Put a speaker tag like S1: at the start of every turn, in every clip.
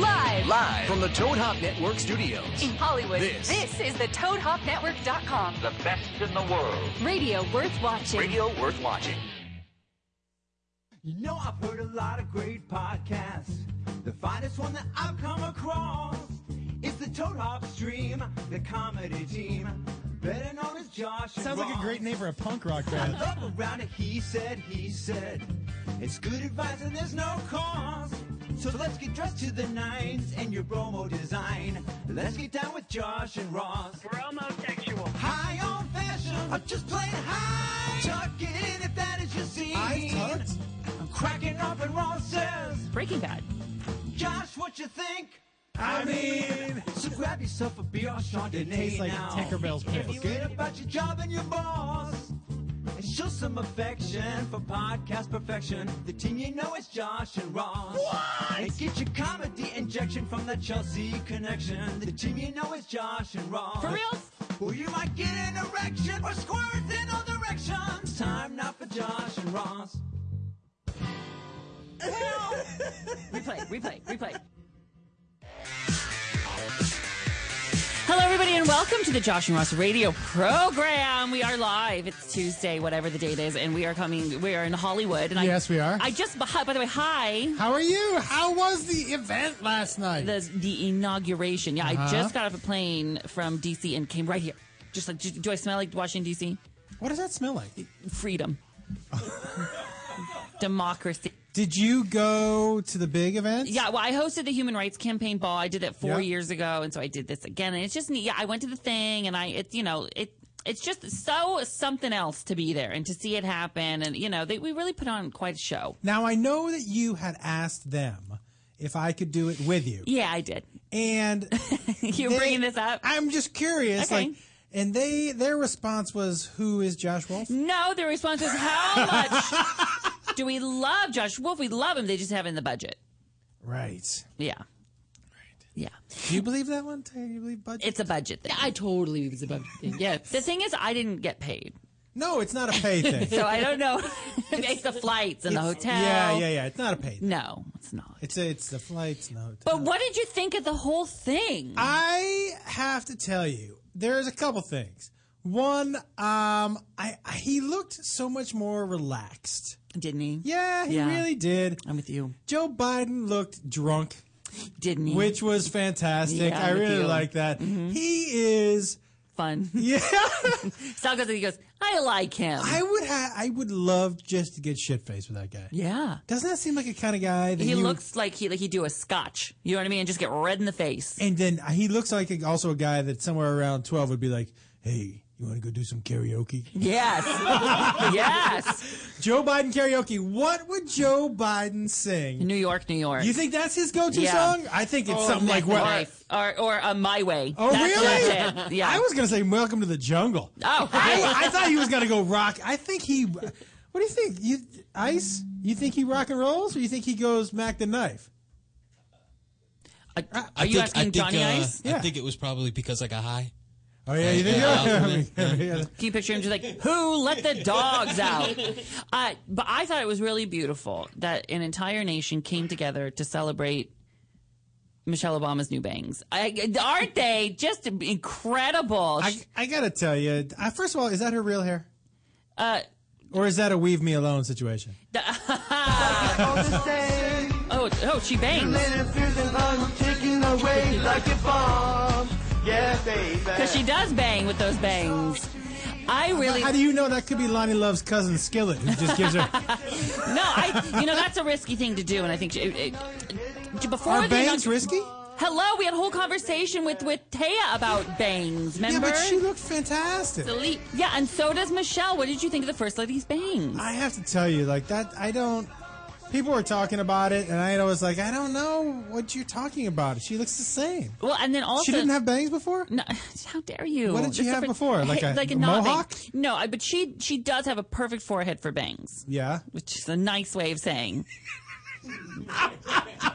S1: Live from the Toad Hop Network studios.
S2: In Hollywood,
S1: This.
S2: is the ToadHopNetwork.com.
S1: The best in the world.
S2: Radio worth watching.
S1: Radio worth watching.
S3: You know, I've heard a lot of great podcasts. The finest one that I've come across is the Toad Hop Stream, the comedy team, better known as Josh. and
S4: Sounds like a
S3: Ross.
S4: great name for a punk rock
S3: I
S4: band.
S3: love around it, he said, he said. It's good advice and there's no cost. So let's get dressed to the nines and your promo design. Let's get down with Josh and Ross. We're homosexual. High on fashion, or just plain high. Tuck it in if that is your scene.
S4: Eyes tucked.
S3: I'm cracking up and Ross says,
S5: Breaking Bad.
S3: Josh, what you think?
S4: I mean-
S3: so grab yourself a beer or Chardonnay
S4: It tastes like
S3: now.
S4: Tinker Bell's pickles.
S3: Forget about your job and your boss. And show some affection for podcast perfection. The team you know is Josh and Ross. What? And get your comedy injection from that Chelsea connection. The team you know is Josh and Ross.
S5: For reals?
S3: Or you might get an erection or squirt in all directions. Time now for Josh and Ross.
S5: Replay, replay, replay. Hello, everybody, and welcome to the Josh and Ross radio program. We are live. It's Tuesday, whatever the date is, and we are coming. We are in Hollywood. And
S4: Yes,
S5: I,
S4: we are.
S5: I just, by the way, hi.
S4: How are you? How was the event last night?
S5: the the inauguration. Yeah, I
S4: Uh-huh.
S5: just got off a plane from DC and came right here. Just like, do, do I smell like Washington DC?
S4: what does that smell like?
S5: Freedom, democracy.
S4: Did you go to the big event?
S5: Yeah, well, I hosted the Human Rights Campaign Ball. I did that four
S4: Yeah.
S5: years ago, and so I did this again. And it's just neat. Yeah, I went to the thing, and I, it's you know, it. It's just so something else to be there and to see it happen. And, you know, they, we really put on quite a show.
S4: Now I know that you had asked them if I could do it with you,
S5: Yeah, I did.
S4: and
S5: You're
S4: they-
S5: bringing this up?
S4: I'm just curious,
S5: Okay.
S4: like, and they their response was, "Who is Josh Wolf?"
S5: No, the response was how much do we love Josh Wolf? We love him. They just haven't the budget.
S4: Right.
S5: Yeah. Yeah.
S4: Do you believe that one? Do you believe budget?
S5: It's a budget thing.
S6: I totally believe it's a budget thing. Yeah.
S5: The thing is, I didn't get paid.
S4: no, it's not a pay thing.
S5: So I don't know. it's the flights and the
S4: It's-
S5: hotel.
S4: Yeah, yeah, yeah. It's not a pay. Thing.
S5: No, it's not.
S4: It's a, it's the flights, no. hotel.
S5: but what did you think of the whole thing?
S4: I have to tell you, there's a couple things. One, um, I he looked so much more relaxed.
S5: didn't he?
S4: Yeah, he
S5: Yeah.
S4: really did.
S5: I'm with you.
S4: Joe Biden looked drunk,
S5: Didn't he?
S4: which was fantastic.
S5: Yeah, Mm-hmm.
S4: I
S5: I'm with
S4: really
S5: you.
S4: like that. He is.
S5: Hmm? fun.
S4: Yeah,
S5: Sal goes, he goes, I like him.
S4: I would ha- I would love just to get shit faced with that guy.
S5: yeah.
S4: Doesn't that seem like a kind of guy that
S5: He
S4: you-
S5: looks like he like he'd do a scotch. You know what I mean? And just get red in the face.
S4: And then uh, he looks like a- also a guy that somewhere around twelve would be like, "Hey, you want to go do some karaoke?"
S5: Yes. yes.
S4: Joe Biden karaoke. What would Joe Biden sing?
S5: New York, New York.
S4: You think that's his go-to
S5: Yeah.
S4: song? I think it's something like
S5: Or-
S4: what?
S5: Or, or uh, My Way.
S4: Oh,
S5: That's-
S4: really?
S5: that's it. Yeah.
S4: I was gonna say "Welcome to the Jungle."
S5: Oh,
S4: I, I thought he was gonna go rock. I think he. What do you think? You Ice? You think he rock and rolls, or you think he goes Mac the Knife?
S5: Uh, Are, are you asking Johnny
S7: uh,
S5: Ice?
S4: Yeah.
S7: I think it was probably because I got high.
S4: Oh yeah, you think? Yeah.
S5: Can you picture him just like, who let the dogs out? Uh, but I thought it was really beautiful that an entire nation came together to celebrate Michelle Obama's new bangs. I, aren't they just incredible?
S4: I, I gotta tell you. I, first of all, is that her real hair? Uh, or is that a "Leave Me Alone" situation?
S5: oh, oh, she bangs. Because she does bang with those bangs. I really
S4: How do you know that could be Lonnie Love's cousin Skillet, who just gives her?
S5: no. I you know that's a risky thing to do, and I think she, it, it, before
S4: Are
S5: the
S4: bangs risky?
S5: Hello, we had a whole conversation with with Taya about bangs. Remember?
S4: Yeah, but she looked fantastic.
S6: Delete.
S5: Yeah, and so does Michelle. What did you think of the first lady's bangs?
S4: I have to tell you, like that, I don't. People were talking about it, and I was like, I don't know what you're talking about. She looks the same.
S5: well, and then also
S4: She didn't have bangs before.
S5: No, how dare you?
S4: What did she
S5: The
S4: have
S5: different-
S4: before? Like a
S5: knob bang.
S4: mohawk?
S5: No, I- but she she does have a perfect forehead for bangs,
S4: Yeah.
S5: which is a nice way of saying.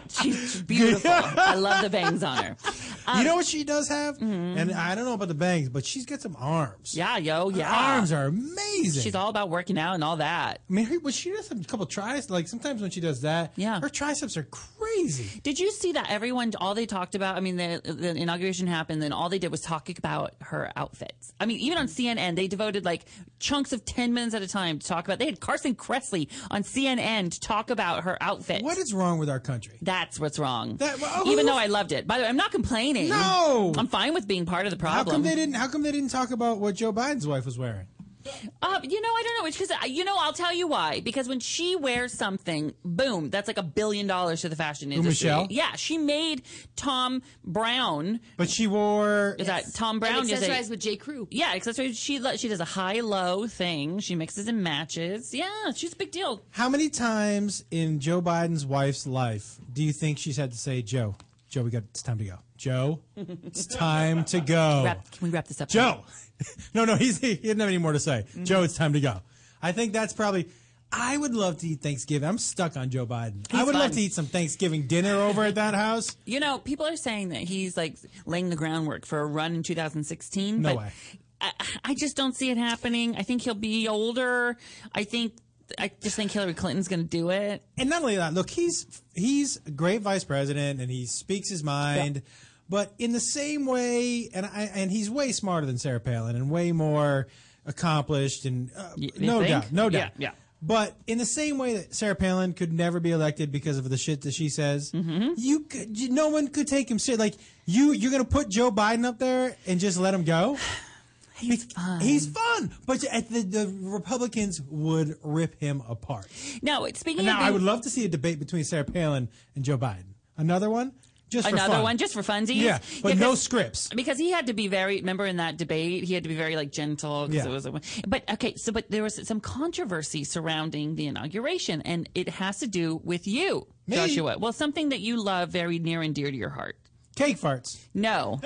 S5: She's beautiful. I love the bangs on her. Um, Mm-hmm.
S4: you know what she does have? And I don't know about the bangs, but she's got some arms.
S5: Yeah, yo,
S4: Her
S5: Oh, yeah.
S4: arms are amazing.
S5: She's all about working out and all that.
S4: I mean, her, when she does a couple tries, like sometimes when she does that,
S5: Yeah.
S4: her triceps are crazy.
S5: Did you see that everyone, all they talked about, I mean, the, the inauguration happened, and all they did was talk about her outfits. I mean, even on CNN, they devoted like chunks of 10 minutes at a time to talk about, they had Carson Kressley on CNN to talk about her outfit.
S4: What is wrong with our country?
S5: That's what's wrong.
S4: That- well, oh,
S5: even
S4: who-
S5: though I loved it. By the way, I'm not complaining.
S4: No!
S5: I'm fine with being part of the
S4: How
S5: problem.
S4: come they didn't? How come they didn't talk about what Joe Biden's wife was wearing?
S5: Uh, you know, I don't know. It's because you know, I'll tell you why. Because when she wears something, boom, that's like a billion dollars to the fashion industry.
S4: Michelle?
S5: Yeah, she made Tom Brown.
S4: But she wore.
S5: Is that Tom Brown?
S6: And
S5: is a-
S6: accessorize with J. Crew.
S5: yeah, accessories. She lo- she does a high low thing. She mixes and matches. Yeah, she's a big deal.
S4: How many times in Joe Biden's wife's life do you think she's had to say, "Joe, Joe, we got it's time to go. Joe, it's time to go.
S5: Wrap, can we wrap this up? Mm-hmm.
S4: Joe. no, no, he's, he didn't have any more to say. Joe, it's time to go. I think that's probably. I would love to eat Thanksgiving. I'm stuck on Joe Biden. I would love
S5: fun.
S4: to eat some Thanksgiving dinner over at that house.
S5: You know, people are saying that he's like laying the groundwork for a run in 2016.
S4: No
S5: but
S4: way.
S5: I, I just don't see it happening. I think he'll be older. I think I just think Hillary Clinton's going to do it.
S4: And not only that, look, he's he's a great vice president and he speaks his mind. But in the same way, and I, and he's way smarter than Sarah Palin and way more accomplished and uh,
S5: you
S4: no
S5: think?
S4: doubt, no doubt,
S5: Yeah, yeah.
S4: But in the same way that Sarah Palin could never be elected because of the shit that she says,
S5: Mm-hmm.
S4: you could, you, no one could take him serious. Like you, you're gonna put Joe Biden up there and just let him go.
S5: He's fun.
S4: He's fun, but uh, the, the Republicans would rip him apart.
S5: no, speaking
S4: Now,
S5: of
S4: I
S5: being-
S4: would love to see a debate between Sarah Palin and Joe Biden. Another one? Just for
S5: another
S4: fun.
S5: one just for funsies.
S4: Yeah, but no
S5: 'cause-
S4: scripts.
S5: Because he had to be very. Remember in that debate, he had to be very like gentle. 'cause
S4: Yeah.
S5: It was a, but okay, so but there was some controversy surrounding the inauguration, and it has to do with you,
S4: Me?
S5: Joshua. Well, something that you love very near and dear to your heart.
S4: Cake farts.
S5: No,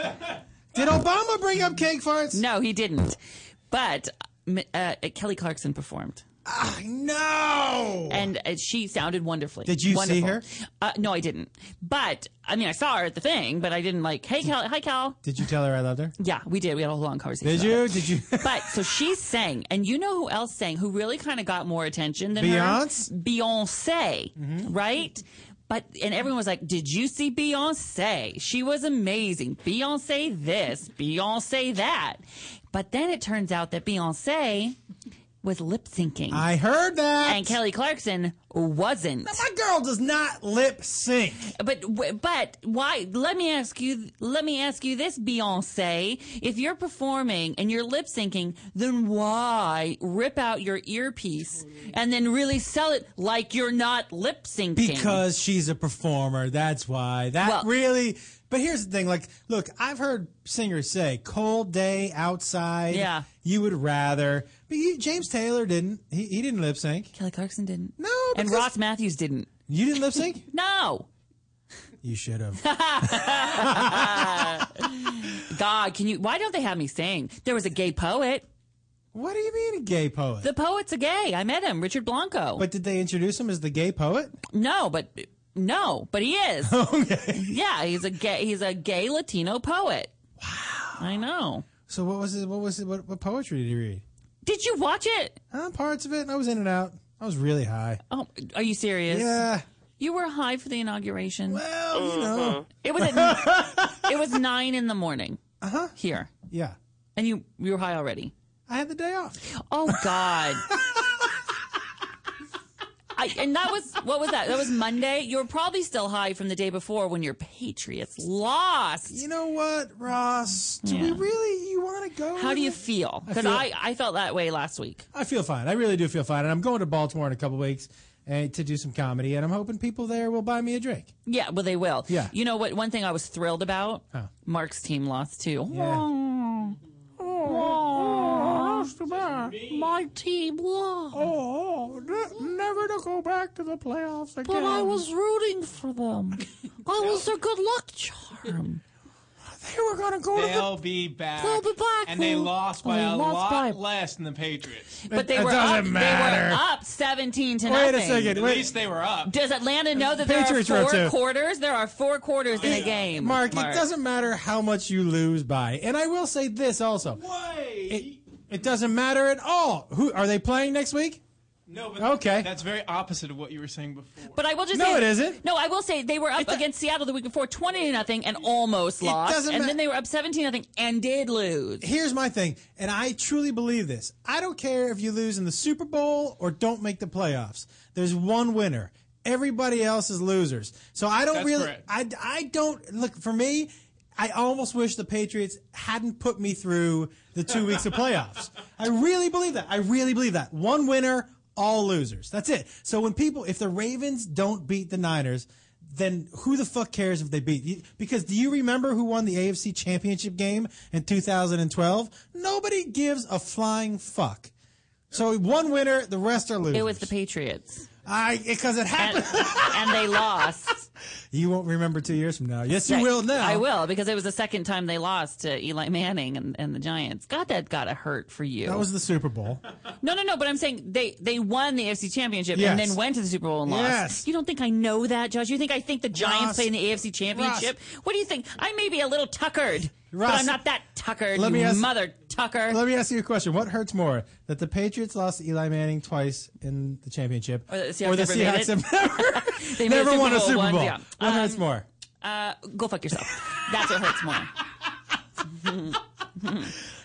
S4: Did Obama bring up cake farts?
S5: no, he didn't. But uh, uh, Kelly Clarkson performed.
S4: I know.
S5: and uh, she sounded wonderfully.
S4: Did you see
S5: Wonderful.
S4: her?
S5: Uh, no, I didn't. But I mean, I saw her at the thing, but I didn't like. Hey, Cal. Hi, Cal.
S4: Did you tell her I loved her?
S5: Yeah, we did. We had a whole long conversation.
S4: Did
S5: about
S4: you?
S5: it.
S4: Did you?
S5: But so she sang, and you know who else sang? Who really kind of got more attention than her?
S4: Beyonce? Mm-hmm.
S5: Beyonce, right? But and everyone was like, "Did you see Beyonce? She was amazing. Beyonce this, Beyonce that." But then it turns out that Beyonce was lip syncing,
S4: I heard that.
S5: and Kelly Clarkson wasn't.
S4: My girl does not lip sync.
S5: But w- but why? Let me ask you. Let me ask you this, Beyonce. If you're performing and you're lip syncing, then why rip out your earpiece and then really sell it like you're not lip syncing?
S4: Because she's a performer. That's why. That
S5: Well-
S4: really. But here's the thing. Like, look, I've heard singers say, "Cold day outside."
S5: Yeah.
S4: You would rather. But you, James Taylor didn't. He, he didn't lip sync.
S5: Kelly Clarkson didn't.
S4: No,
S5: and
S4: because-
S5: Ross Matthews didn't.
S4: You didn't lip sync.
S5: No.
S4: you should have.
S5: God, can you? Why don't they have me sing? There was a gay poet.
S4: What do you mean a gay poet?
S5: The poet's a gay. I met him, Richard Blanco.
S4: but did they introduce him as the gay poet?
S5: No, but no, but he is. Yeah, he's a gay. He's a gay Latino poet. Wow. I know.
S4: So what was it? What was it? What, what poetry did he read?
S5: Did you watch it?
S4: Uh, parts of it. and I was in and out. I was really high.
S5: Oh, are you serious?
S4: Yeah.
S5: You were high for the inauguration.
S4: Well, you know.
S5: It was at, it was nine in the morning. Uh huh. Here,
S4: Uh-huh. Yeah.
S5: and you you were high already.
S4: I had the day off.
S5: Oh God. I, and that was what was that? That was Monday. You were probably still high from the day before when your Patriots lost.
S4: You know what, Ross? Do we
S5: Yeah.
S4: really? You want to go?
S5: How
S4: with
S5: do you
S4: it?
S5: feel? Because
S4: feel-
S5: I, I felt that way last week.
S4: I feel fine. I really do feel fine, and I'm going to Baltimore in a couple weeks uh, to do some comedy, and I'm hoping people there will buy me a drink.
S5: Yeah, well, they will.
S4: Yeah.
S5: You know what? One thing I was thrilled about Mark's team lost too. Oh.
S4: Oh,
S5: My team lost.
S4: Oh, never to go back to the playoffs again.
S5: But I was rooting for them. I was their good luck charm.
S4: They were going to go to the
S8: They'll be back.
S6: They'll be back.
S8: And they lost by
S6: They
S8: a
S6: lost
S8: lot
S6: by-
S8: less than the Patriots.
S5: But they
S4: It
S5: were
S4: doesn't
S5: up. They
S4: matter.
S5: were up seventeen to
S4: Wait
S5: nothing.
S4: a second.
S8: At
S4: Wait.
S8: least they were up.
S5: Does Atlanta know that
S4: Patriots were
S5: there
S4: up
S5: are
S4: too.
S5: four quarters? There are four quarters in a game.
S4: Mark, it doesn't matter how much you lose by. And I will say this also. It,
S8: Wait.
S4: it doesn't matter at all. Who are they playing next week?
S8: No, but
S4: Okay.
S8: that's very opposite of what you were saying before.
S5: But I will just
S4: No,
S5: say,
S4: it isn't.
S5: No, I will say they were up against Seattle the week before, twenty to nothing, and almost lost.
S4: doesn't
S5: and
S4: ma-
S5: then they were up seventeen nothing and did lose.
S4: Here's my thing, and I truly believe this. I don't care if you lose in the Super Bowl or don't make the playoffs. There's one winner. Everybody else is losers. So I don't
S8: That's
S4: really
S8: correct.
S4: I I don't look for me I almost wish the Patriots hadn't put me through the two weeks of playoffs. I really believe that. I really believe that. One winner, all losers. That's it. So when people, if the Ravens don't beat the Niners, then who the fuck cares if they beat you? Because do you remember who won the AFC championship game in 2012? Nobody gives a flying fuck. So one winner, the rest are losers.
S5: It was the Patriots,
S4: I because it
S5: and,
S4: happened.
S5: and they lost.
S4: you won't remember two years from now. Yes, you will now.
S5: I will because it was the second time they lost to Eli Manning and, and the Giants. God, that gotta hurt for you.
S4: That was the Super Bowl.
S5: no, no, no. But I'm saying they they won the AFC Championship
S4: Yes.
S5: and then went to the Super Bowl and lost.
S4: Yes.
S5: You don't think I know that, Judge? You think I think the Giants
S4: Ross.
S5: play in the AFC Championship? What do you think? I may be a little tuckered, but
S4: Ross.
S5: I'm not that tuckered.
S4: Let
S5: you
S4: me ask-
S5: mother tucker.
S4: Let me ask you a question. What hurts more, that the Patriots lost to Eli Manning twice in the championship,
S5: Or the Seahawks never made
S4: Seahawks
S5: it?
S4: have
S5: They
S4: never,
S5: made
S4: never
S5: Super
S4: won a
S5: Bowl
S4: Super
S5: once,
S4: Bowl?
S5: yeah. Um, Uh,
S4: What hurts more?
S5: Go fuck yourself. That's what hurts more.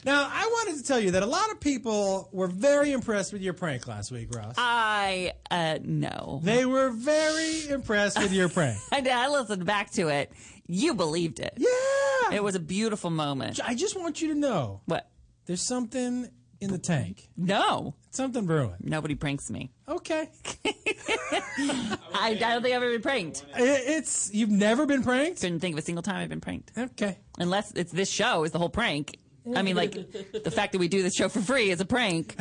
S4: Now, I wanted to tell you that a lot of people were very impressed with your prank last week, Ross.
S5: I uh no.
S4: they were very impressed with your prank.
S5: I, I listened back to it. You believed it.
S4: Yeah.
S5: It was a beautiful moment.
S4: I just want you to know
S5: What?
S4: there's something in the tank.
S5: No,
S4: Something brewing.
S5: nobody pranks me.
S4: Okay.
S5: I, I don't think I've ever been pranked.
S4: I- It's you've never been pranked?
S5: Couldn't think of a single time I've been pranked.
S4: Okay.
S5: Unless it's this show is the whole prank. I mean, like the fact that we do this show for free is a prank.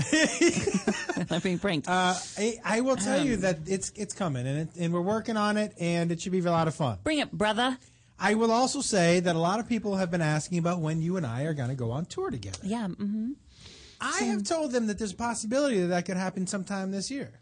S5: I'm being pranked.
S4: I, Uh, I will tell
S5: Um,
S4: you that it's it's coming and it, and we're working on it and it should be a lot of fun.
S5: Bring it, brother.
S4: I will also say that a lot of people have been asking about when you and I are going to go on tour together.
S5: Yeah. hmm
S4: I have told them that there's a possibility that that could happen sometime this year.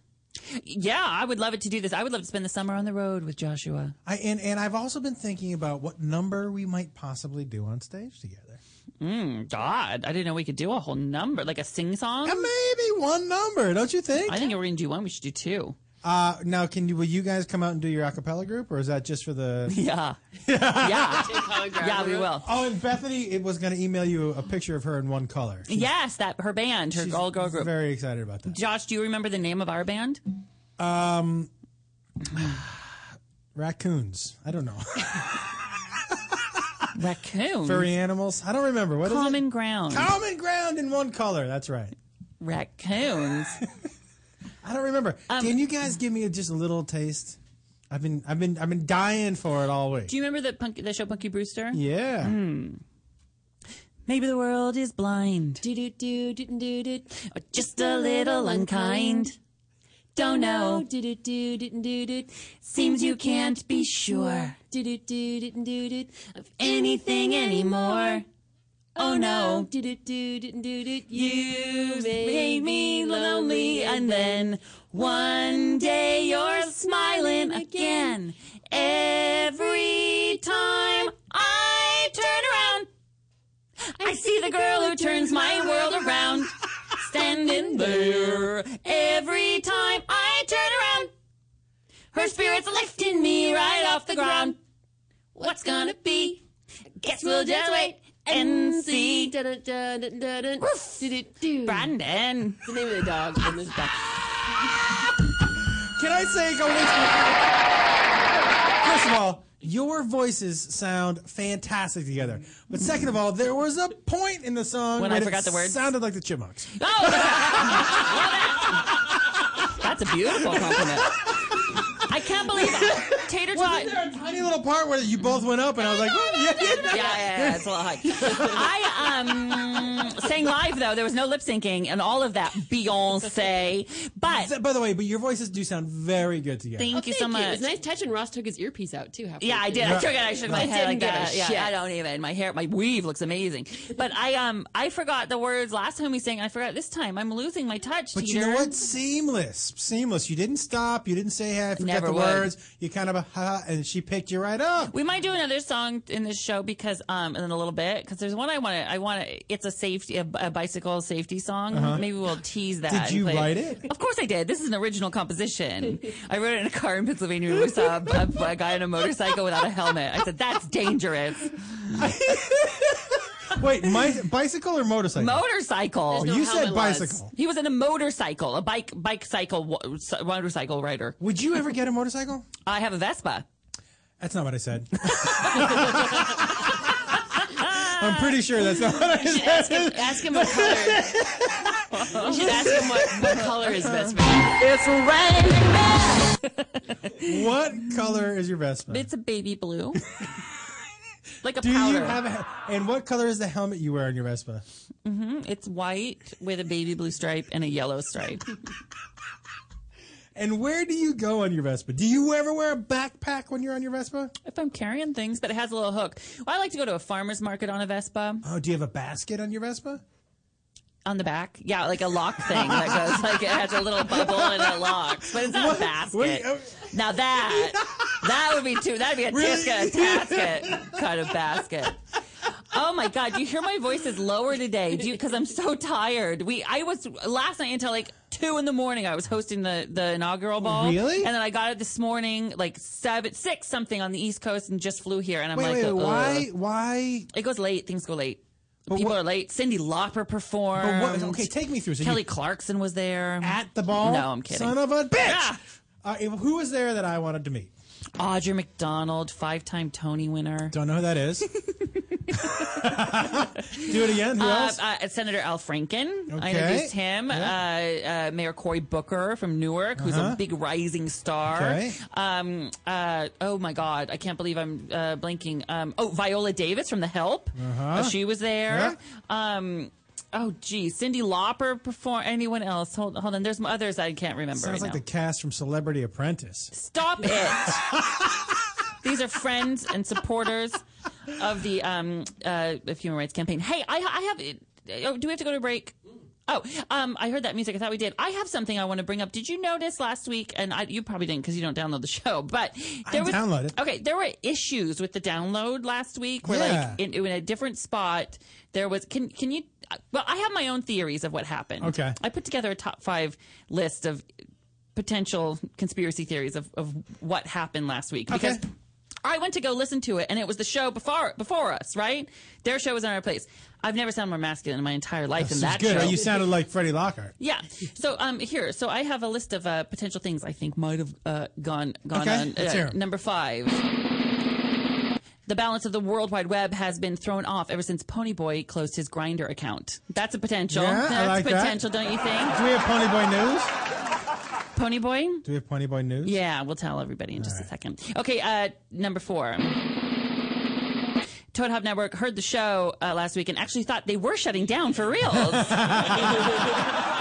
S5: Yeah, I would love it to do this. I would love to spend the summer on the road with Joshua.
S4: I and, and I've also been thinking about what number we might possibly do on stage together.
S5: Mm, God, I didn't know we could do a whole number, like a sing song.
S4: And maybe one number, don't you think?
S5: I think if we're gonna do one, we should do two.
S4: Uh, now, can you will you guys come out and do your a cappella group, or is that just for the?
S5: Yeah, yeah,
S6: Telegram.
S5: yeah. We will.
S4: Oh, and Bethany, it was going to email you a picture of her in one color. She's-
S5: Yes, that her band, her
S4: she's
S5: all girl group.
S4: Very excited about that.
S5: Josh, do you remember the name of our band?
S4: Um, Raccoons. I don't know.
S5: Raccoon.
S4: Furry animals. I don't remember. What is it?
S5: Common ground.
S4: Common ground in one color. That's right.
S5: Raccoons. Um,
S4: I don't remember. Can you guys give me just a little taste? I've been, I've been, I've been dying for it all week.
S5: Do you remember the punk, the show Punky Brewster?
S4: yeah.
S5: Hmm. Maybe the world is blind,
S6: Do do do do do do.
S5: or just a little unkind. Don't know.
S6: Do do do do do do.
S5: Seems you can't be sure
S6: Do do do do do do. Of
S5: anything anymore. Oh no,
S6: Do do do do do do.
S5: you made me lonely, and then one day you're smiling again. Every time I turn around, I see the girl who turns my world around standing there. Every time I turn around, her spirit's lifting me right off the ground. What's gonna be? Guess we'll just wait and see.
S6: Dun, dun, dun, dun, dun, dun.
S5: Woof.
S6: Do, do, do.
S5: Brandon.
S6: The name of the dog in this back.
S4: Can I say go into First of all, your voices sound fantastic together. But second of all, there was a point in the song
S5: When I
S4: when
S5: forgot
S4: it
S5: the words?
S4: sounded like the Chipmunks.
S5: Oh, that's a beautiful compliment. I can't believe Tater Tot.
S4: Wasn't there a tiny little part where you both went up and I was like, "Oh, yeah, yeah, yeah."
S5: Yeah, yeah, yeah, it's a lot high. I um sang live though. There was no lip syncing and all of that Beyonce. But
S4: So- by the way, but your voices do sound very good together.
S5: thank you
S6: Oh, Thank
S5: so much.
S6: It was nice touch, and Ross took his earpiece out too. halfway
S5: Yeah, I
S6: through.
S5: did. I took it. I shook my
S6: I
S5: head like
S6: didn't give a
S5: that. Yeah,
S6: shit.
S5: I don't even. My hair, my weave looks amazing. But I um, I forgot the words last time we sang. I forgot this time. I'm losing my touch.
S4: But you
S5: Teeter.
S4: know what? Seamless, seamless. You didn't stop. You didn't say, "Hey, I forgot
S5: Never
S4: the
S5: would.
S4: words." You kind of a ha, and she picked you right up.
S5: We might do another song in this show because um, in a little bit because there's one I want to. I want to. It's a safety, a, a bicycle safety song. Maybe we'll tease that.
S4: Uh-huh. Did
S5: and
S4: you
S5: play
S4: write it?
S5: Of course I did. This is an original composition. I wrote it in a car in Pennsylvania. when We saw a, a, a guy on a motorcycle without a helmet. I said that's dangerous.
S4: Wait, my, bicycle or motorcycle? Oh,
S5: Motorcycle.
S6: There's no
S4: you
S6: helmet
S4: said
S6: laws.
S4: bicycle.
S5: He was in a motorcycle, a bike bike cycle wa- s- motorcycle rider.
S4: Would you ever get a motorcycle?
S5: I have a Vespa.
S4: That's not what I said. I'm pretty sure that's not what I said.
S6: Ask him, ask him what color. you should ask him what, what color is best. man.
S5: It's raining.
S4: What color is your Vespa?
S5: It's a baby blue, like a
S4: Do
S5: powder.
S4: you have a? And what color is the helmet you wear on your Vespa?
S5: Mm-hmm. It's white with a baby blue stripe and a yellow stripe.
S4: And where do you go on your Vespa? Do you ever wear a backpack when you're on your Vespa?
S5: if I'm carrying things, but it has a little hook. Well, I like to go to a farmer's market on a Vespa
S4: Oh, do you have a basket on your Vespa?
S5: on the back. Yeah, like a lock thing that goes like it has a little bubble and it locks, but it's not a basket.
S4: Wait, oh,
S5: now that that would be too. That'd be a
S4: Really?
S5: tisket, tasket kind of basket. Oh my God! You hear my voice is lower today, do you? Because I'm so tired. We I was last night until like two in the morning. I was hosting the the inaugural ball.
S4: Really?
S5: And then I got it this morning, like seven, six something on the East Coast, and just flew here. And I'm
S4: wait,
S5: like, uh, "Ugh."
S4: wait, why, why?
S5: It goes late. Things go late. People
S4: what-
S5: are late. Cindy Lauper performed.
S4: But what, okay, take me through. So
S5: Kelly
S4: you,
S5: Clarkson was there.
S4: at the ball.
S5: No, I'm kidding.
S4: Son of a bitch.
S5: Ah!
S4: Uh, if- who was there that I wanted to meet?
S5: Audra McDonald, five-time Tony winner.
S4: Don't know who that is. Do it again. Who
S5: Uh,
S4: else?
S5: uh, Senator Al Franken. I
S4: Okay.
S5: introduced him. Uh, uh, Mayor Cory Booker from Newark, who's a big rising star.
S4: Uh-huh. Okay.
S5: Um, uh, oh my God, I can't believe I'm uh, blanking. Um, oh, Viola Davis from The Help.
S4: Uh-huh.
S5: Uh, she was there. Um, oh, gee, Cindy Lauper perform. Anyone else? Hold, hold on. There's some others I can't remember.
S4: Sounds
S5: right
S4: like
S5: now.
S4: the cast from Celebrity Apprentice.
S5: Stop it. These are friends and supporters of the um, uh, of human rights campaign. Hey, I, I have. Oh, do we have to go to break? Oh, um, I heard that music. I thought we did. I have something I want to bring up. Did you notice last week? And I, you probably didn't because you don't download the show. But there was
S4: downloaded.
S5: okay. There were issues with the download last week. Where
S4: Yeah.
S5: like in, in a different spot there was. Can can you? uh, Well, I have my own theories of what happened.
S4: Okay.
S5: I put together a top five list of potential conspiracy theories of, of what happened last week because
S4: Okay.
S5: I went to go listen to it and it was the show before before us, right? Their show was in our place. I've never sounded more masculine in my entire life than
S4: This is
S5: that
S4: good. Oh,
S5: show.
S4: You sounded like Freddie Lockhart.
S5: yeah. So um here, so I have a list of uh, potential things I think might have uh, gone gone
S4: Okay,
S5: on.
S4: let's
S5: Uh,
S4: hear 'em.
S5: Number 5. The balance of the World Wide Web has been thrown off ever since Ponyboy closed his Grinder account. That's a potential.
S4: Yeah, I
S5: That's
S4: like that.
S5: potential, don't you think?
S4: Do we have Ponyboy News?
S5: Ponyboy?
S4: Do we have Ponyboy News?
S5: Yeah, we'll tell everybody in just a
S4: right.
S5: second. Okay, uh, number four. Toad Hop Network heard the show uh, last week and actually thought they were shutting down for reals.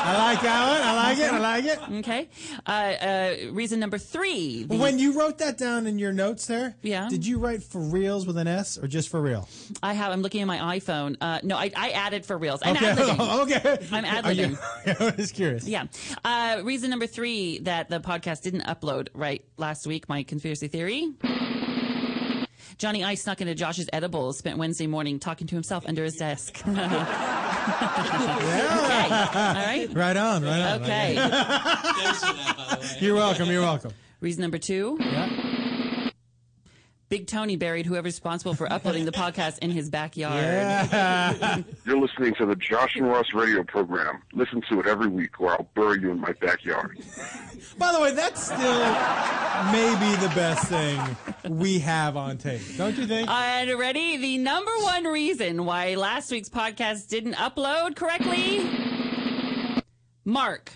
S4: I like that one. I like it. I like it.
S5: okay. Uh, uh, reason number three. the-
S4: When you wrote that down in your notes there,
S5: Yeah.
S4: did you write for reals with an S or just for real?
S5: I have. I'm looking at my iPhone. Uh, no, I, I added for reals. I'm
S4: Okay.
S5: ad-libbing.
S4: okay.
S5: I'm
S4: Are you- I was curious.
S5: Yeah. Uh, reason number three that the podcast didn't upload right last week, my conspiracy theory. Johnny I snuck into Josh's edibles, spent Wednesday morning talking to himself under his desk. okay. All right.
S4: Ah, Right on. Right on.
S5: Okay.
S9: Thanks for that, by the way.
S4: You're welcome. You're welcome.
S5: Reason number two
S4: Yeah.
S5: Big Tony buried whoever's responsible for uploading the podcast in his backyard.
S10: You're listening to the Josh and Ross radio program. Listen to it every week, or I'll bury you in my backyard.
S4: By the way, that's still maybe the best thing we have on tape, don't you think?
S5: And ready? The number one reason why last week's podcast didn't upload correctly? Mark.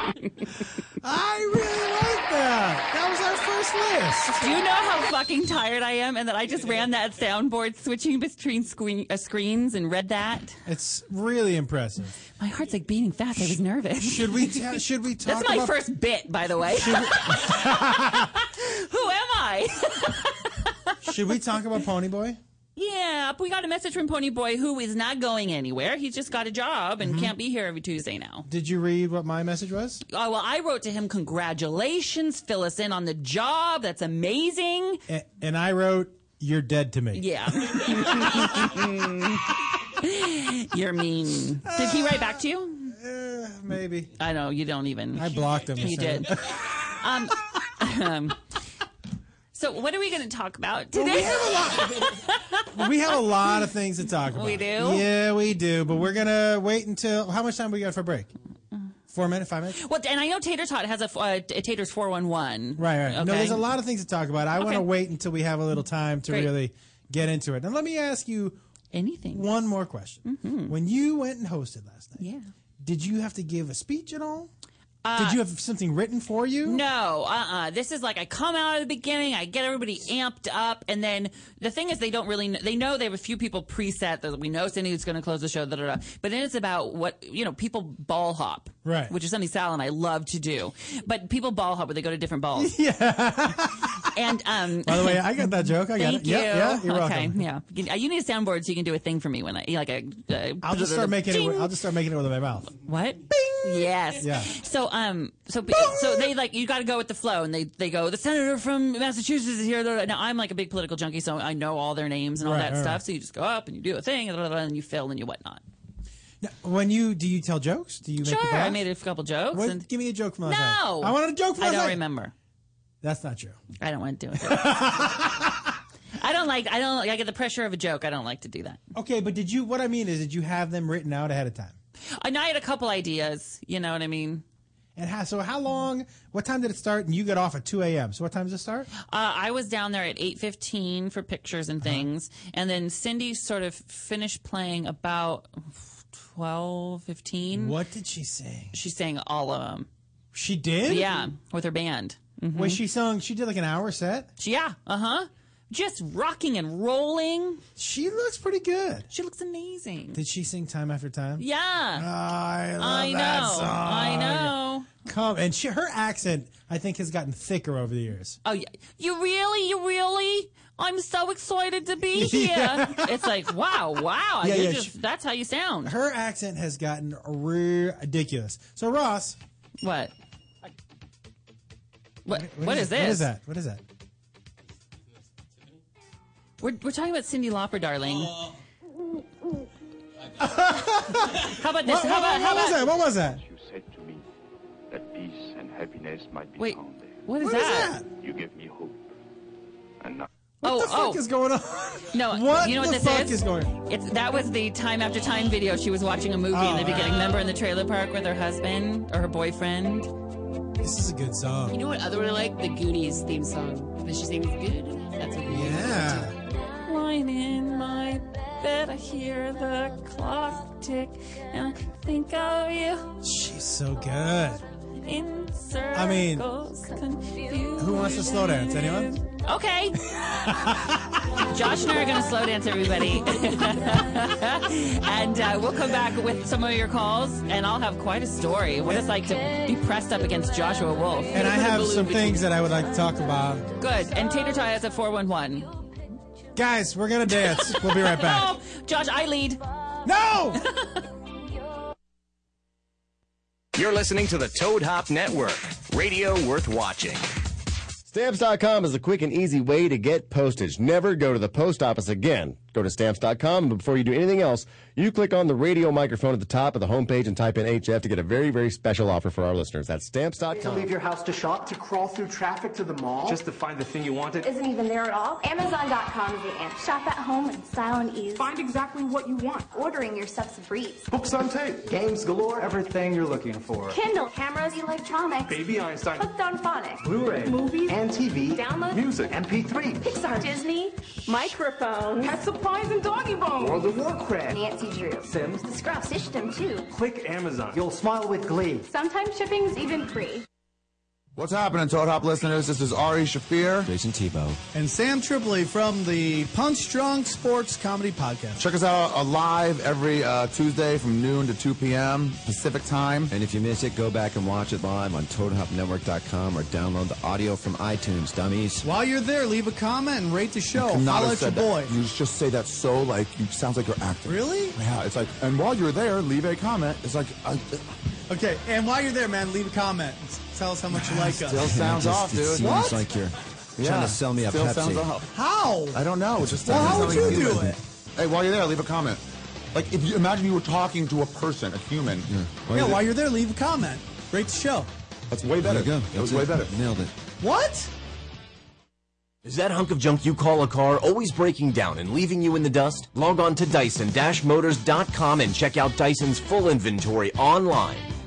S4: I really like that. That was our first list.
S5: Do you know how fucking tired I am and that I just ran that soundboard switching between screen, uh, screens and read that?
S4: It's really impressive.
S5: My heart's like beating fast. I was nervous.
S4: Should we? ta- should we talk?
S5: That's my
S4: about-
S5: first bit, by the way. Who am I?
S4: Should we talk about Pony Boy?
S5: yeah, we got a message from Pony Boy who is not going anywhere. He's just got a job
S4: Mm-hmm.
S5: and can't be here every Tuesday now.
S4: Did you read what my message was?
S5: Oh, well, I wrote to him, Congratulations, fill us in on the job. That's amazing.
S4: A- and I wrote, "You're dead to me."
S5: Yeah. You're mean. Did he write back to you?
S4: Uh, Maybe
S5: I know, you don't even.
S4: I blocked him.
S5: You did. Um, so, what are we going to talk about today?
S4: We have a lot of things to talk about.
S5: We do?
S4: Yeah, we do. But we're gonna wait until how much time we got for break? Four minutes, five minutes.
S5: Well, and I know Tater Tot has a, f- uh, t- Tater's 411.
S4: Right, right. No,
S5: Okay.
S4: there's a lot of things to talk about. I want to
S5: Okay.
S4: wait until we have a little time to
S5: Great.
S4: really get into it. Now, let me ask you
S5: Anything. Mm-hmm.
S4: one more question. When you went and hosted last night,
S5: Yeah. Uh,
S4: did you have to give a speech at all? did you have something written for you?
S5: No, uh uh This is like I come out at the beginning, I get everybody amped up, and then the thing is, they don't really know, they know they have a few people preset that we know Cindy's going to close the show, da da da. But then it's about what, you know, people ball hop.
S4: Right.
S5: Which is something Sal and I love to do. But people ball hop where they go to different balls. Yeah. and, um,
S4: By the way, I got that joke. I got
S5: Thank
S4: it.
S5: you.
S4: Yeah, yeah, you're
S5: okay,
S4: welcome.
S5: yeah. You can- You need a soundboard so you can do a thing for me when I like a. Uh,
S4: I'll just start making it.
S5: Ding.
S4: with- I'll just start making it with my mouth.
S5: What? Yes.
S4: Yeah.
S5: So um. So so they like you got to go with the flow, and they they go. The senator from Massachusetts is here. Now I'm like a big political junkie, so I know all their names and all
S4: Right,
S5: that
S4: right,
S5: stuff.
S4: right.
S5: So you just go up and you do a thing, and you fill and you whatnot.
S4: When you do, you tell jokes. Do you make people
S5: Sure, I
S4: laugh?
S5: made a couple jokes.
S4: What-
S5: and
S4: give me a joke from last night.
S5: no,
S4: I wanted a joke from
S5: I
S4: last
S5: don't
S4: night.
S5: remember.
S4: That's not true.
S5: I don't want to do it. I don't like. I don't. Like, I get the pressure of a joke. I don't like to do that.
S4: Okay, but did you? What I mean is, did you have them written out ahead of time?
S5: And I had a couple ideas. You know what I mean?
S4: And how, so, how long? What time did it start? And you got off at two a.m. So, what time does it start?
S5: Uh, I was down there at eight fifteen for pictures and
S4: Uh-huh.
S5: things, and then Cindy sort of finished playing about twelve fifteen.
S4: What did she sing?
S5: She sang all of them,
S4: She did.
S5: yeah, with her band.
S4: Was she sung? She did like an hour set.
S5: Mm-hmm. She, yeah, uh huh. Just rocking and rolling.
S4: She looks pretty good.
S5: She looks amazing.
S4: Did she sing time after time?
S5: Yeah,
S4: I love
S5: I know.
S4: that song.
S5: I know.
S4: Come and she, her accent, I think, has gotten thicker over the years.
S5: Oh, yeah. you really, you really. I'm so excited to be here. It's like, wow, wow.
S4: Yeah,
S5: you
S4: yeah,
S5: just,
S4: she-
S5: that's how you sound.
S4: Her accent has gotten ridiculous. So, Ross,
S5: What? What, what is, this?
S4: What is that? What is that?
S5: We're, we're talking about Cindy Lauper, darling.
S4: Uh,
S5: how about this?
S4: What,
S5: How about,
S4: what-
S5: how
S4: what was
S5: about,
S4: that? What was that?
S11: You said to me that peace and happiness might be
S5: wait,
S11: found there.
S5: what is
S4: What is
S5: that?
S4: that?
S11: You give me hope. And now
S5: Oh,
S4: What the
S5: oh,
S4: fuck is going on?
S5: no.
S4: What
S5: you know what
S4: the
S5: this
S4: fuck
S5: is?
S4: is going Ah. on?
S5: it's, that was the time after time video. She was watching a movie in the beginning. Remember in the trailer park with her husband or her boyfriend?
S4: This is a good song.
S6: You know what other one I like? The Goonies theme song. But she sings good. That's what we
S4: Yeah.
S5: Lying in my bed, I hear the clock tick, and I think of you
S4: She's so good.
S5: in circles.
S4: I mean,
S5: confused.
S4: Who wants to slow dance? Anyone?
S5: Okay. Josh and I are going to slow dance, everybody. and uh, we'll come back with some of your calls, and I'll have quite a story what it's like to be pressed up against Joshua Wolf.
S4: And I have some things that I would like to talk about.
S5: Good. And Tater Tot has a 411.
S4: Guys, we're gonna dance. We'll be right back.
S5: Oh, Josh, I lead.
S4: No!
S12: You're listening to the Toad Hop Network, radio worth watching.
S13: Stamps.com is a quick and easy way to get postage. Never go to the post office again. Go to stamps.com, but before you do anything else, you click on the radio microphone at the top of the homepage and type in HF to get a very, very special offer for our listeners. That's stamps.com.
S11: your house to shop, to crawl through traffic to the mall. Just to find the thing you wanted. Isn't even there at all. Amazon.com is the answer. Shop at home in style and ease. Find exactly what you want. Ordering your stuff's a breeze. Books on tape. Games galore. Everything you're looking for. Kindle. Cameras, electronics. Baby Einstein. Hooked on phonics. Blu-ray. Movies. And TV. Download. Music. MP3. Pixar. Disney. Microphone. Pet supplies and doggy bones. World of Warcraft. he drew.
S14: Sims.
S11: The Scruff stitched him too.
S14: Click Amazon. You'll smile with glee.
S11: Sometimes shipping's even free.
S15: What's happening, Toad Hop listeners? This is Ari Shafir, Jason Tebow.
S3: And Sam Tripoli from the Punch Drunk Sports Comedy Podcast.
S15: Check us out uh, live every uh, Tuesday from noon to 2 p.m. Pacific time.
S16: And if you miss it, go back and watch it live on ToadHopNetwork.com or download the audio from iTunes, dummies.
S3: While you're there, leave a comment and rate the show.
S15: Could not
S3: Holla
S15: have
S3: at your
S15: said
S3: boy.
S15: that. You just say that so like you sounds like you're acting.
S3: Really?
S15: Yeah. It's like, and while you're there, leave a comment. It's like, uh,
S3: Okay, and while you're there, man, leave a comment. Tell us how much you like us.
S15: Still sounds
S16: Just-
S15: off,
S16: it
S15: dude.
S16: seems
S15: What?
S16: like you're
S15: yeah.
S16: trying to sell me a
S15: Still
S16: Pepsi.
S15: sounds off.
S3: How?
S15: I don't know. It's just
S3: Well, how would you do it?
S15: Hey, while you're there, leave a comment. Like, if you imagine you were talking to a person, a human. Yeah.
S3: yeah, while you're there, leave a comment. Rate the show.
S15: That's way
S3: There
S15: better.
S3: you go.
S15: That was way better.
S16: Nailed it.
S3: What?
S12: Is that hunk of junk you call a car always breaking down and leaving you in the dust? Log on to Dyson-Motors.com and check out Dyson's full inventory online.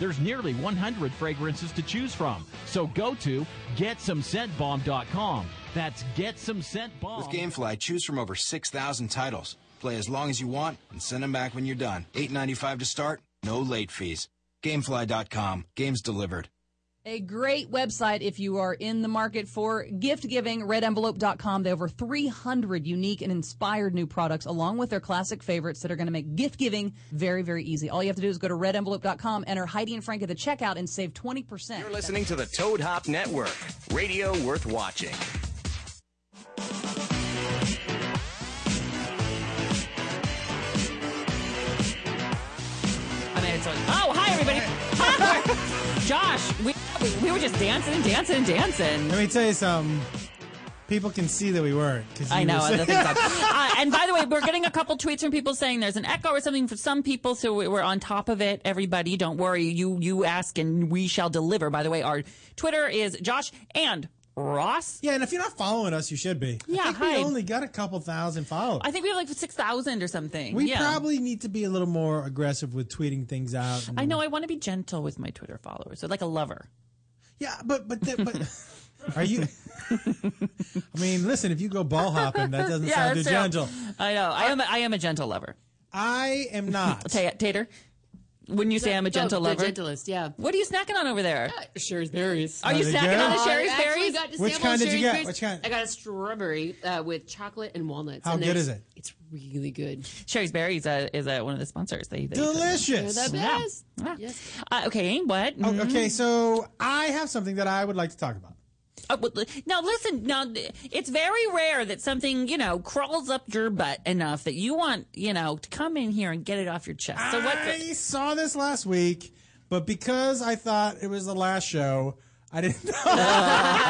S17: There's nearly 100 fragrances to choose from. So go to getsomescentbomb.com. That's getsomescentbomb.
S18: With GameFly, choose from over 6,000 titles. Play as long as you want and send them back when you're done. 8.95 to start, no late fees. Gamefly.com. Games delivered.
S19: A great website if you are in the market for gift giving, redenvelope.com. They have over 300 unique and inspired new products along with their classic favorites that are going to make gift giving very, very easy. All you have to do is go to redenvelope.com, enter Heidi and Frank at the checkout, and save 20%.
S12: You're listening to the Toad Hop Network, radio worth watching.
S5: I mean, it's like, oh, hi, everybody. Josh, we, we were just dancing and dancing and dancing.
S4: Let me tell you something. People can see that we weren't. 'cause
S5: I
S4: you
S5: know.
S4: were
S5: And, the
S4: saying-
S5: thing's up. uh, and by the way, we're getting a couple tweets from people saying there's an echo or something for some people, so we- we're on top of it. Everybody, don't worry. You you ask and we shall deliver. By the way, our Twitter is Josh and Ross.
S4: Yeah, and if you're not following us, you should be.
S5: Yeah,
S4: I think
S5: hi.
S4: we only got a couple thousand followers.
S5: I think we have like six thousand or something.
S4: we
S5: yeah.
S4: probably need to be a little more aggressive with tweeting things out. and-
S5: I know. I want to be gentle with my Twitter followers, so like a lover.
S4: Yeah, but but that, but are you? I mean, listen, if you go ball hopping, that doesn't
S5: Yeah,
S4: sound too
S5: that's true.
S4: gentle.
S5: I know. I am. A, I am a gentle lover.
S4: I am not.
S5: Tater, wouldn't you say I'm a gentle
S6: the
S5: lover?
S6: gentlest, yeah. Uh,
S5: What are you snacking on over there?
S6: Sherry's berries. Oh,
S5: Are you
S4: Are they
S5: snacking
S4: good?
S5: on the
S6: I
S5: Sherry's
S6: actually
S5: berries?
S6: got to
S4: Which
S6: sample
S4: kind did you
S6: Sherry's
S4: get?
S6: berries.
S4: Which kind?
S6: I got a strawberry uh, with chocolate and walnuts.
S5: How
S6: and
S5: good
S6: there's-
S5: is it?
S6: It's really good.
S5: Sherry's berries uh, is uh, one of the sponsors. They, they
S4: Delicious.
S6: They're the
S5: Yeah.
S6: best. Yes.
S5: Uh, okay, what?
S4: Oh,
S5: Mhm.
S4: okay, so I have something that I would like to talk about.
S5: Uh, well, li- now listen. Now th- it's very rare that something you know crawls up your butt enough that you want you know to come in here and get it off your chest. So what's
S4: I
S5: it?
S4: saw this last week, but because I thought it was the last show, I didn't.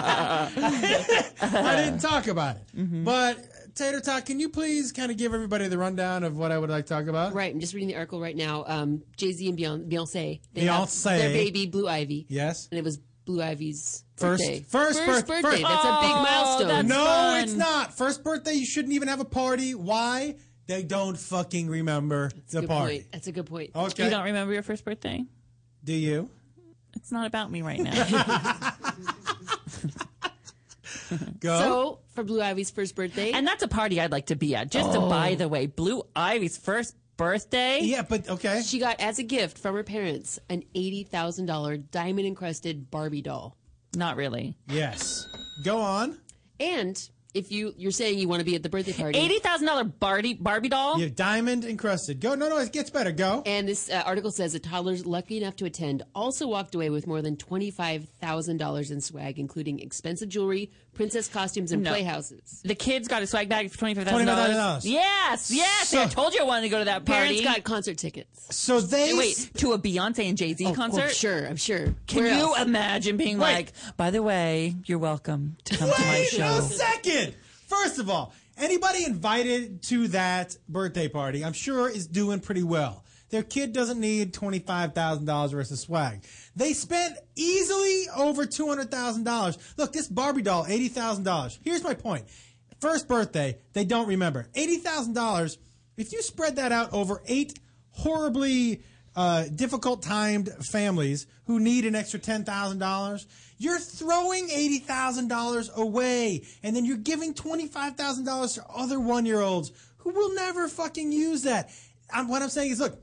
S5: Uh-huh.
S4: I didn't talk about it.
S5: Mm-hmm.
S4: But Tater Tot, can you please kind of give everybody the rundown of what I would like to talk about?
S6: Right. I'm just reading the article right now. Um, Jay Z and Beyonce, Beyonce, they
S4: Beyonce.
S6: have their baby Blue Ivy.
S4: Yes.
S6: and it was Blue Ivy's
S4: First,
S6: birthday.
S4: first, birth-
S6: birthday.
S4: first- Oh,
S6: That's a big milestone.
S4: no, it's not. First birthday, you shouldn't even have a party. Why? They don't fucking remember the
S6: Good
S4: party.
S6: point. That's a good point.
S4: Okay.
S5: You don't remember your first birthday?
S4: Do you?
S5: It's not about me right now.
S4: Go.
S6: So for Blue Ivy's first birthday,
S4: Oh.
S5: and that's a party I'd like to be at. Just to, by the way, Blue Ivy's first birthday.
S4: Yeah, but okay.
S6: She got as a gift from her parents an eighty thousand dollar diamond encrusted Barbie doll.
S5: Not really.
S4: Yes. Go on.
S6: And if you you're saying you want to be at the birthday party,
S5: Eighty thousand dollar Barbie Barbie doll.
S4: Yeah, diamond encrusted. Go. No, no, it gets better. Go.
S6: And this uh, article says that toddlers lucky enough to attend also walked away with more than $25,000 in swag, including expensive jewelry, princess costumes, and
S5: No.
S6: playhouses.
S5: The kids got a swag bag for twenty five thousand
S6: $25,000.
S5: dollars. Yes, yes.
S6: So-
S5: I told you I wanted to go to that party.
S6: Parents got concert tickets.
S4: So they
S5: wait to a Beyonce and Jay Z
S6: Oh, oh,
S5: concert.
S6: sure, I'm sure.
S5: Can
S6: Where
S5: you
S6: else?
S5: imagine being
S6: Wait.
S5: like, by the way, you're welcome to come to my
S4: Wait
S5: show?
S4: a second. First of all, anybody invited to that birthday party, I'm sure, is doing pretty well. Their kid doesn't need twenty five thousand dollars worth of swag. They spent easily over two hundred thousand dollars. Look, this Barbie doll, eighty thousand dollars. Here's my point: first birthday, they don't remember eighty thousand dollars. If you spread that out over eight horribly uh, difficult timed families who need an extra $10,000, you're throwing $80,000 away. And then you're giving $25,000 to other one year olds who will never fucking use that. And what I'm saying is, look,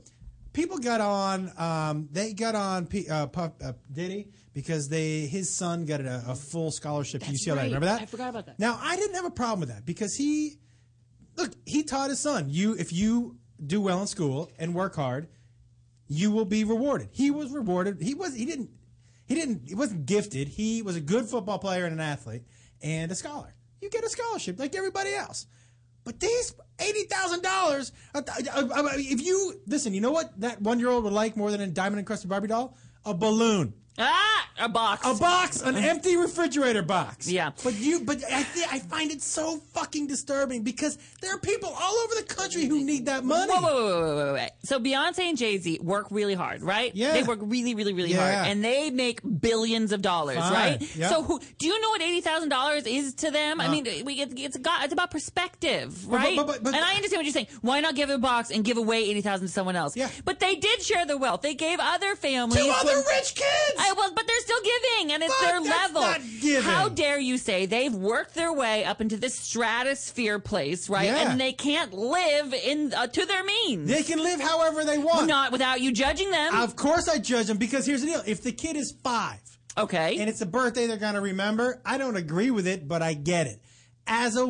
S4: people got on, um, they got on P, uh, Puff, uh, Diddy because they his son got a, a full scholarship to UCLA.
S6: Right.
S4: Remember that?
S6: I forgot about that.
S4: Now I didn't have a problem with that because he look, he taught his son, you if you do well in school and work hard, you will be rewarded. He was rewarded. He was he didn't he didn't he wasn't gifted. He was a good football player and an athlete and a scholar. You get a scholarship like everybody else. But these eighty thousand dollars, if you listen, you know what that one year old would like more than a diamond encrusted Barbie doll? A balloon.
S5: Ah, a box.
S4: A box, an empty refrigerator box.
S5: Yeah.
S4: But you, but I, th- I find it so fucking disturbing because there are people all over the country who need that money.
S5: Whoa, whoa, whoa, whoa, whoa, whoa. So Beyonce and Jay Z work really hard, right?
S4: Yeah.
S5: They work really, really, really
S4: Yeah.
S5: hard, and they make billions of dollars,
S4: Fine.
S5: right?
S4: Yep.
S5: So who do you know what eighty thousand dollars is to them? I
S4: Uh.
S5: mean, we get it's got it's about perspective,
S4: But- but-
S5: right?
S4: but- but- but-
S5: and I understand what you're saying. Why not give a box and give away eighty thousand to someone else? Yeah. But they did share the wealth. They gave other families
S4: To other rich kids!
S5: I well, but they're still giving, and it's
S4: Fuck,
S5: their
S4: that's
S5: level.
S4: not giving.
S5: How dare you say they've worked their way up into this stratosphere place, right?
S4: Yeah.
S5: And they can't live in uh, to their means.
S4: They can live however they want.
S5: Not without you judging them.
S4: Of course, I judge them because here's the deal: if the kid is five,
S5: okay,
S4: and it's a birthday they're gonna remember, I don't agree with it, but I get it. As a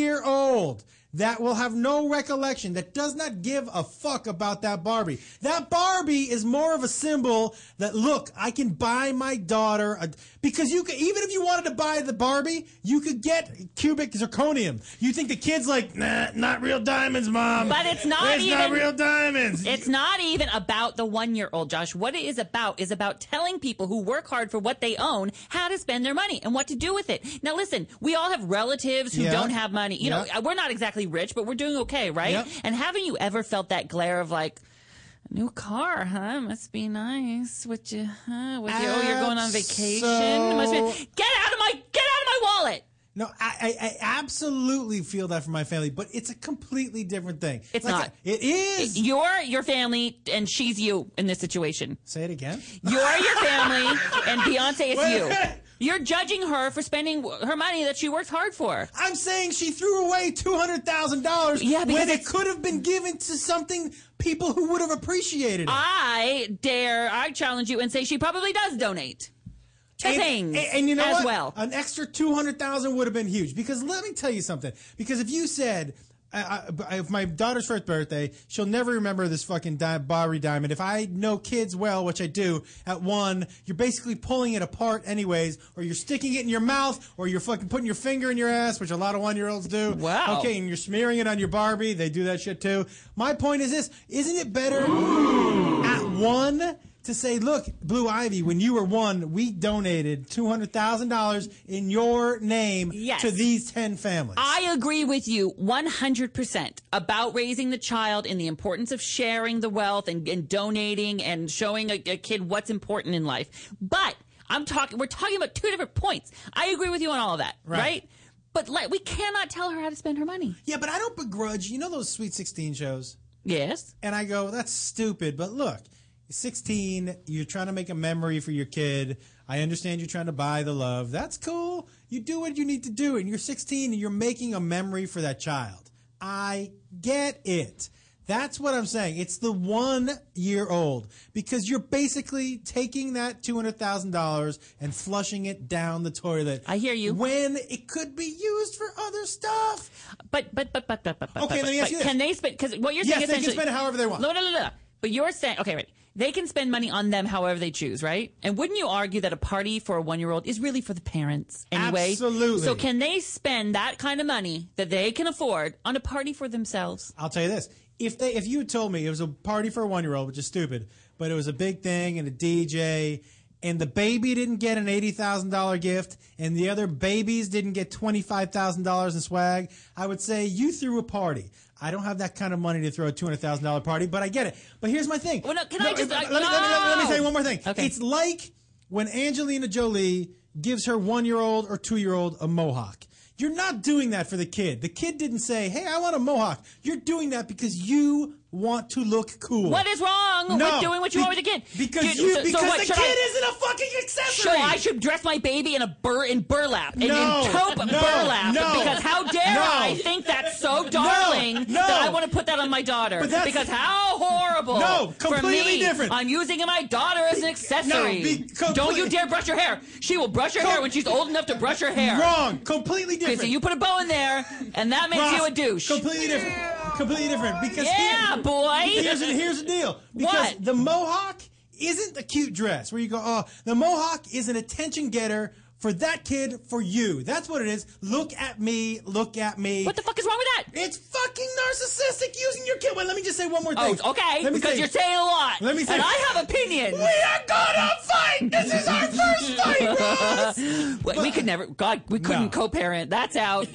S4: one-year-old that will have no recollection, that does not give a fuck about that Barbie. That Barbie is more of a symbol that look, I can buy my daughter a, because you could even if you wanted to buy the Barbie, you could get cubic zirconium. You think the kid's like, nah, not real diamonds, mom.
S5: But it's not
S4: Um, There's
S5: even
S4: not real diamonds.
S5: It's not even about the one year old, Josh. What it is about is about telling people who work hard for what they own how to spend their money and what to do with it. Now, listen, we all have relatives who
S6: Yeah.
S5: don't have money. You
S6: Yeah.
S5: know, uh, we're not exactly rich, but we're doing okay, right?
S6: Yeah.
S5: And haven't you ever felt that glare of like, new car, huh? Must be nice. What you, huh? What you, oh, you're going on vacation. Must be, get out of my, get out of my wallet.
S4: No, I, I, I absolutely feel that for my family, but it's a completely different thing.
S5: It's
S4: Like,
S5: not.
S4: It is.
S5: You're your family, and she's you in this situation.
S4: Say it again.
S5: You're your family, and Beyonce
S4: Wait a
S5: is
S4: minute.
S5: you. You're judging her for spending her money that she worked hard for.
S4: I'm saying she threw away two hundred thousand dollars
S5: Yeah, because
S4: when it
S5: it's-
S4: could have been given to something people who would have appreciated it.
S5: I dare, I challenge you and say she probably does donate to
S4: and,
S5: things
S4: and- and you know
S5: as
S4: what?
S5: well.
S4: An extra two hundred thousand would have been huge. Because let me tell you something. Because if you said. I, I, if my daughter's first birthday, she'll never remember this fucking di- Barbie diamond. If I know kids well, which I do, at one, you're basically pulling it apart anyways, or you're sticking it in your mouth, or you're fucking putting your finger in your ass, which a lot of one-year-olds do.
S5: Wow.
S4: Okay, and you're smearing it on your Barbie. They do that shit too. My point is this: isn't it better at one to say, "Look, Blue Ivy, when you were one, we donated two hundred thousand dollars in your name
S5: Yes.
S4: to these ten families."
S5: I agree with you 100% about raising the child and the importance of sharing the wealth and, and donating and showing a, a kid what's important in life. But I'm talking, we're talking about two different points. I agree with you on all of that,
S4: Right.
S5: right? But like, we cannot tell her how to spend her money.
S4: Yeah, but I don't begrudge. You know those Sweet Sixteen shows?
S5: Yes.
S4: And I go, "That's stupid," but look. 16, you're trying to make a memory for your kid. I understand you're trying to buy the love. That's cool. You do what you need to do. And you're 16 and you're making a memory for that child. I get it. That's what I'm saying. It's the one year old because you're basically taking that two hundred thousand dollars and flushing it down the toilet. I hear you. When it could be used for other stuff.
S5: But but but but but but. but-
S4: Okay,
S5: but-
S4: let me ask
S5: but
S4: you this.
S5: Can they spend? Because what you're saying
S4: Yes,
S5: is
S4: they can spend it however they want.
S5: No, no, no, no. But you're saying okay, right? They can spend money on them however they choose, right? And wouldn't you argue that a party for a one-year-old is really for the parents anyway?
S4: Absolutely.
S5: So can they spend that kind of money that they can afford on a party for themselves?
S4: I'll tell you this: if they, if you had told me it was a party for a one year old, which is stupid, but it was a big thing and a DJ, and the baby didn't get an eighty thousand dollar gift, and the other babies didn't get twenty five thousand dollars in swag, I would say you threw a party. I don't have that kind of money to throw a two hundred thousand dollar party, but I get it. But here's my thing.
S5: Well, no, can I
S4: No,
S5: just-
S4: let,
S5: I-
S4: me, let, me, let me- let me
S5: no!
S4: say one more thing.
S5: Okay.
S4: It's like when Angelina Jolie gives her one year old or two year old a mohawk. You're not doing that for the kid. The kid didn't say, hey, I want a mohawk. You're doing that because you want to look cool.
S5: What is wrong with doing what you want with the kid?
S4: Because,
S5: Dude,
S4: you,
S5: so- so
S4: because
S5: what,
S4: the
S5: should
S4: kid
S5: I-
S4: isn't a fucking accessory.
S5: Sure, I should dress my baby in a bur in burlap and
S4: No,
S5: in taupe
S4: no,
S5: burlap
S4: no,
S5: because how dare
S4: no.
S5: I think that's so
S4: No,
S5: darling
S4: no.
S5: that I want to put that on my daughter
S4: But that's-
S5: because how horrible!
S4: No,
S5: for
S4: completely
S5: me.
S4: different.
S5: I'm using my daughter as an accessory.
S4: No, be- complete-
S5: Don't you dare brush her hair. She will brush her
S4: Com-
S5: hair when she's old enough to brush her hair.
S4: Wrong. Completely
S5: Okay,
S4: different.
S5: So you put a bow in there, and that makes
S4: Ross,
S5: you a douche.
S4: Completely different. Completely different. Because
S5: Yeah,
S4: here-
S5: boy.
S4: Here's, here's the deal. Because
S5: What?
S4: the mohawk isn't a cute dress where you go, oh, the mohawk is an attention getter for that kid, for you. That's what it is. Look at me. Look at me. What the
S5: fuck is wrong with
S4: that? It's fucking narcissistic using your kid. Wait, let me just say one more thing.
S5: Oh, okay.
S4: Let me
S5: because
S4: say-
S5: you're saying a lot.
S4: Let me say.
S5: And I have opinions.
S4: We are gonna fight. This is our first fight, Ross.
S5: Wait, we could never. God, we couldn't co-parent. That's out.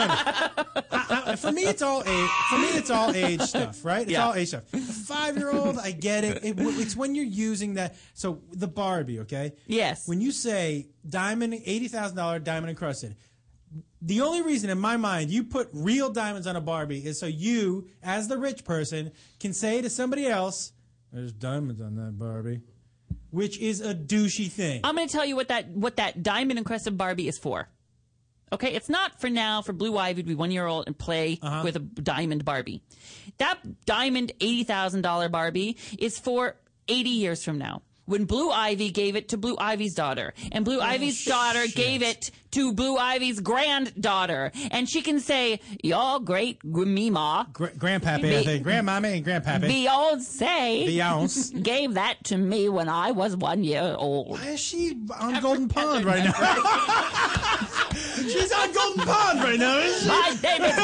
S4: I- for me, it's all age. For me, it's all age stuff, right? It's
S5: Yeah.
S4: all age stuff. A five year old, I get it. it. w- It's when you're using that. So the Barbie, okay? Yes. When you say diamond, eighty thousand dollar diamond encrusted. The only reason in my mind you put real diamonds on a Barbie is so you, as the rich person, can say to somebody else, "There's diamonds on that Barbie," which is a douchey thing.
S5: I'm going to tell you what that what that diamond encrusted Barbie is for. Okay, it's not for now for Blue Ivy to be one year old and play
S4: Uh-huh.
S5: with a diamond Barbie. That diamond eighty thousand dollar Barbie is for eighty years from now. When Blue Ivy gave it to Blue Ivy's daughter, and Blue
S4: Oh,
S5: Ivy's daughter gave it to Blue Ivy's granddaughter, and she can say, "Your great grandma,
S4: Gra- Grandpappy, I
S5: Be-
S4: think. Grandmammy and Grandpappy.
S5: Beyonce,
S4: Beyonce.
S5: gave that to me when I was one year old."
S4: Why is she on Golden Pond right now? She's on Golden Pond right now, isn't she?
S5: My name is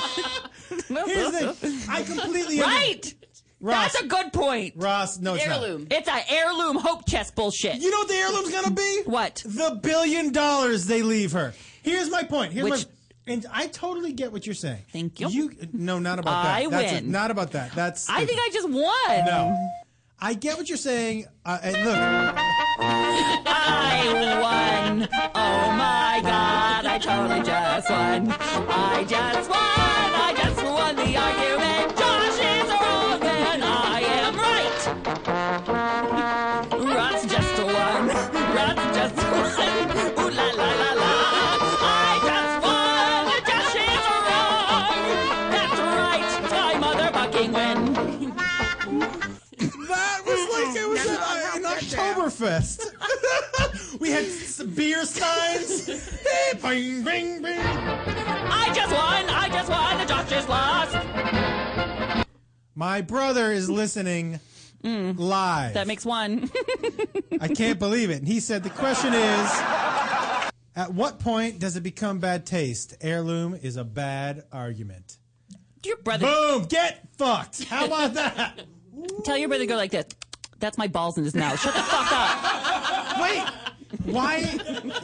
S4: Here's the thing. I completely under-
S5: right.
S4: Ross.
S5: That's a good point,
S4: Ross. No, it's not. Heirloom.
S5: It's a heirloom hope chest bullshit.
S4: You know what the heirloom's gonna be?
S5: What?
S4: The billion dollars they leave her. Here's my point. Here's
S5: Which-
S4: my and I totally get what you're saying.
S5: Thank you.
S4: You no, not about that.
S5: I
S4: That's
S5: win.
S4: not about that. That's.
S5: I think I just won.
S4: No. I get what you're saying. Uh, and look,
S5: I won. Oh my god! I totally just won. I just won. I just won the argument. Josh is wrong and I am right. Rod's just a one. Rod's just a one. Ooh la la la la. I just won. Josh is wrong. That's right. I motherfucking win.
S4: that was like it was an, an Oktoberfest. we had s- beer steins. Hey, bing, bing, bing.
S5: I just won. I just won. The Josh just lost.
S4: My brother is listening live.
S5: That makes one.
S4: I can't believe it. And he said the question is At what point does it become bad taste? Heirloom is a bad argument.
S5: Your brother.
S4: Boom! Get fucked! How about that?
S5: Tell your brother to go like this. That's my balls in his mouth. Shut the fuck up.
S4: Wait, why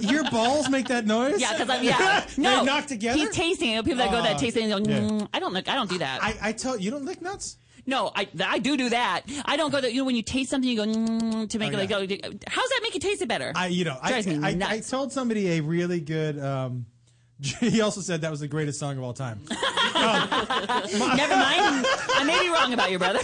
S4: your balls make that noise?
S5: Yeah, because I'm yeah. No,
S4: they knock together.
S5: He's tasting. it. You know, people that go that
S4: Uh,
S5: taste it and go,
S4: yeah.
S5: "Mm, I don't lick. I don't do that.
S4: I, I tell you don't lick nuts.
S5: No, I I do do that. I don't go that. You know, when you taste something, you go mm, to make
S4: Oh,
S5: it like. Go, how's that make it taste it better?
S4: I, you know, I,
S5: Drives me
S4: I, I,
S5: nuts.
S4: told somebody a really good. Um, he also said that was the greatest song of all time.
S5: Never mind. I may be wrong about your brother.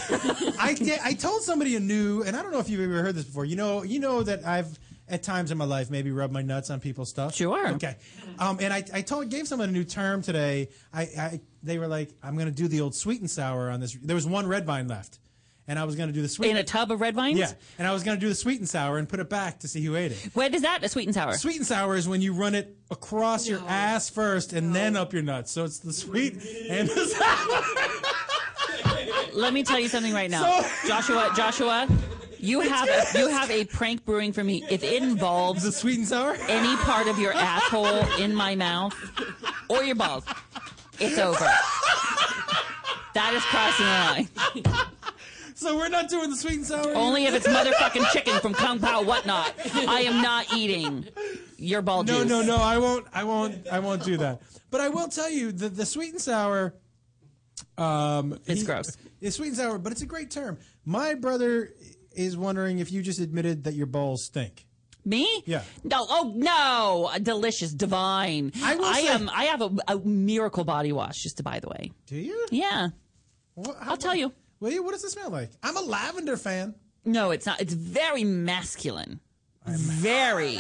S4: I, I told somebody a new, and I don't know if you've ever heard this before. You know, you know that I've at times in my life maybe rub my nuts on people's stuff. Sure. Okay. Um, and I, I told gave someone a new term today. I, I they were like, I'm gonna do the old sweet and sour on this. There was one red vine left. And I was going to do the sweet
S5: In a tub of red vines?
S4: Yeah, and I was going to do the sweet and sour and put it back to see who ate it.
S5: What is that? A sweet and sour?
S4: Sweet and sour is when you run it across your ass first and then up your nuts. So it's the sweet and the
S5: Let me tell you something right now, Joshua. Joshua, you have a, you have a prank brewing for me. If it involves the
S4: sweet and sour,
S5: any part of your asshole in my mouth or your balls, it's over. That is crossing the line.
S4: So we're not doing the sweet and sour.
S5: Only if it's motherfucking chicken from Kung Pao whatnot. I am not eating your ball
S4: no,
S5: juice.
S4: no, no. I won't. I won't. I won't do that. But I will tell you the the sweet and sour. Um, it's gross. It's sweet and sour, but it's a great term. My brother is wondering if you just admitted that your balls stink.
S5: Me?
S4: Yeah.
S5: No, oh no, delicious, divine. I,
S4: will say-
S5: am. I have a, a miracle body wash. Just to by the way.
S4: Do you?
S5: Yeah.
S4: I'll
S5: tell you.
S4: Will you? What does it smell like? I'm a lavender fan.
S5: No, it's not. It's very masculine. Very.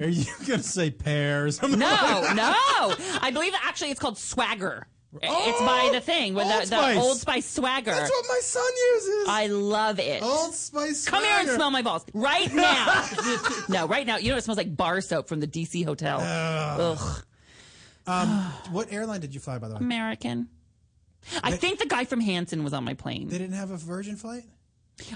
S4: Are you gonna say pears?
S5: No, no. I believe that actually it's called swagger. it's by the thing with
S4: Oh, Old
S5: the, the
S4: Spice.
S5: Old Spice swagger.
S4: That's what my son uses.
S5: I love it.
S4: Old Spice.
S5: Come here and
S4: Swagger.
S5: smell my balls right now. no, right now. You know it smells like bar soap from the DC hotel. Ugh.
S4: Um, what airline did you fly, by the way?
S5: American. I think the guy from Hanson was on my plane.
S4: They didn't have a Virgin flight.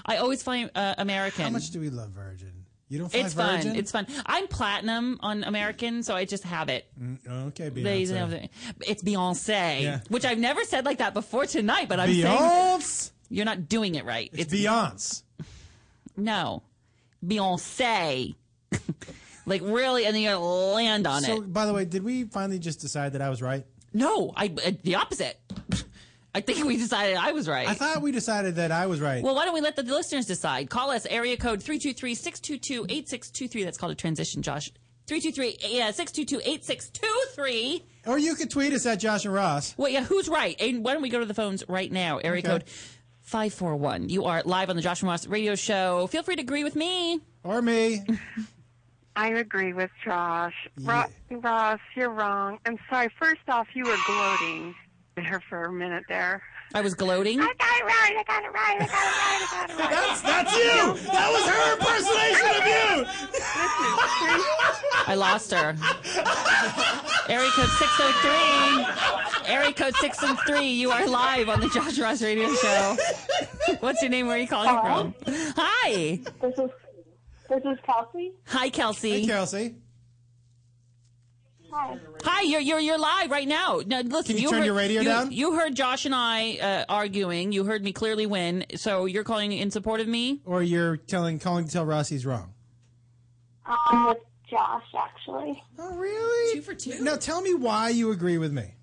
S5: I always fly uh, American.
S4: How much do we love Virgin? You don't fly
S5: it's fun.
S4: Virgin.
S5: It's fun. I'm platinum on American, so I just have it.
S4: Mm, okay, Beyonce.
S5: They have the- It's Beyonce,
S4: Yeah.
S5: which I've never said like that before tonight, but I'm
S4: Beyonce?
S5: saying you're not doing it right. It's,
S4: Beyonce.
S5: No, Beyonce. like really, and then you gotta land on
S4: so,
S5: it.
S4: by the way, did we finally just decide that I was right?
S5: No, I uh, the opposite. I think we decided I was right.
S4: I thought we decided that I was right.
S5: Well, why don't we let the listeners decide? Call us area code 323-622-8623. That's called a transition, Josh. 323-622-8623.
S4: or you could tweet us at Josh and Ross.
S5: Wait, yeah, who's right? And why don't we go to the phones right now? Area
S4: Okay.
S5: code 541. You are live on the Josh and Ross radio show. Feel free to agree with me.
S4: Or me.
S20: I agree with Josh. Ro- Ross, you're wrong. I'm sorry. First off, you were gloating there for a minute there.
S5: I was gloating.
S20: I got it right. I got it right. I got it right. I got it right.
S4: That's that's you. That was her impersonation
S20: of you.
S5: I lost her. Area code 603. Area code 603. You are live on the Josh and Ross radio show. What's your name? Where are you calling
S21: Hello?
S5: from? Hi.
S21: This is this is Kelsey.
S5: Hi, Kelsey.
S4: Hey, Kelsey.
S21: Hi.
S5: Hi, you're you're you're live right now. Now listen,
S4: Can you turn
S5: heard,
S4: your radio
S5: you-
S4: down?
S5: You heard Josh and I uh, arguing. You heard me clearly win. So you're calling in support of me.
S4: Or you're telling calling to tell Ross he's wrong.
S21: I'm with Josh actually.
S4: Oh really? Two
S5: for two.
S4: Now tell me why you agree with me.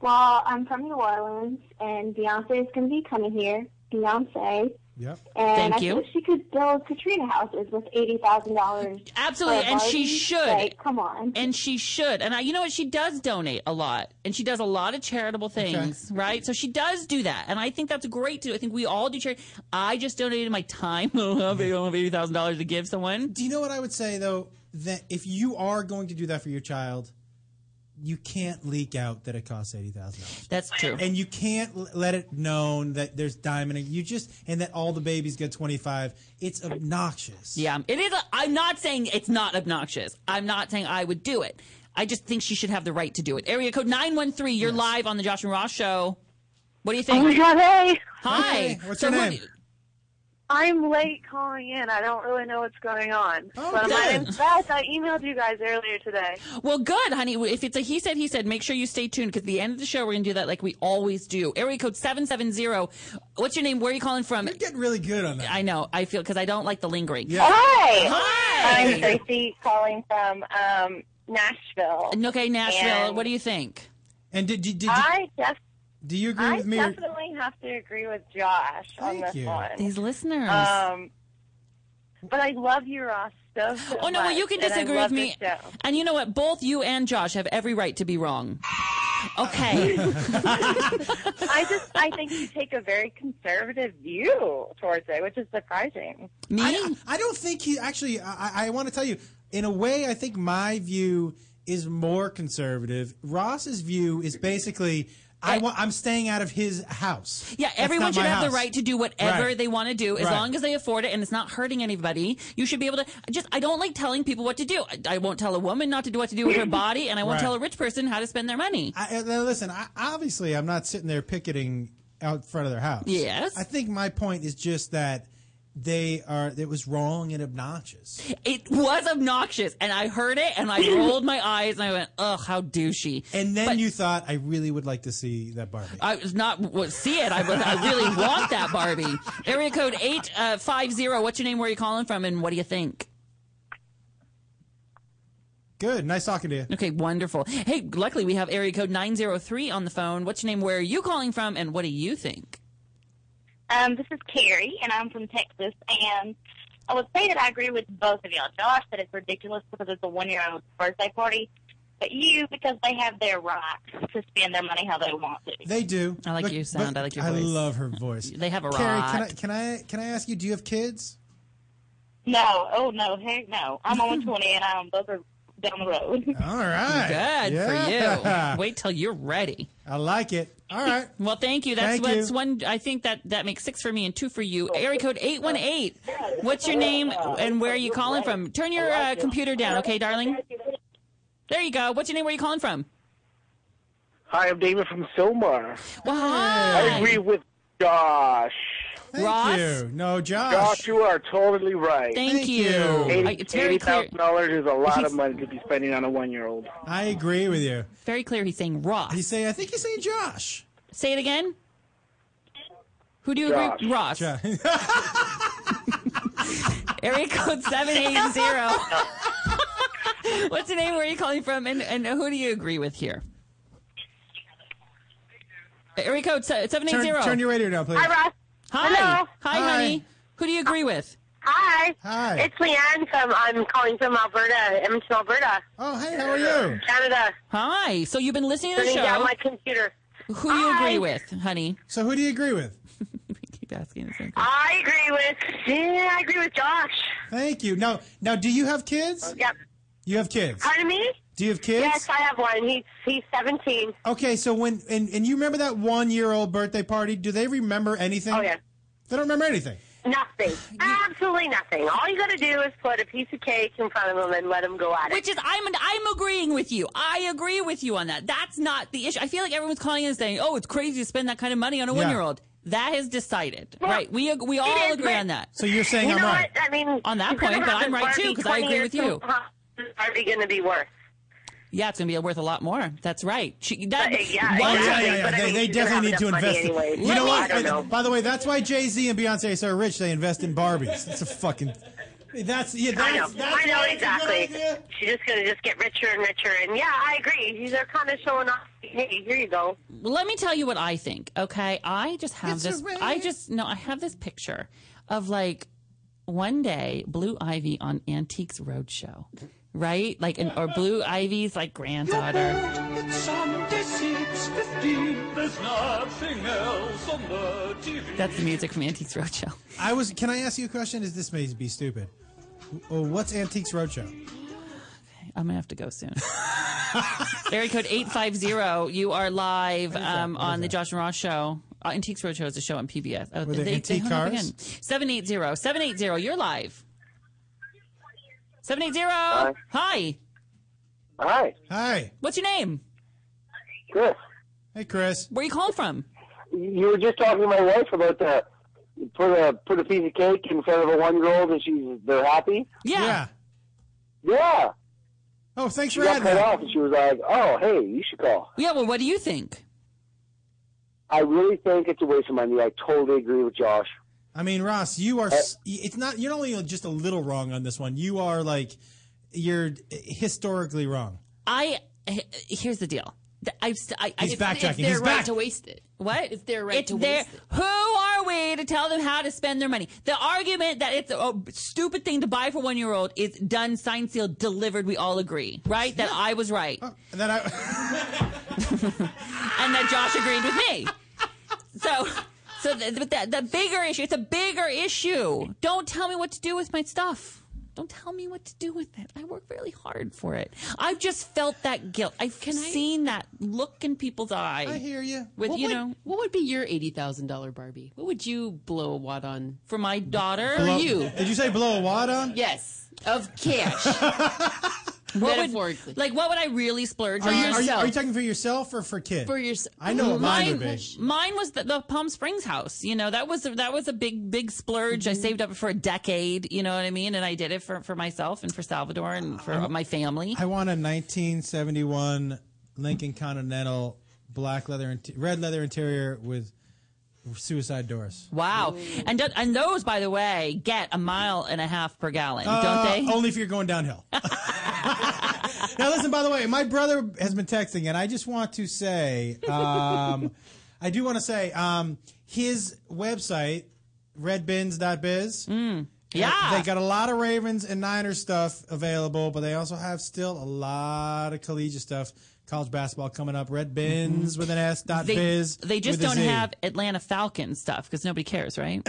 S21: Well, I'm from New Orleans, and Beyonce is going to be coming here. Beyonce.
S4: Yep.
S21: And
S5: Thank
S21: I
S5: you.
S21: think she could build Katrina houses with eighty thousand dollars.
S5: Absolutely, and she should.
S21: Like, come on.
S5: And she should. And I, you know what? She does donate a lot, and she does a lot of charitable things, right? So she does do that, and I think that's great too. I think we all do charity. I just donated my time. I have eighty thousand dollars to give someone.
S4: Do you know what I would say though? That if you are going to do that for your child, you can't leak out that it costs eighty thousand dollars.
S5: That's true.
S4: And you can't l- let it known that there's diamond. You just and that all the babies get twenty five. It's obnoxious.
S5: Yeah, it is. A, I'm not saying it's not obnoxious. I'm not saying I would do it. I just think she should have the right to do it. Area code 913, you're live on the Josh and Ross show. What do you think?
S21: Oh my God, hey.
S5: Hi.
S21: Hey,
S4: what's
S5: so
S4: your
S5: what-
S4: name?
S21: I'm late calling in. I don't really know what's going on. but my
S5: good.
S21: name's Beth. I emailed you guys earlier today.
S5: Well, good, honey. If it's a he said, he said, make sure you stay tuned because at the end of the show, we're going to do that like we always do. Area code 770. What's your name? Where are you calling from? You're
S4: getting really good on that.
S5: I know. I feel because I don't like the lingering.
S21: Hi.
S5: Hi.
S21: I'm Tracy calling from um, Nashville.
S5: Okay, Nashville.
S21: And
S5: what do you think?
S4: And did, did, did
S21: I def-
S4: do you agree
S21: I
S4: with me? or-
S21: definitely have to agree with Josh on
S4: Thank
S21: this
S4: you.
S21: one.
S5: These listeners.
S21: Um, but I love you, Ross. So, so
S5: Oh no! Well, you can
S21: much, and I
S5: disagree
S21: love
S5: with me,
S21: this show.
S5: and you know what? Both you and Josh have every right to be wrong. Okay.
S21: I just I think you take a very conservative view towards it, which is surprising.
S4: Me? I, I don't think he actually. I, I want to tell you, in a way, I think my view is more conservative. Ross's view is basically, I want, I'm staying out of his house.
S5: Eh. Yeah,
S4: That's
S5: everyone
S4: not
S5: should
S4: my
S5: have the
S4: house.
S5: right to do whatever
S4: Right.
S5: they want to do as
S4: Right.
S5: long as they afford it and it's not hurting anybody. You should be able to I just I don't like telling people what to do. I, I won't tell a woman not to do what to do with her body and I won't
S4: Right.
S5: tell a rich person how to spend their money.
S4: I, uh, now listen, I, obviously, I'm not sitting there picketing out front of their house.
S5: Yes.
S4: I think my point is just that they are. It was wrong and obnoxious.
S5: It was obnoxious and I heard it and I rolled my eyes and I went, "Ugh, how douchey."
S4: And then you thought, I really would like to see that Barbie.
S5: I was not well, see it. I, was- I really want that Barbie. Area code eight uh, five zero. What's your name? Where are you calling from? And what do you think?
S4: Good. Nice talking to you.
S5: Okay, wonderful. Hey, luckily we have area code 903 on the phone. What's your name? Where are you calling from? And what do you think?
S22: Um, this is Carrie, and I'm from Texas. And I would say that I agree with both of y'all. Josh said it's ridiculous because it's a one-year-old's birthday party, but you because they have their right to spend their money how they want to.
S4: They do.
S5: I like your sound. I like your
S4: I
S5: voice.
S4: love her voice.
S5: They have a
S4: Carrie,
S5: rot.
S4: can I, can I can I ask you? Do you have kids?
S22: No, oh no, heck no. I'm only 20, and I'm both are down the road.
S4: All right.
S5: Good
S4: Yeah.
S5: for you. Wait till you're ready.
S4: I like it. All right.
S5: Well, thank you. That's
S4: Thank
S5: what's
S4: you.
S5: one. I think that that makes six for me and two for
S23: Oh,
S5: you. Area code eight one eight. What's your name and where are you calling from? Turn your uh, computer down, okay, darling. There you go. What's your name? Where are you calling from?
S23: Hi, I'm David from Silmar.
S5: Well,
S23: I
S5: hi.
S23: agree with Josh.
S4: Thank
S23: Ross?
S4: you. No, Josh.
S23: Josh, you are totally right.
S4: Thank Thank you. you. I-
S23: Eighty
S4: it's very clear.
S23: thousand dollars is a lot
S4: He's-
S23: of money to be spending on a one-year-old.
S4: I agree with you.
S5: Very clear. He's saying Ross. He's
S4: saying. I think he's saying Josh.
S5: Say it again. Who do you agree? Ross. Area code seven eight zero. What's your name? Where are you calling from? And, and who do you agree with here? Area code seven eight
S4: Turn,
S5: zero.
S4: turn your radio down, please.
S5: Hi. Hi,
S22: Hello.
S5: honey. Who do you agree with?
S22: Hi.
S4: Hi.
S22: It's Leanne from, I'm calling from Alberta, Edmonton, Alberta.
S4: Oh, hey, how are you?
S22: Canada.
S5: Hi. So you've been listening to the
S22: Turning
S5: show.
S22: down my computer.
S5: who do you agree
S22: Hi.
S5: with, honey?
S4: So who do you agree with?
S5: Keep asking the same.
S22: I agree with, yeah, I agree with Josh.
S4: Thank you. Now, now, do you have kids?
S22: Yep.
S4: You have kids.
S22: Pardon me?
S4: Do you have kids?
S22: Yes, I have one. He's, he's 17.
S4: Okay, so when and, and you remember that one year old birthday party? Do they remember anything? Oh yeah. They don't remember anything.
S22: Nothing. Absolutely nothing. All you got to do is put a piece of cake in front of him and let him go at it.
S5: Which is I'm I'm agreeing with you. I agree with you on that. That's not the issue. I feel like everyone's calling in and saying, "Oh, it's crazy to spend that kind of money on a
S4: Yeah.
S5: one year old." That is decided, right? We ag- we
S22: it
S5: all
S22: is,
S5: agree
S22: but-
S5: on that.
S4: So you're saying
S22: you
S4: I'm
S22: know
S4: right.
S22: What? I mean,
S5: On that
S22: if you're
S5: point, but
S22: gonna
S5: I'm
S22: have
S5: right
S22: this
S5: too,
S22: Barbie
S5: 'cause I
S22: 20
S5: agree
S22: years
S5: with you.
S22: from now, how's Barbie going to be worth?
S5: Yeah, it's gonna be worth a lot more. That's right. She, that,
S22: But, Uh, yeah,
S5: Why-
S22: exactly.
S4: Yeah, yeah, yeah.
S22: But I
S4: They,
S22: mean,
S4: they
S22: she's gonna
S4: definitely need
S22: have
S4: to
S22: enough
S4: invest.
S22: money anyway.
S4: in, you
S22: Let
S4: know
S22: me-
S4: what?
S22: I don't know.
S4: By the way, that's why Jay Z and Beyonce are so rich. They invest in Barbies. It's a fucking. That's yeah. That's,
S22: I know.
S4: that's
S22: I know
S4: why it's a good
S22: exactly.
S4: idea.
S22: She's just going to just get richer and richer. And yeah, I agree. They're kind of showing off. Hey, here you go.
S5: Well, let me tell you what I think. Okay, I just have
S22: It's a
S5: this.
S22: race.
S5: I just no. I have this picture of like one day Blue Ivy on Antiques Roadshow, right? Like, an, or Blue Ivy's like granddaughter.
S11: It's on this, it's 15. There's nothing else on the TV.
S5: That's the music from Antiques Roadshow.
S4: I was. Can I ask you a question? Is this may be stupid? Oh, what's Antiques Roadshow?
S5: I'm gonna have to go soon. Area code eight five zero. You are live um, on the Josh and Ross show. Uh, Antiques Roadshow is a show on PBS. Oh,
S4: Were there antique
S5: hung up
S4: cars?
S5: again. 780. 780. You're live. 780. Hi.
S23: Hi.
S4: Hi.
S5: What's your name?
S23: Chris.
S4: Hey, Chris.
S5: Where are you calling from?
S23: You were just talking to my wife about the put a put a piece of cake in front of a one-year-old, and she's they're happy.
S5: Yeah.
S4: Yeah.
S23: Yeah.
S4: Oh, thanks
S23: she
S4: for
S23: got
S4: adding
S23: cut
S4: that.
S23: off, and she was like, "Oh, hey, you should call."
S5: Yeah, well, what do you think?
S23: I really think it's a waste of money. I totally agree with Josh.
S4: I mean, Ross, you are. s- It's not. You're only just a little wrong on this one. You are like, you're historically wrong.
S5: I h- here's the deal. Th- I've st- I, I,
S4: He's backtracking. He's back.
S5: waste it. What? It's their
S6: right
S5: it's
S6: to
S5: their,
S6: waste
S5: Who are way to tell them how to spend their money. The argument that it's a stupid thing to buy for one year old is done, signed, sealed, delivered. We all agree, right? That I was right.
S4: Oh, and that I.
S5: and that Josh agreed with me. So, so the, but that the bigger issue. It's a bigger issue. Don't tell me what to do with my stuff. Don't tell me what to do with it. I work really hard for it. I've just felt that guilt. I've seen that look in people's eye.
S6: I
S4: hear you.
S5: With
S6: what
S5: you
S6: would,
S5: know,
S6: what would be your eighty thousand dollar Barbie? What would you blow a wad on
S5: for my daughter?
S6: For
S4: Blow-
S6: you?
S4: Did you say blow a wad on?
S6: Yes, of cash.
S5: What would-
S6: Metaphorically.
S5: like what would I really splurge
S4: Are
S5: on?
S4: you, are, you, are you talking for yourself or for kids?
S6: For your,
S4: I know what mine would be.
S5: mine was the, the Palm Springs house. You know, that was a, that was a big big splurge. I saved up for a decade. You know what I mean? And I did it for, for myself and for Salvador and for my family.
S4: I want a 1971 Lincoln Continental black leather, inte- red leather interior with suicide doors.
S5: Wow. And th- and those, by the way, get a mile and a half per gallon,
S4: Uh,
S5: don't they?
S4: Only if you're going downhill. now, listen, by the way, my brother has been texting, and I just want to say um, I do want to say um, his website, redbins.biz.
S5: Mm,
S4: uh,
S5: yeah.
S4: They got a lot of Ravens and Niners stuff available, but they also have still a lot of collegiate stuff. College basketball coming up. Red bins with an S dot
S5: they,
S4: biz.
S5: they just
S4: with a
S5: don't
S4: Z.
S5: have Atlanta Falcons stuff because nobody cares, right?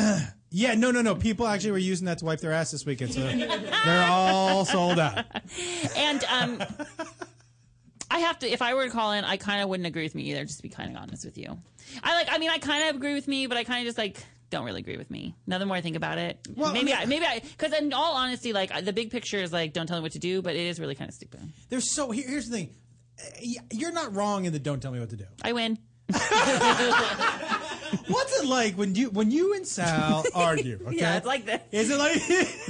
S4: Yeah, no, no, no. People actually were using that to wipe their ass this weekend, so they're all sold out.
S5: and um, I have to. If I were to call in, I kind of wouldn't agree with me either. Just to be kind of honest with you, I like. I mean, I kind of agree with me, but I kind of just like don't really agree with me. Now the more I think about it,
S4: Well,
S5: maybe I,
S4: I mean-
S5: maybe I because in all honesty, like I- the big picture is like don't tell me what to do, but it is really kind of stupid.
S4: They're so. Here, here's the thing. You're not wrong in the don't tell me what to do.
S5: I win.
S4: What's it like when you when you and Sal argue? Okay?
S5: Yeah, it's like this.
S4: Is it like?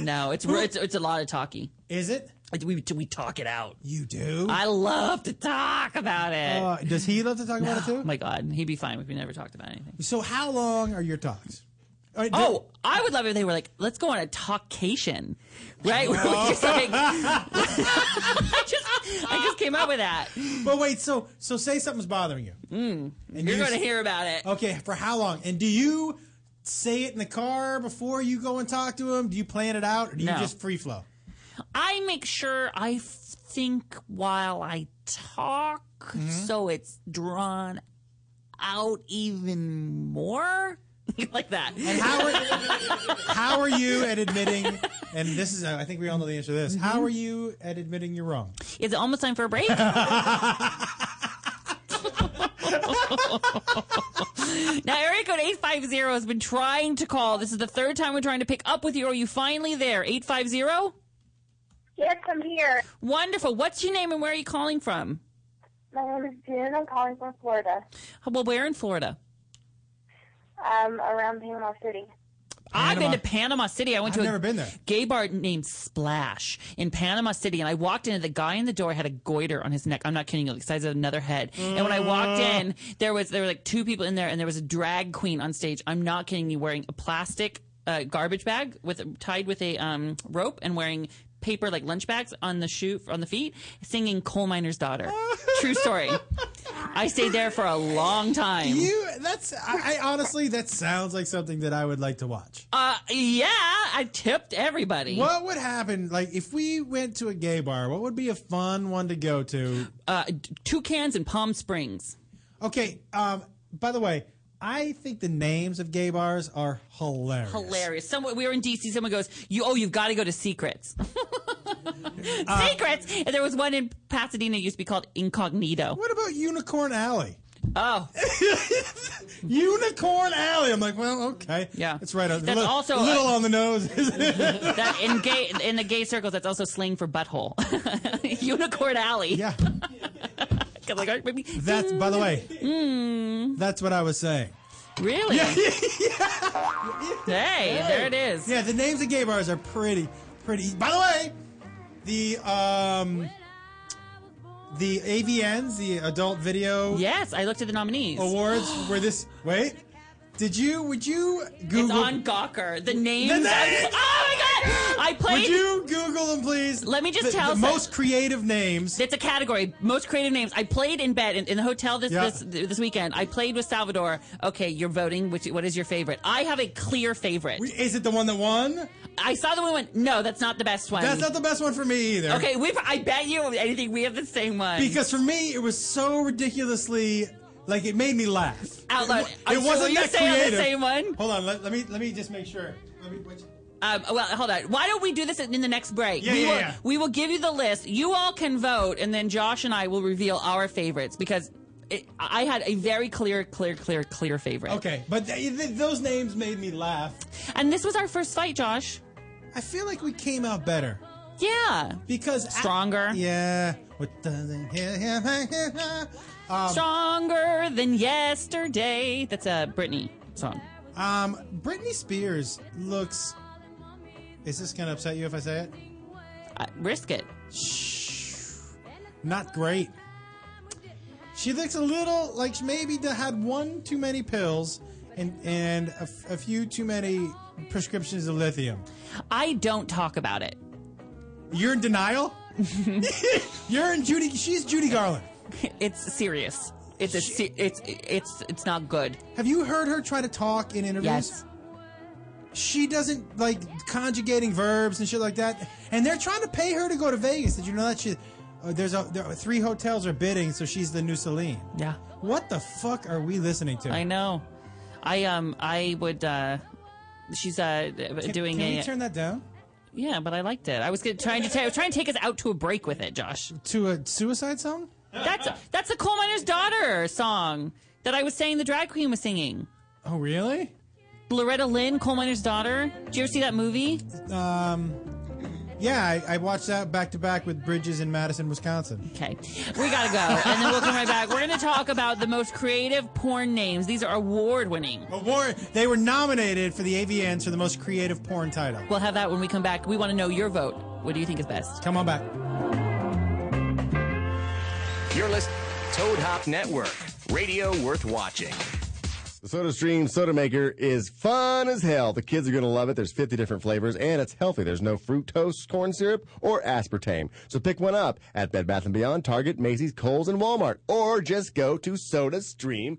S5: no, it's re- it's, it's a lot of talky.
S4: Is it?
S5: We we talk it out.
S4: You do.
S5: I love to talk about it.
S4: Uh, does he love to talk about it too?
S5: Oh my god, he'd be fine if we never talked about anything.
S4: So how long are your talks? All right,
S5: Oh, I would love it if they were like, let's go on a talkcation, right? Where
S4: Oh.
S5: we just like, I just, I just came up with that.
S4: But wait, so so say something's bothering you,
S5: Mm,
S4: and
S5: you're
S4: you-
S5: going to hear about it.
S4: Okay, for how long? And do you say it in the car before you go and talk to him? Do you plan it out, or do you
S5: No.
S4: just free flow?
S5: I make sure I f- think while I talk,
S4: Mm-hmm.
S5: so it's drawn out even more, like that.
S4: And how are, how are you at admitting? And this is, I think we all know the answer to this.
S5: Mm-hmm.
S4: How are you at admitting you're wrong?
S5: Is it almost time for a break? now, area code 850 has been trying to call. This is the third time we're trying to pick up with you. Are you finally there? 850?
S2: Yes, I'm here.
S5: Wonderful. What's your name and where are you calling from?
S2: My name is June. I'm calling from Florida,
S5: Well, where in Florida?
S2: um, around Panama City.
S5: I've been to Panama City. I went
S2: I've
S5: to a
S2: never been
S4: there.
S5: gay bar named Splash in Panama City, and I walked in, and the guy in the door had a goiter on his neck. I'm not kidding you, like the size of another head. And when I walked
S2: Mm.
S5: in, there was there were like two people in there, and there was a drag queen on stage. I'm not kidding you, wearing a plastic uh, garbage bag with tied with a um, rope and wearing paper like lunch bags on the shoe on the feet, singing "Coal Miner's Daughter." True story. I stayed there for a long time.
S4: You, that's, I, I honestly, that sounds like something that I would like to watch.
S5: uh, yeah, I tipped everybody.
S4: What would happen, like, if we went to a gay bar, what would be a fun one to go to?
S5: Uh, toucans in Palm Springs.
S4: Okay, um, by the way, I think the names of gay bars are hilarious.
S5: Hilarious. Someone we were in DC. Someone goes, "You oh, you've got to go to Secrets."
S4: Uh,
S5: Secrets. And there was one in Pasadena. Used to be called Incognito.
S4: What about Unicorn Alley?
S5: Oh,
S4: Unicorn Alley. I'm like, well, okay. Yeah. It's right on
S5: That's
S4: little,
S5: also
S4: a little
S5: a-
S4: on the nose. isn't it?
S5: that in gay in the gay circles, that's also slang for butthole. Unicorn Alley.
S4: Yeah.
S5: like, all right, maybe-
S4: That's by the way. That's what I was saying.
S5: Hmm. Really? Hey, there it is.
S4: Yeah, the names of gay bars are pretty, pretty. By the way, the um, the AVNs, the Adult Video.
S5: Yes, I looked at the nominees.
S4: Awards were this. Wait, Did you? Would you Google?
S5: It's on Gawker. The names.
S4: The names!
S5: Oh my god! I played.
S4: Would you Google them, please?
S5: Let me just
S4: The-
S5: tell
S4: the
S5: some-
S4: most creative names.
S5: It's a category. Most creative names. I played in bed in, in the hotel this,
S4: Yeah.
S5: this this weekend. I played with Salvador. Okay, you're voting. Which what is your favorite? I have a clear favorite.
S4: Is it the one that won?
S5: I saw the one. that won. No, that's not the best one.
S4: That's not the best one for me either.
S5: Okay, we. I bet you anything we have the same one.
S4: Because for me, it was so ridiculously like it made me laugh
S5: Out loud. Oh,
S4: It,
S5: Are
S4: it
S5: you-
S4: wasn't
S5: will you
S4: that
S5: say I'm the
S4: creative.
S5: same one?
S4: Hold on. Let, let me let me just make sure. Let me, which,
S5: Um, well, hold on. Why don't we do this in in the next break?
S4: Yeah,
S5: we,
S4: yeah,
S5: will,
S4: yeah.
S5: we will give you the list. You all can vote, and then Josh and I will reveal our favorites because it, I had a very clear, clear, clear, clear favorite.
S4: okay, but th- th- those names made me laugh.
S5: And this was our first fight, Josh.
S4: I feel like we came out better.
S5: Yeah.
S4: Because
S5: stronger.
S4: yeah. What doesn't hit him? Um,
S5: stronger than yesterday. That's a Britney song.
S4: Um, Britney Spears looks. Is this gonna upset you if I say it?
S5: Uh, risk it.
S4: Not great. She looks a little like she maybe d- had one too many pills and and a, f- a few too many prescriptions of lithium.
S5: I don't talk about it.
S4: You're in denial. You're in Judy. She's Judy Garland.
S5: It's serious. It's a se- it's it's it's not good.
S4: Have you heard her try to talk in interviews?
S5: Yes.
S4: She doesn't like conjugating verbs and shit like that. And they're trying to pay her to go to Vegas. Did you know that she? Uh, there's a there are three hotels are bidding, so she's the new Celine.
S5: Yeah.
S4: What the fuck are we listening to?
S5: I know. I um I would uh she's uh doing
S4: Can
S5: a
S4: we turn that down
S5: Yeah, but I liked it. I was gonna, trying to ta- I was trying to take us out to a break with it, Josh.
S4: to a suicide song?
S5: That's that's the coal miner's daughter song that I was saying the drag queen was singing.
S4: Oh really?
S5: Loretta Lynn, coal miner's daughter. Did you ever see that movie?
S4: Um, yeah, I, I watched that back to back with Bridges in Madison, Wisconsin.
S5: Okay, we gotta go, and then we'll come right back. We're gonna talk about the most creative porn names. These are award winning.
S4: Award. They were nominated for the AVNs for the most creative porn title.
S5: We'll have that when we come back. We want to know your vote. What do you think is best?
S4: Come on back.
S1: You're listening Toad Hop Network, radio worth watching.
S21: The SodaStream Soda Maker is fun as hell. The kids are going to love it. There's 50 different flavors and it's healthy. There's no fructose, corn syrup, or aspartame. So pick one up at Bed Bath & Beyond, Target, Macy's, Kohl's, and Walmart. Or just go to SodaStream.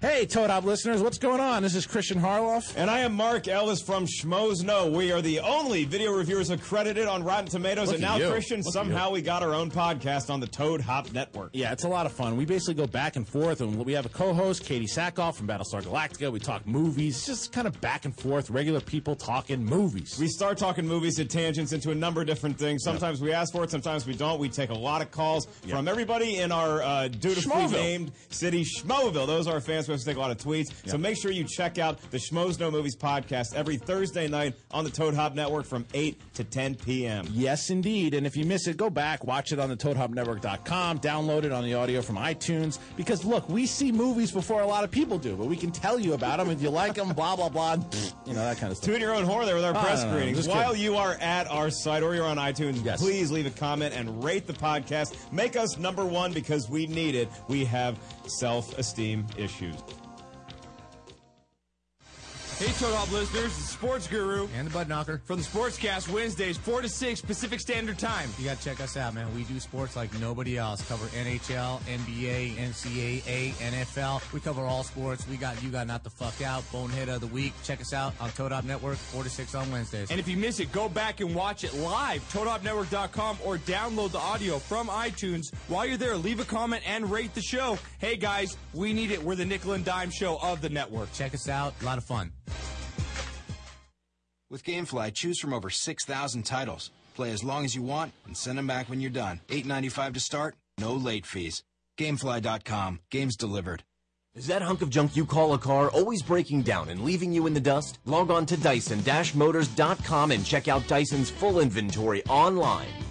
S17: Hey, Toad Hop listeners, what's going on? This is Christian Harloff.
S24: And I am Mark Ellis from Schmoes No. We are the only video reviewers accredited on Rotten Tomatoes.
S17: Look
S24: and
S17: at
S24: now,
S17: you.
S24: Christian,
S17: Look at
S24: somehow
S17: you.
S24: we got our own podcast on the Toad Hop Network.
S17: Yeah, it's a lot of fun. We basically go back and forth, and we have a co-host, Katie Sackhoff from Battlestar Galactica. We talk movies, just kind of back and forth, regular people talking movies.
S24: We start talking movies at tangents into a number of different things. Sometimes we ask for it, sometimes we don't. We take a lot of calls from everybody in our uh, dutifully
S17: Schmoville.
S24: named city, Schmoville. Those are our fans. We also take a lot of tweets. So make sure you check out the Schmoes No Movies podcast every Thursday night on the Toad Hop Network from 8 to 10 p.m.
S17: Yes, indeed. And if you miss it, go back, watch it on the ToadHopNetwork.com, download it on the audio from iTunes. Because look, we see movies before a lot of people do, but we can tell you about them if you like them. Blah blah blah. You know that kind of stuff.
S24: Tune your own horn there with our
S17: Ah,
S24: press
S17: no, no, no,
S24: screenings.
S17: just
S24: While
S17: kidding.
S24: you are at our site or you're on iTunes, please leave a comment and rate the podcast. Make us number one because we need it. We have self esteem issues.
S15: Hey, Toad Hop listeners, it's Sports Guru and the Bud Knocker from the Sportscast Wednesdays, 4 to 6 Pacific Standard Time.
S25: You got to check us out, man. We do sports like nobody else. Cover NHL, NBA, NCAA, NFL. We cover all sports. We got You Got Not the Fuck Out, Bonehead of the Week. Check us out on Toad Hop Network, 4 to 6 on Wednesdays.
S15: And if you miss it, go back and watch it live, ToadHopNetwork.com, or download the audio from iTunes. While you're there, leave a comment and rate the show. Hey, guys, we need it. We're the nickel and dime show of the network.
S25: Check us out. A lot of fun.
S18: With GameFly, choose from over 6,000 titles. Play as long as you want and send them back when you're done. $8.95 to start, no late fees. GameFly.com, games delivered.
S12: Is that hunk of junk you call a car always breaking down and leaving you in the dust? Log on to Dyson-Motors.com and check out Dyson's full inventory online.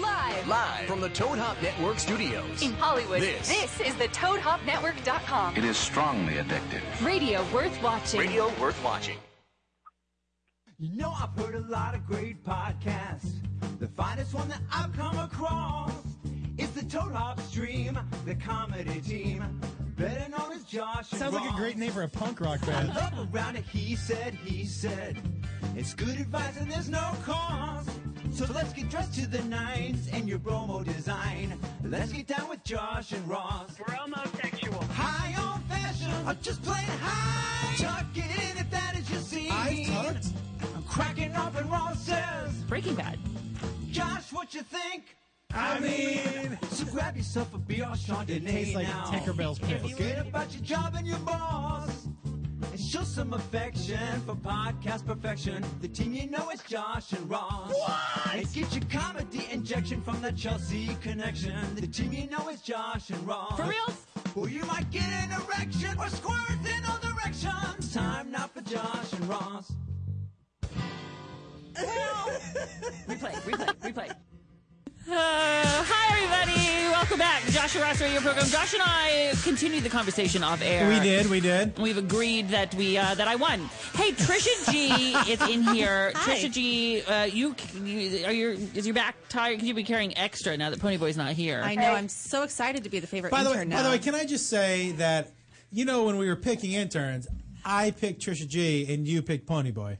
S9: Live. Live from the Toad Hop Network studios.
S10: In Hollywood,
S9: This.
S10: is the ToadHopNetwork.com.
S9: It is strongly addictive.
S10: Radio worth watching.
S9: Radio worth watching.
S3: You know, I've heard a lot of great podcasts. The finest one that I've come across is the Toad Hop Stream, the comedy team, better known as Josh. and
S4: Sounds like a
S3: Ross.
S4: great name for a punk rock
S3: I
S4: band.
S3: love around it. He said, he said, it's good advice and there's no cost. So let's get dressed to the nines and your promo design. Let's get down with Josh and Ross. Promosexual. High on fashion. I'm just plain high. Tuck it in if that is your scene. I tucked. I'm cracking up and Ross says. Breaking Bad. Josh, what you think? I mean, so grab yourself a beer or Chardonnay
S4: Tastes like
S3: now.
S4: Tinker Bell's piss.
S3: Forget about your job and your boss. And show some affection for podcast perfection. The team you know is Josh and Ross. What? And get your comedy injection from the Chelsea connection. The team you know is Josh and Ross. For real? Or you might get an erection or squirt in all directions. Time now for Josh and Ross.
S5: replay, replay, replay. Uh, hi, everybody. Welcome back. Joshua Ross Radio Program. Josh and I continued the conversation off air.
S4: We did, we did.
S5: We've agreed that we uh, that I won. Hey, Trisha G is in here.
S4: Hi.
S5: Trisha G, uh, you, you are your is your back tired? Could you be carrying extra now that Pony Boy's not here?
S16: I know. I'm so excited to be the favorite
S4: By the way,
S16: intern now.
S4: by the way, can I just say that you know when we were picking interns, I picked Trisha G and you picked Pony Boy.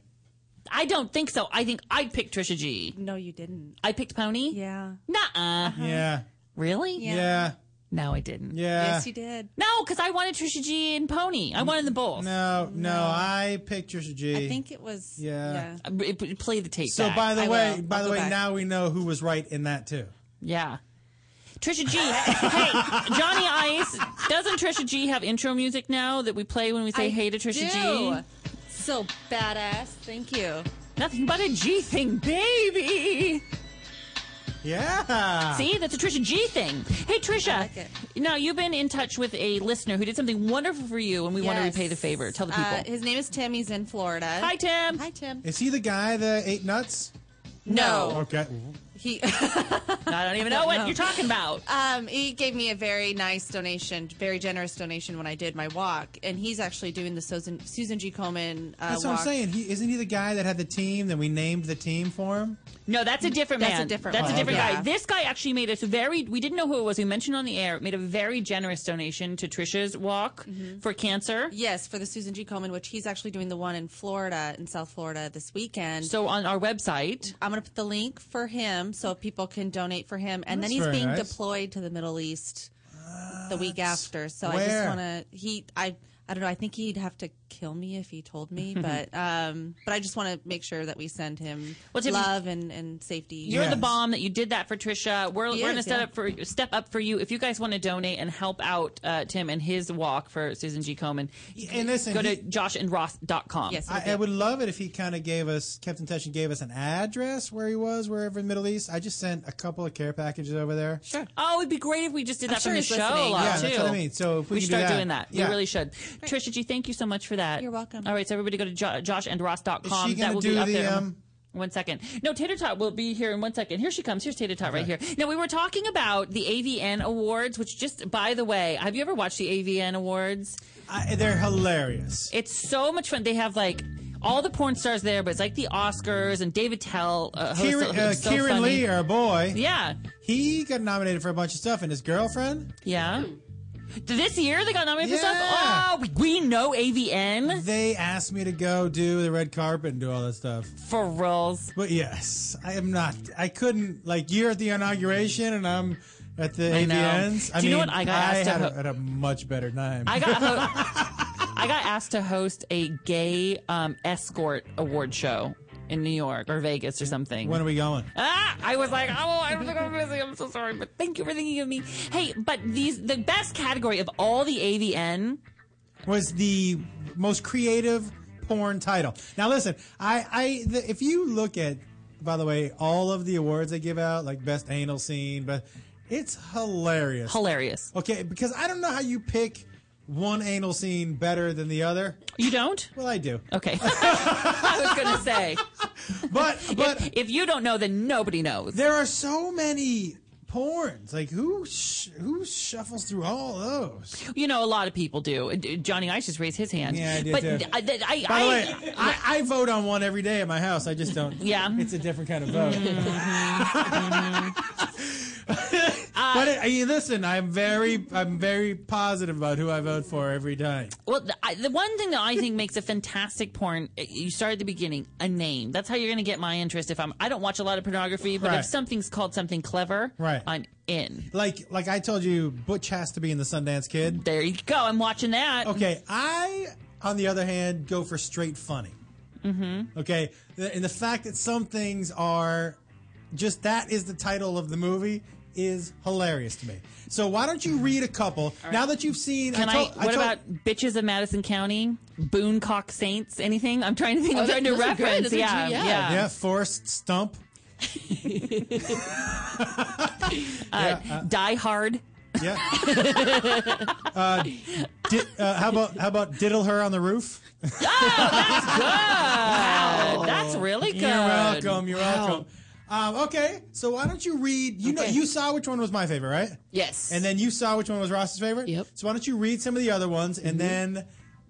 S5: I don't think so. I think I picked Trisha G.
S16: no, you didn't.
S5: I picked Pony.
S16: Yeah.
S5: Nuh-uh.
S4: Yeah.
S5: Really?
S16: Yeah. Yeah.
S5: No, I didn't.
S4: Yeah.
S16: Yes, you did.
S5: No, because I wanted Trisha G and Pony. I wanted them both.
S4: No, no, I picked Trisha G.
S16: I think it was.
S4: Yeah.
S5: Uh, b- b- Play the tape.
S4: So
S5: back.
S4: by the
S5: I
S4: way,
S5: will.
S4: by
S5: I'll
S4: the
S5: go
S4: way,
S5: back.
S4: now we know who was right in that too.
S5: Yeah. Trisha G. hey, Johnny Ice. Doesn't Trisha G have intro music now that we play when we say
S16: I
S5: hey to Trisha
S16: do.
S5: G?
S16: So badass. Thank you.
S5: Nothing but a G thing, baby.
S4: Yeah.
S5: See, that's a Trisha G thing. Hey, Trisha. Now you've been in touch with a listener who did something wonderful for you, and we want to
S16: Yes.
S5: repay the favor. Tell the people.
S16: Uh, his name is Tim. He's in Florida.
S5: Hi, Tim.
S16: Hi, Tim.
S4: Is he the guy that ate nuts?
S16: No.
S4: Okay.
S16: He.
S5: I don't even know what you're talking about.
S16: Um, he gave me a very nice donation, very generous donation when I did my walk, and he's actually doing the Susan, Susan G. Komen. Uh,
S4: That's what
S16: walk.
S4: I'm saying. He isn't he the guy that had the team that we named the team for him?
S5: No, that's a different
S16: That's a
S5: man.
S16: different
S5: That's
S4: one.
S5: a different
S4: Okay.
S5: guy.
S4: Yeah.
S5: This guy actually made us a very. We didn't know who it was. We mentioned on the air. Made a very generous donation to Trisha's walk for cancer.
S16: Mm-hmm. Yes, for the Susan G. Komen, which he's actually doing the one in Florida, in South Florida, this weekend.
S5: So on our website,
S16: I'm going to put the link for him so people can donate for him, and That's then he's very being nice. deployed to the Middle East the week after. So I just Where? want to he I I don't know. I think he'd have to kill me if he told me, but um, but I just want to make sure that we send him
S5: Well, Tim,
S16: love and and safety.
S5: You're the bomb that you did that for Trisha. We're,
S16: He
S5: we're going to
S16: is,
S5: set
S16: yeah.
S5: up for step up for you if you guys want to donate and help out uh, Tim and his walk for Susan G. Komen.
S4: and listen,
S5: go
S4: he-
S5: to joshandross.com.
S4: I, I would love it if he kind of gave us kept in touch and gave us an address where he was, wherever in the Middle East. I just sent a couple of care packages over there.
S16: Sure.
S5: Oh, it'd be great if we just did
S4: I'm
S5: that
S4: sure
S5: from the
S4: he's
S5: show
S4: listening.
S5: a lot
S4: Yeah,
S5: too.
S4: that's what I mean. So if we
S5: should
S4: can do
S5: start
S4: that.
S5: doing that,
S4: Yeah.
S5: we really should. Trisha G, thank you so much for that. You're welcome. All right, so everybody go to jo- joshandross.com.
S4: Is
S5: that
S4: she gonna
S5: will
S4: do
S5: be up
S4: the,
S5: there.
S4: um,
S5: one second. No, Tater Tot will be here in one second. Here she comes. Here's Tater Tot right here. Now, we were talking about the AVN Awards, which just, by the way, have you ever watched the AVN Awards?
S4: I, they're hilarious.
S5: It's so much fun. They have like all the porn stars there, but it's like the Oscars and David Tell. Uh, hosts it.
S4: Kieran, uh,
S5: It's so
S4: Kieran
S5: funny.
S4: Lee, our boy.
S5: Yeah.
S4: He got nominated for a bunch of stuff, and his girlfriend.
S5: Yeah. This year they got nominated for stuff?
S4: Yeah.
S5: Oh, we, we know AVN.
S4: They asked me to go do the red carpet and do all that stuff.
S5: For rolls.
S4: But yes, I am not. I couldn't. Like, you're at the inauguration, and I'm at the
S5: I know.
S4: AVNs. I
S5: Do
S4: mean,
S5: you know what? I got asked to
S4: had, a,
S5: ho-
S4: had a much better time.
S5: I got ho- I got asked to host a gay um, escort award show in New York or Vegas or something.
S4: When are we going?
S5: Ah, I was like, oh, I don't think I'm busy. I'm so sorry, but thank you for thinking of me. Hey, but these the best category of all the AVN.
S4: Was the most creative porn title. Now listen, I, I the, if you look at, by the way, all of the awards they give out, like best anal scene, but it's hilarious.
S5: Hilarious.
S4: Okay, because I don't know how you pick one anal scene better than the other.
S5: You don't?
S4: Well, I do.
S5: Okay. I was gonna say.
S4: But but
S5: if, if you don't know, then nobody knows.
S4: There are so many porns. Like who sh- who shuffles through all those?
S5: You know, a lot of people do. Uh, D- Johnny Ice just raised his hand.
S4: Yeah, I did
S5: but
S4: too.
S5: th- I, th- I,
S4: By the
S5: I-
S4: way, I, I vote on one every day at my house. I just don't.
S5: Yeah. Mm.
S4: It's a different kind of vote. but it, I- listen, I'm very I'm very positive about who I vote for every time.
S5: Well, the, I, the one thing that I think makes a fantastic porn, uh, you start at the beginning, a name. That's how you're going to get my interest. If I'm, I don't watch a lot of pornography, but
S4: Right.
S5: if something's called something clever,
S4: Right.
S5: I'm in.
S4: Like like I told you, Butch has to be in the Sundance Kid.
S5: There you go. I'm watching that.
S4: Okay, I on the other hand go for straight funny.
S5: Mm-hmm.
S4: Okay, The- and the fact that some things are just that is the title of the movie is hilarious to me. So why don't you read a couple now that you've seen?
S5: Can I?
S4: told-
S5: what
S4: told-
S5: about bitches of Madison County, Booncock Saints? Anything? I'm trying to think.
S4: Oh,
S5: I'm
S4: that-
S5: trying to
S4: those are good.
S5: reference.
S4: Those are
S5: Yeah,
S4: good,
S5: yeah,
S4: yeah. Yeah, Forrest Stump.
S5: Uh, Die Hard.
S4: Yeah. uh, di- uh, how about how about diddle her on the roof?
S5: Wow, Oh, that's really good.
S4: You're welcome. You're
S5: Wow.
S4: welcome. Um, okay, so why don't you read? You know, you saw which one was my favorite, right?
S6: Yes.
S4: And then you saw which one was Ross's favorite. Yep. So why don't you read some of the other ones, and then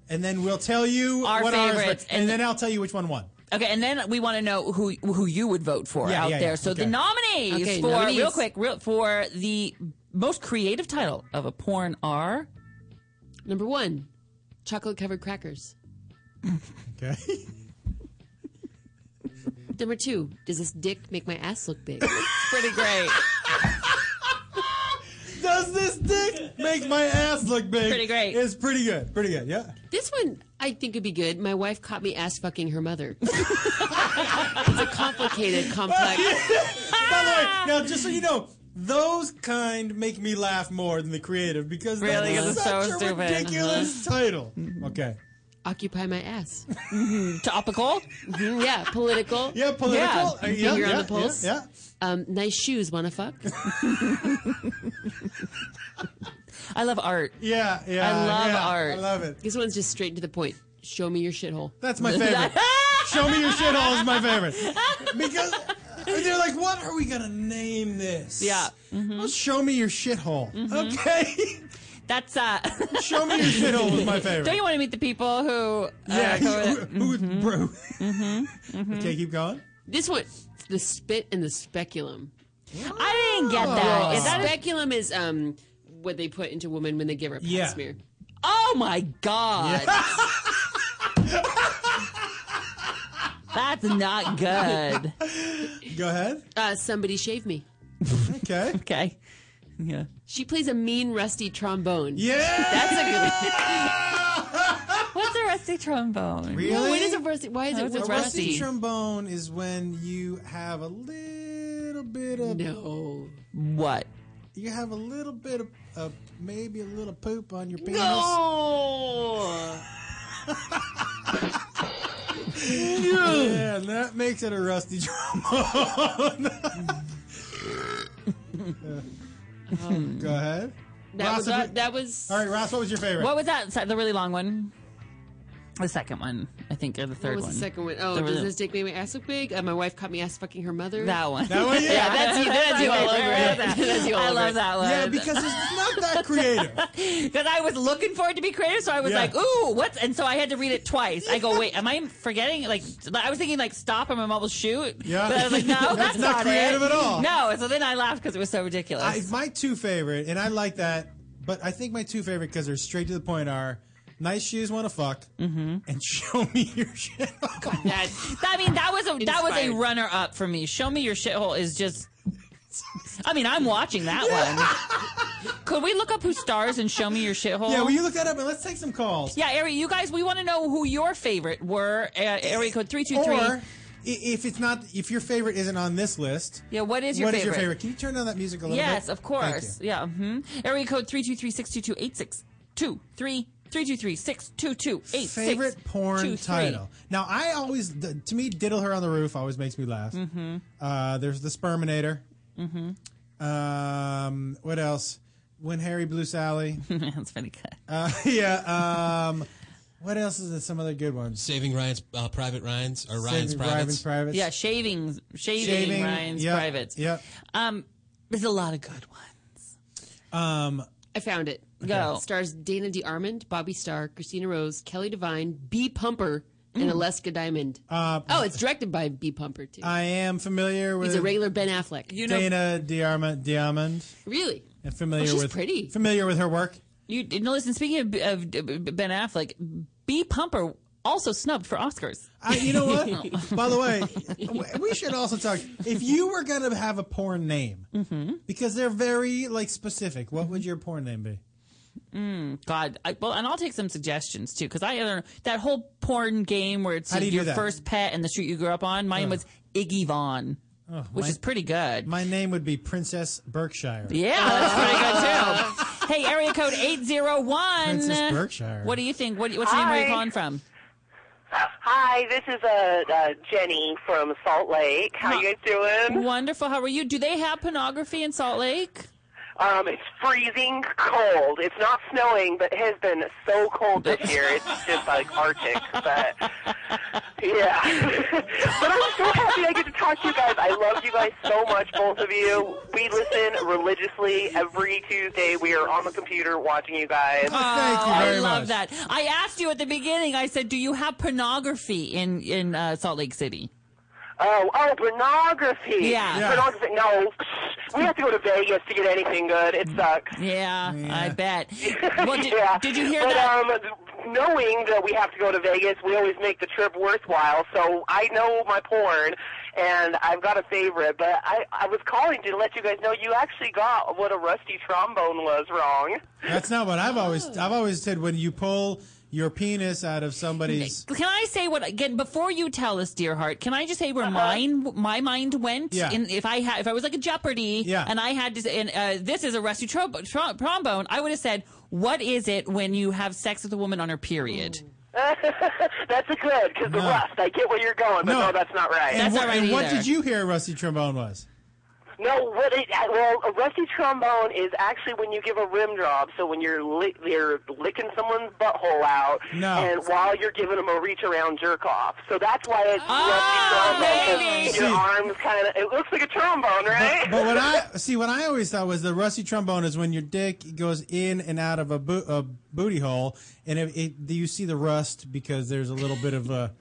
S4: and then we'll tell you
S5: Mm-hmm. Our
S4: what ours were,
S5: favorites,
S4: and,
S5: and-
S4: then I'll tell you which one won.
S5: Okay, and then we want to know who who you would vote for
S4: Yeah,
S5: out
S4: yeah,
S5: there.
S4: yeah.
S5: So
S4: Okay.
S5: the nominees
S4: Okay,
S5: for
S4: nominees.
S5: real quick real, for the most creative title of a porn are
S6: Number one, chocolate covered crackers.
S4: okay.
S6: Number two, does this dick make my ass look big?
S5: pretty great.
S4: Does this dick make my ass look big?
S6: Pretty great.
S4: It's pretty good. Pretty good. Yeah.
S6: this one I think would be good. My wife caught me ass fucking her mother. it's a complicated, complex.
S4: By the way, now just so you know, those kind make me laugh more than the creative because
S6: Really?
S4: that's
S6: 'Cause it's
S4: such
S6: so
S4: a
S6: stupid.
S4: ridiculous
S6: Uh-huh.
S4: title. Okay.
S6: Occupy my ass.
S5: Mm-hmm.
S6: Mm-hmm.
S5: Topical?
S6: Yeah, political.
S4: Yeah, political. Uh, yeah,
S6: Finger
S4: yeah,
S6: on the pulse.
S4: yeah,
S6: Um, nice shoes, wanna fuck?
S5: I love art.
S4: Yeah, yeah,
S6: I love
S4: yeah,
S6: art.
S4: I love it.
S6: This one's just straight to the point. Show me your shithole.
S4: That's my favorite. Show me your shithole is my favorite. Because they're like, what are we going to name this?
S5: Yeah.
S6: mm-hmm.
S4: Well, show me your shithole. Okay.
S5: Mm-hmm. That's uh
S4: Show me your shithole was my favorite.
S5: Don't you want to meet the people who mm-hmm. uh,
S4: Yeah,
S5: go with it?
S4: who, who, bro.
S6: Mm-hmm.
S4: Okay, keep going.
S6: This one, the spit and the speculum.
S5: I didn't get that. Is that a-
S6: speculum is um what they put into women when they give her a pap
S5: Yeah.
S6: smear.
S5: Oh my god. That's not good.
S4: Go ahead.
S6: Uh, somebody shave me.
S4: Okay.
S5: Okay. Yeah.
S6: She plays a mean, rusty trombone.
S4: Yeah,
S6: that's a good.
S5: What's a rusty trombone?
S4: Really?
S6: What is a rusty? Why is
S5: How
S6: it
S5: is it
S6: what's
S4: a rusty?
S6: rusty?
S4: trombone is when you have a little bit of
S6: no.
S5: What?
S4: You have a little bit of, of maybe a little poop on your penis.
S6: No.
S4: yeah, that makes it a rusty trombone. Go ahead.
S5: That was-
S4: if
S5: that-
S4: you-
S5: that was-
S4: All right, Ross. What was your favorite?
S5: What was that? Se- The really long one? The second one, I think, or the
S6: What
S5: third
S6: was
S5: one.
S6: the second one? Oh,
S5: The
S6: does
S5: really-
S6: this dick make my ass look big? Uh, my wife caught me ass fucking her mother.
S5: That one.
S4: That one, yeah.
S6: that's you. That's you all over it. That's you all
S5: I
S6: over
S5: love
S6: it.
S5: that one.
S4: Yeah, because it's not that creative.
S5: Because I was looking for it to be creative, so I was
S4: Yeah.
S5: like, "Ooh, what's?" And so I had to read it twice. I go, "Wait, am I forgetting?" Like I was thinking, like stop and my mom will shoot.
S4: Yeah.
S5: but I was like, "No,
S4: That's
S5: that's,
S4: not creative
S5: it.
S4: at all.
S5: No. So then I laughed because it was so ridiculous.
S4: I, my two favorite, and I like that, but I think my two favorite because they're straight to the point are nice shoes, want to fuck,
S5: Mm-hmm.
S4: and show me your shit.
S5: I mean, that was a that was a
S4: Inspired.
S5: runner up for me. Show me your shithole is just. I mean, I'm watching that one. Could we look up who stars and show me your shithole?
S4: Yeah, will you look that up and let's take some calls?
S5: Yeah, area, you guys, we want to know who your favorite were. Uh, area code three two three.
S4: Or if it's not, if your favorite isn't on this list,
S5: Yeah, what is your
S4: what
S5: favorite?
S4: is your favorite? Can you turn down that music a little
S5: Yes,
S4: bit?
S5: of course. Yeah. Mm-hmm. Area code 323-622-8623-323-622-86.
S4: Favorite porn
S5: two, three.
S4: title. Now, I always, th- to me, "Diddle Her on the Roof" always makes me laugh.
S5: Mhm.
S4: Uh, there's the Sperminator.
S5: Mm-hmm.
S4: Um, what else? When Harry blew Sally.
S5: That's pretty good.
S4: Uh, yeah. Um, what else is there? Some other good ones.
S17: Saving Ryan's uh, Private Ryan's or Ryan's
S4: Saving
S17: Privates.
S4: Ryan's Privates.
S5: Yeah, shaving, Uh, shaving, Ryan's privates.
S4: Yep.
S5: Um, there's a lot of good ones.
S4: Um,
S6: I found it.
S5: Go.
S6: Stars Dana DeArmond, Bobby Starr, Christina Rose, Kelly Devine, B. Pumper, and
S4: Mm.
S6: Alaska Diamond.
S4: Uh,
S6: oh, it's directed by B. Pumper too.
S4: I am familiar with
S6: He's a regular Ben Affleck.
S4: Dana Diarma, Diamond.
S6: Really?
S4: And familiar
S5: Oh, she's
S4: with
S5: pretty.
S4: Familiar with her work.
S5: You no, listen. Speaking of, of Ben Affleck, B. Pumper also snubbed for Oscars.
S4: I, Uh, you know what? By the way, w- we should also talk. If you were gonna have a porn name,
S5: Mm-hmm.
S4: because they're very like specific, what would your porn name be?
S5: Mm, God, I, well, and I'll take some suggestions too, because I, I don't know that whole porn game where it's
S4: How do you do
S5: your
S4: that?
S5: first pet and the street you grew up on. Mine
S4: Ugh.
S5: was Iggy Vaughn,
S4: Oh,
S5: which
S4: my-
S5: is pretty good.
S4: My name would be Princess Berkshire.
S5: Yeah, that's pretty good too. hey, area code eight zero one.
S4: Princess Berkshire.
S5: What do you think? What, what's your name? Where you
S19: Hi.
S5: calling from?
S19: Hi, this is uh, uh, Jenny from Salt Lake. How you guys doing?
S5: Wonderful. How are you? Do they have pornography in Salt Lake?
S19: Um, it's freezing cold. It's not snowing, but it has been so cold this year. It's just like Arctic. But yeah, but I'm so happy I get to talk to you guys. I love you guys so much, both of you. We listen religiously every Tuesday. We are on the computer watching you guys.
S5: Oh, I love that. I asked you at the beginning. I said, "Do you have pornography in in uh, Salt Lake City?"
S19: Oh, oh, pornography.
S5: Yeah. Yeah.
S19: Pornography. No. We have to go to Vegas to get anything good. It sucks.
S5: Yeah, I bet. Well, did,
S19: yeah.
S5: did you hear
S19: but,
S5: that?
S19: Um, knowing that we have to go to Vegas, we always make the trip worthwhile. So I know my porn, and I've got a favorite. But I, I was calling to let you guys know you actually got what a rusty trombone was wrong.
S4: That's not what I've always I've always said when you pull your penis out of somebody's
S5: Can I say what again before you tell us, dear heart? Can I just say
S19: Uh-huh.
S5: where mine my mind went?
S4: Yeah.
S5: In, if I had if I was like a Jeopardy,
S4: Yeah.
S5: and I had to, say- and uh, this is a rusty tro- tro- trombone, I would have said, "What is it when you have sex with a woman on her period?"
S19: that's a good because the rust. I get where you're going, but no, that's not right.
S4: And, what, and what did you hear Rusty Trombone was?
S19: No, what it, well, a rusty trombone is actually when you give a rim job. So when you're lick, you're licking someone's butthole out,
S4: No.
S19: and while you're giving them a reach around jerk off. So that's why it's rusty trombone. 'cause
S4: Oh, baby!
S19: Your
S4: See.
S19: arms kind of it looks like a trombone, right?
S4: But, but what I see, what I always thought was the rusty trombone is when your dick goes in and out of a, bo- a booty hole, and it, it, you see the rust because there's a little bit of a,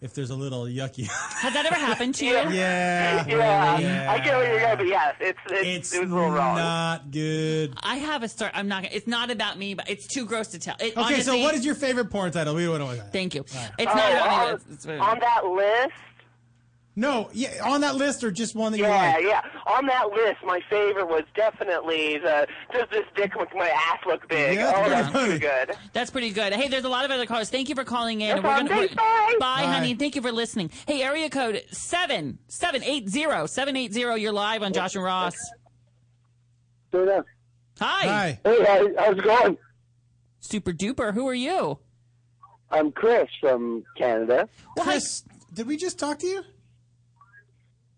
S4: if there's a little yucky.
S5: Has that ever happened to you?
S4: yeah,
S19: yeah,
S4: yeah.
S19: I get where you're going, but yes, it's it's, it was a little wrong.
S4: Not good.
S5: I have a story. I'm not. gonna It's not about me, but it's too gross to tell. It,
S4: Okay, so what is your favorite porn title? We don't know that.
S5: Thank you.
S19: It's not Oh, about me, on- it's- it's- on that list.
S4: No, yeah, on that list or just one that
S19: yeah,
S4: you like.
S19: yeah. On that list, my favorite was definitely the does this dick make my ass look big?
S5: Yeah, that's
S19: oh,
S5: pretty
S19: that's pretty good.
S5: That's pretty good. Hey, there's a lot of other callers. Thank you for calling in.
S19: No problem. Thanks, bye.
S5: Bye,
S19: Bye.
S5: honey. and Thank you for listening. Hey, area code 7 780 780. You're live on Josh and Ross.
S23: Say that.
S5: Hi. Hi.
S23: Hey, how, how's it going?
S5: Super duper. Who are you?
S23: I'm Chris from Canada.
S4: Chris, did we just talk to you?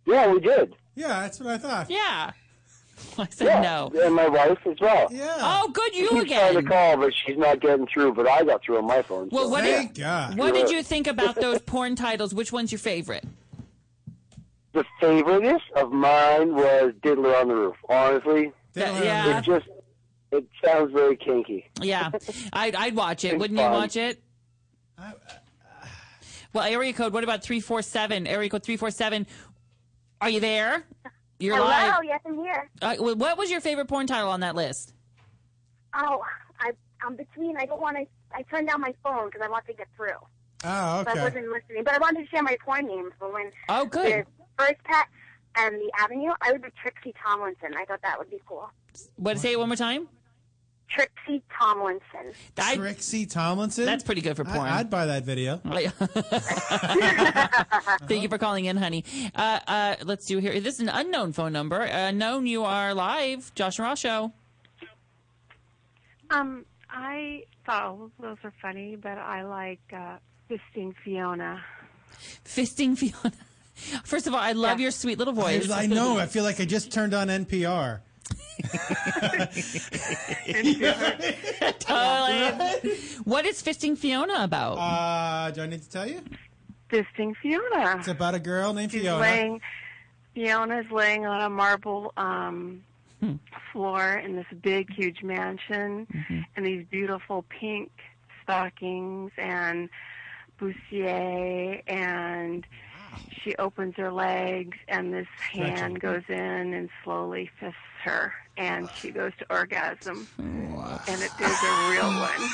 S23: Yeah, we did.
S4: Yeah, that's what I thought.
S5: Yeah. I said
S23: Yeah.
S5: no.
S23: And my wife as well.
S4: Yeah.
S5: Oh, good. You
S23: She's trying to
S5: again.
S23: call, but she's not getting through. But I got through on my phone.
S5: Well,
S23: so-
S5: what did, what did you think about those porn titles? Which one's your favorite?
S23: The favorite of mine was Diddler on the Roof. Honestly,
S5: That- yeah.
S23: it just it sounds very kinky.
S5: Yeah, I'd, I'd watch it.
S23: It's
S5: Wouldn't you
S23: fun.
S5: watch it? Well, area code. What about three four seven? Area code three four seven. Are you there? You're
S20: Hello,
S5: live.
S20: yes, I'm here.
S5: Uh, wh- what was your favorite porn title on that list?
S20: Oh, I, I'm between. I don't want to. I turned down my phone because I want to get through.
S4: Oh,
S20: So I
S4: okay.
S20: wasn't listening, but I wanted to share my porn name for when.
S5: Oh, good.
S20: The first pet and the avenue. I would be Trixie Tomlinson. I thought that would be cool.
S5: What say it one more time?
S20: Trixie Tomlinson.
S4: Trixie Tomlinson.
S5: That's pretty good for porn.
S4: I, would buy that video.
S5: Thank you for calling in, honey. Uh, uh, let's do here. This is an unknown phone number. Uh, known you are live, Josh and Ross show.
S13: Um, I thought all of those were funny, but I like uh, fisting Fiona.
S5: Fisting Fiona. First of all, I love your sweet little voice.
S4: I, I know. I feel like I just turned on NPR.
S5: totally. What is fisting Fiona about?
S4: Uh, do I need to tell you?
S13: Fisting Fiona.
S4: It's about a girl named
S13: She's
S4: Fiona.
S13: laying. Fiona's laying on a marble um, floor in this big, huge mansion,
S5: Mm-hmm.
S13: and these beautiful pink stockings and bustier, and she opens her legs, and this
S25: Stretching.
S13: hand goes in and slowly fists her, and she goes to orgasm, and it is a real one.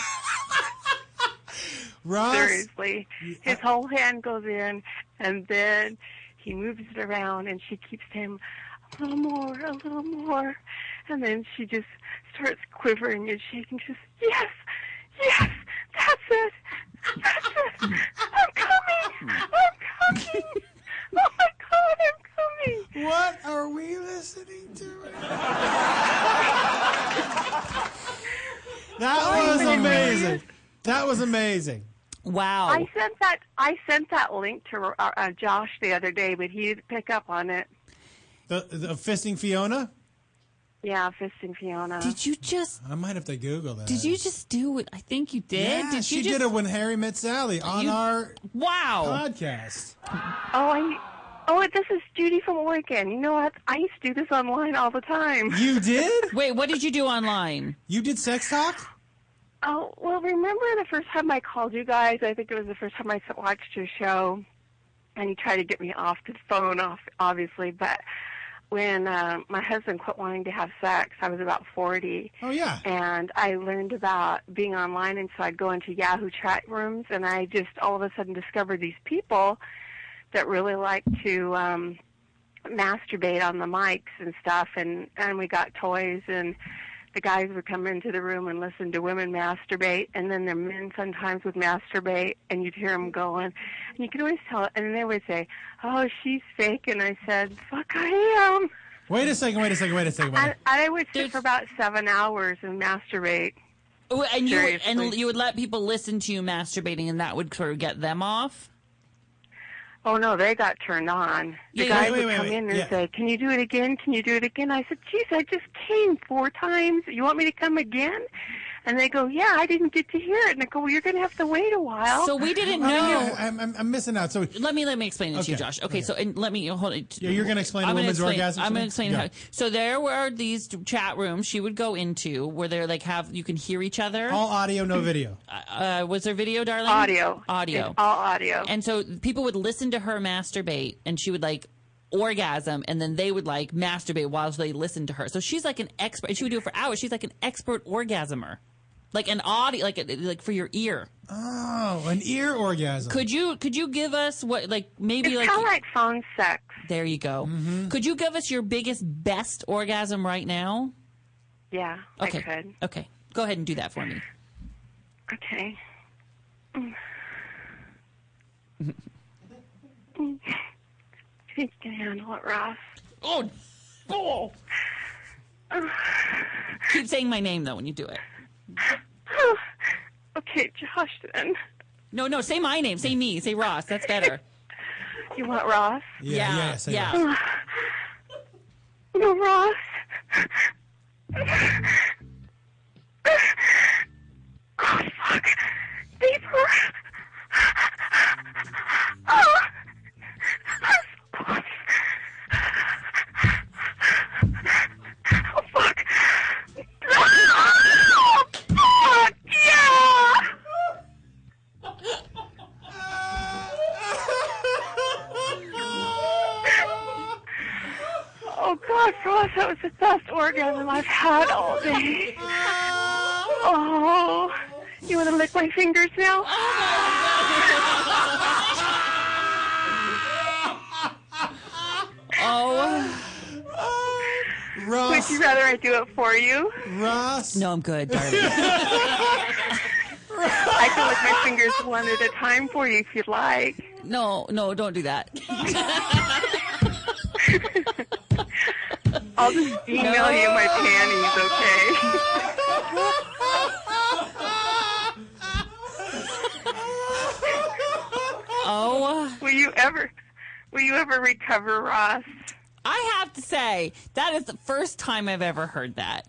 S4: Ross.
S13: Seriously. His whole hand goes in, and then he moves it around, and she keeps him a little more, a little more. And then she just starts quivering and shaking. She says, Yes, yes, that's it. That's it. I'm coming. I'm coming. Oh my God, I'm coming.
S4: What are we listening to? That was amazing. That was amazing.
S5: Wow.
S13: I sent that. I sent that link to uh, uh, Josh the other day, but he didn't pick up on it.
S4: The, the fisting Fiona.
S13: Yeah, Fist and Fiona.
S5: Did you just?
S4: I might have to Google that.
S5: Did you just do it? I think you did.
S4: Yeah,
S5: did you
S4: she
S5: just-
S4: did it when Harry met Sally on
S5: You-
S4: our
S5: wow
S4: podcast.
S13: Oh, I. Oh, this is Judy from Oregon. You know what? I used to do this online all the time.
S4: You did?
S5: Wait, what did you do online?
S4: You did sex talk?
S13: Oh, well, remember the first time I called you guys? I think it was the first time I s- watched your show, and you tried to get me off the phone, off obviously. But when uh, my husband quit wanting to have sex, I was about forty.
S4: Oh yeah.
S13: And I learned about being online, and so I'd go into Yahoo chat rooms, and I just all of a sudden discovered these people that really like to um, masturbate on the mics and stuff, and and we got toys and the guys would come into the room and listen to women masturbate, and then their men sometimes would masturbate, and you'd hear them going, and you could always tell. And they would say, "Oh, she's fake," and I said, "Fuck, I am."
S4: Wait a second. Wait a second. Wait a second. Wait.
S13: And I would sit for about seven hours and masturbate.
S5: Oh, And you would- and
S13: Seriously.
S5: you would let people listen to you masturbating, and that would sort of get them off.
S13: Oh no, they got turned on. The
S5: Yeah,
S13: guys
S5: wait, wait,
S13: would
S5: wait,
S13: come
S5: wait.
S13: in and
S5: Yeah.
S13: say, "Can you do it again? Can you do it again?" I said, "Geez, I just came four times. You want me to come again?" And they go, "Yeah, I didn't get to hear it." And I go, "Well, you're going to have to wait a while."
S4: Oh, yeah, I'm, I'm, I'm missing out. So
S5: let me let me explain it to you,
S4: Okay.
S5: Josh. Okay, so and let me hold it.
S4: Yeah, you're gonna explain a
S5: I'm gonna
S4: woman's
S5: explain-
S4: orgasm to
S5: I'm
S4: me?
S5: going to explain
S4: Yeah.
S5: how. So there were these chat rooms she would go into where they're like have you can hear each other.
S4: all audio, no video.
S5: Uh, was there video, darling?
S13: Audio.
S5: Audio.
S13: It's all audio.
S5: And so people would listen to her masturbate, and she would like orgasm, and then they would like masturbate while they listened to her. So she's like an expert, and she would do it for hours. She's like an expert orgasmer, like an audio, like like for your ear.
S4: Oh, an ear orgasm.
S5: Could you could you give us what like maybe
S13: It's
S5: like
S13: kinda like phone sex?
S5: There you go. Could you give us your biggest best orgasm right now?
S13: Yeah.
S5: Okay.
S13: I could.
S5: Okay. Go ahead and do that for me.
S13: Okay. I think you can handle it, Ross.
S5: Oh, bull. Keep saying my name though when you do it.
S13: okay, Josh. Then
S5: No, no. Say my name. Say me. Say Ross. That's better.
S13: you want Ross?
S5: Yeah. Yeah.
S13: yeah,
S5: say
S13: yeah.
S5: Ross.
S13: No, Ross. Oh, Deeper. Oh, I'm so close. Oh, fuck. Oh, fuck, yeah. Oh God, Ross, that was the best orgasm I've had all day. Oh, you want to lick my fingers now?
S5: Oh.
S13: Would
S5: Oh.
S4: Ross,
S13: you rather I do it for you?
S4: Ross?
S5: No, I'm good, darling.
S13: I can lick my fingers one at a time for you if you'd like.
S5: No, no, don't do that.
S13: I'll just email you my panties, okay?
S5: Oh.
S13: Will you ever will you ever recover, Ross?
S5: I have to say, that is the first time I've ever heard that.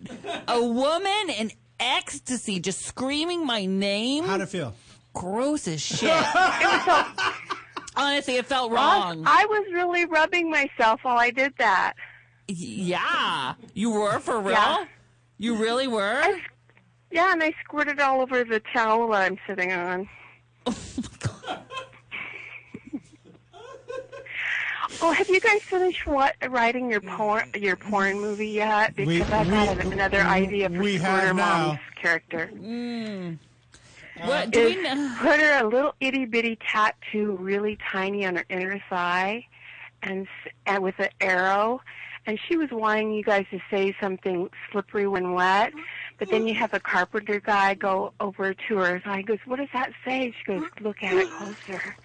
S5: A woman in ecstasy just screaming my name. How'd
S4: it feel?
S5: Gross as shit. Honestly, it felt
S13: Ross,
S5: wrong.
S13: I was really rubbing myself while I did that.
S5: Yeah. You were for real?
S13: Yeah.
S5: You really were?
S13: Yeah, and I squirted all over the towel I'm sitting on. Oh, have you guys finished what, writing your porn your porn movie yet? Because
S4: We-
S13: I've got
S4: we-
S13: another idea for
S4: we have
S13: Squirter
S4: now.
S13: Mom's character.
S5: What do we
S13: Is Put her a little itty bitty tattoo, really tiny, on her inner thigh, and s- and with an arrow. And she was wanting you guys to say something slippery when wet, but then you have a carpenter guy go over to her thigh. He goes, "What does that say?" She goes, "Look at it closer."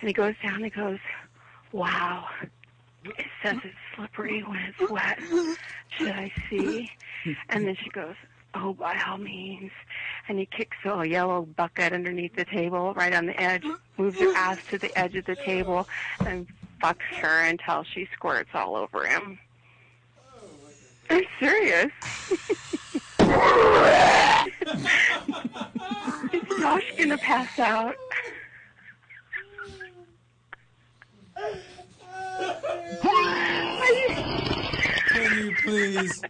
S13: And he goes down and goes, "Wow." It says it's slippery when it's wet. Should I see? And then she goes, Oh, by all means. And he kicks a yellow bucket underneath the table, right on the edge, moves her ass to the edge of the table, and fucks her until she squirts all over him. I'm serious. Is Josh gonna pass out?
S4: Can you please?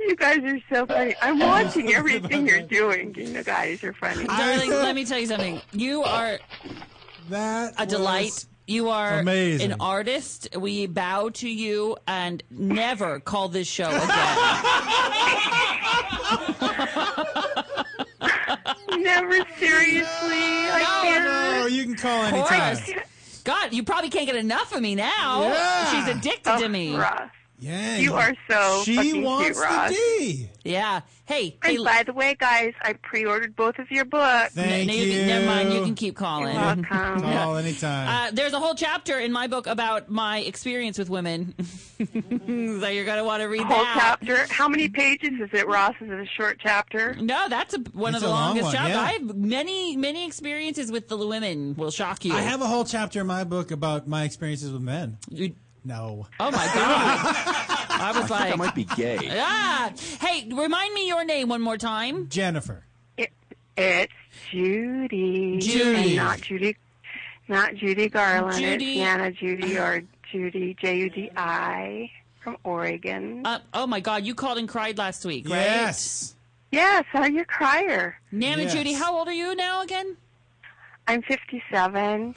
S13: You guys are so funny. I'm watching everything you're doing. You guys are funny.
S5: Darling, let me tell you something. You are
S4: that
S5: a delight. You are
S4: amazing.
S5: an artist. We bow to you and never call this show again.
S13: Never seriously. I
S4: no,
S13: can't.
S4: you can call anytime.
S5: God, you probably can't get enough of me now.
S4: Yeah.
S5: She's addicted to me.
S4: Yeah,
S13: You are so
S4: She
S13: fucking cute,
S4: wants
S13: Ross.
S4: the D.
S5: Yeah. Hey,
S13: And by the way, guys, I pre-ordered both of your books.
S4: Thank
S5: No,
S4: you.
S5: can- never mind. You can keep calling.
S13: You're welcome.
S4: Call anytime.
S5: Uh, there's a whole chapter in my book about my experience with women. so you're going to want to read
S13: Whole
S5: that.
S13: chapter. How many pages is it, Ross? Is it a short chapter?
S5: No, that's a, one
S4: It's
S5: of the
S4: a long
S5: longest
S4: one,
S5: jobs.
S4: yeah.
S5: I have many, many experiences with the women. Will shock you.
S4: I have a whole chapter in my book about my experiences with men. no.
S5: Oh my god! I was
S4: I
S5: like,
S4: might
S12: be gay.
S5: Ah, hey, remind me your name one more time.
S4: Jennifer.
S13: It's Judy. And
S5: Judy.
S13: not Judy. Not Judy Garland.
S5: Judy.
S13: It's Nana Judy or Judy J U D I from Oregon.
S5: Uh, oh my god, you called and cried last week, right?
S4: Yes.
S13: yes, I'm your crier.
S5: Nana
S13: Yes.
S5: Judy, how old are you now again?
S13: I'm 57.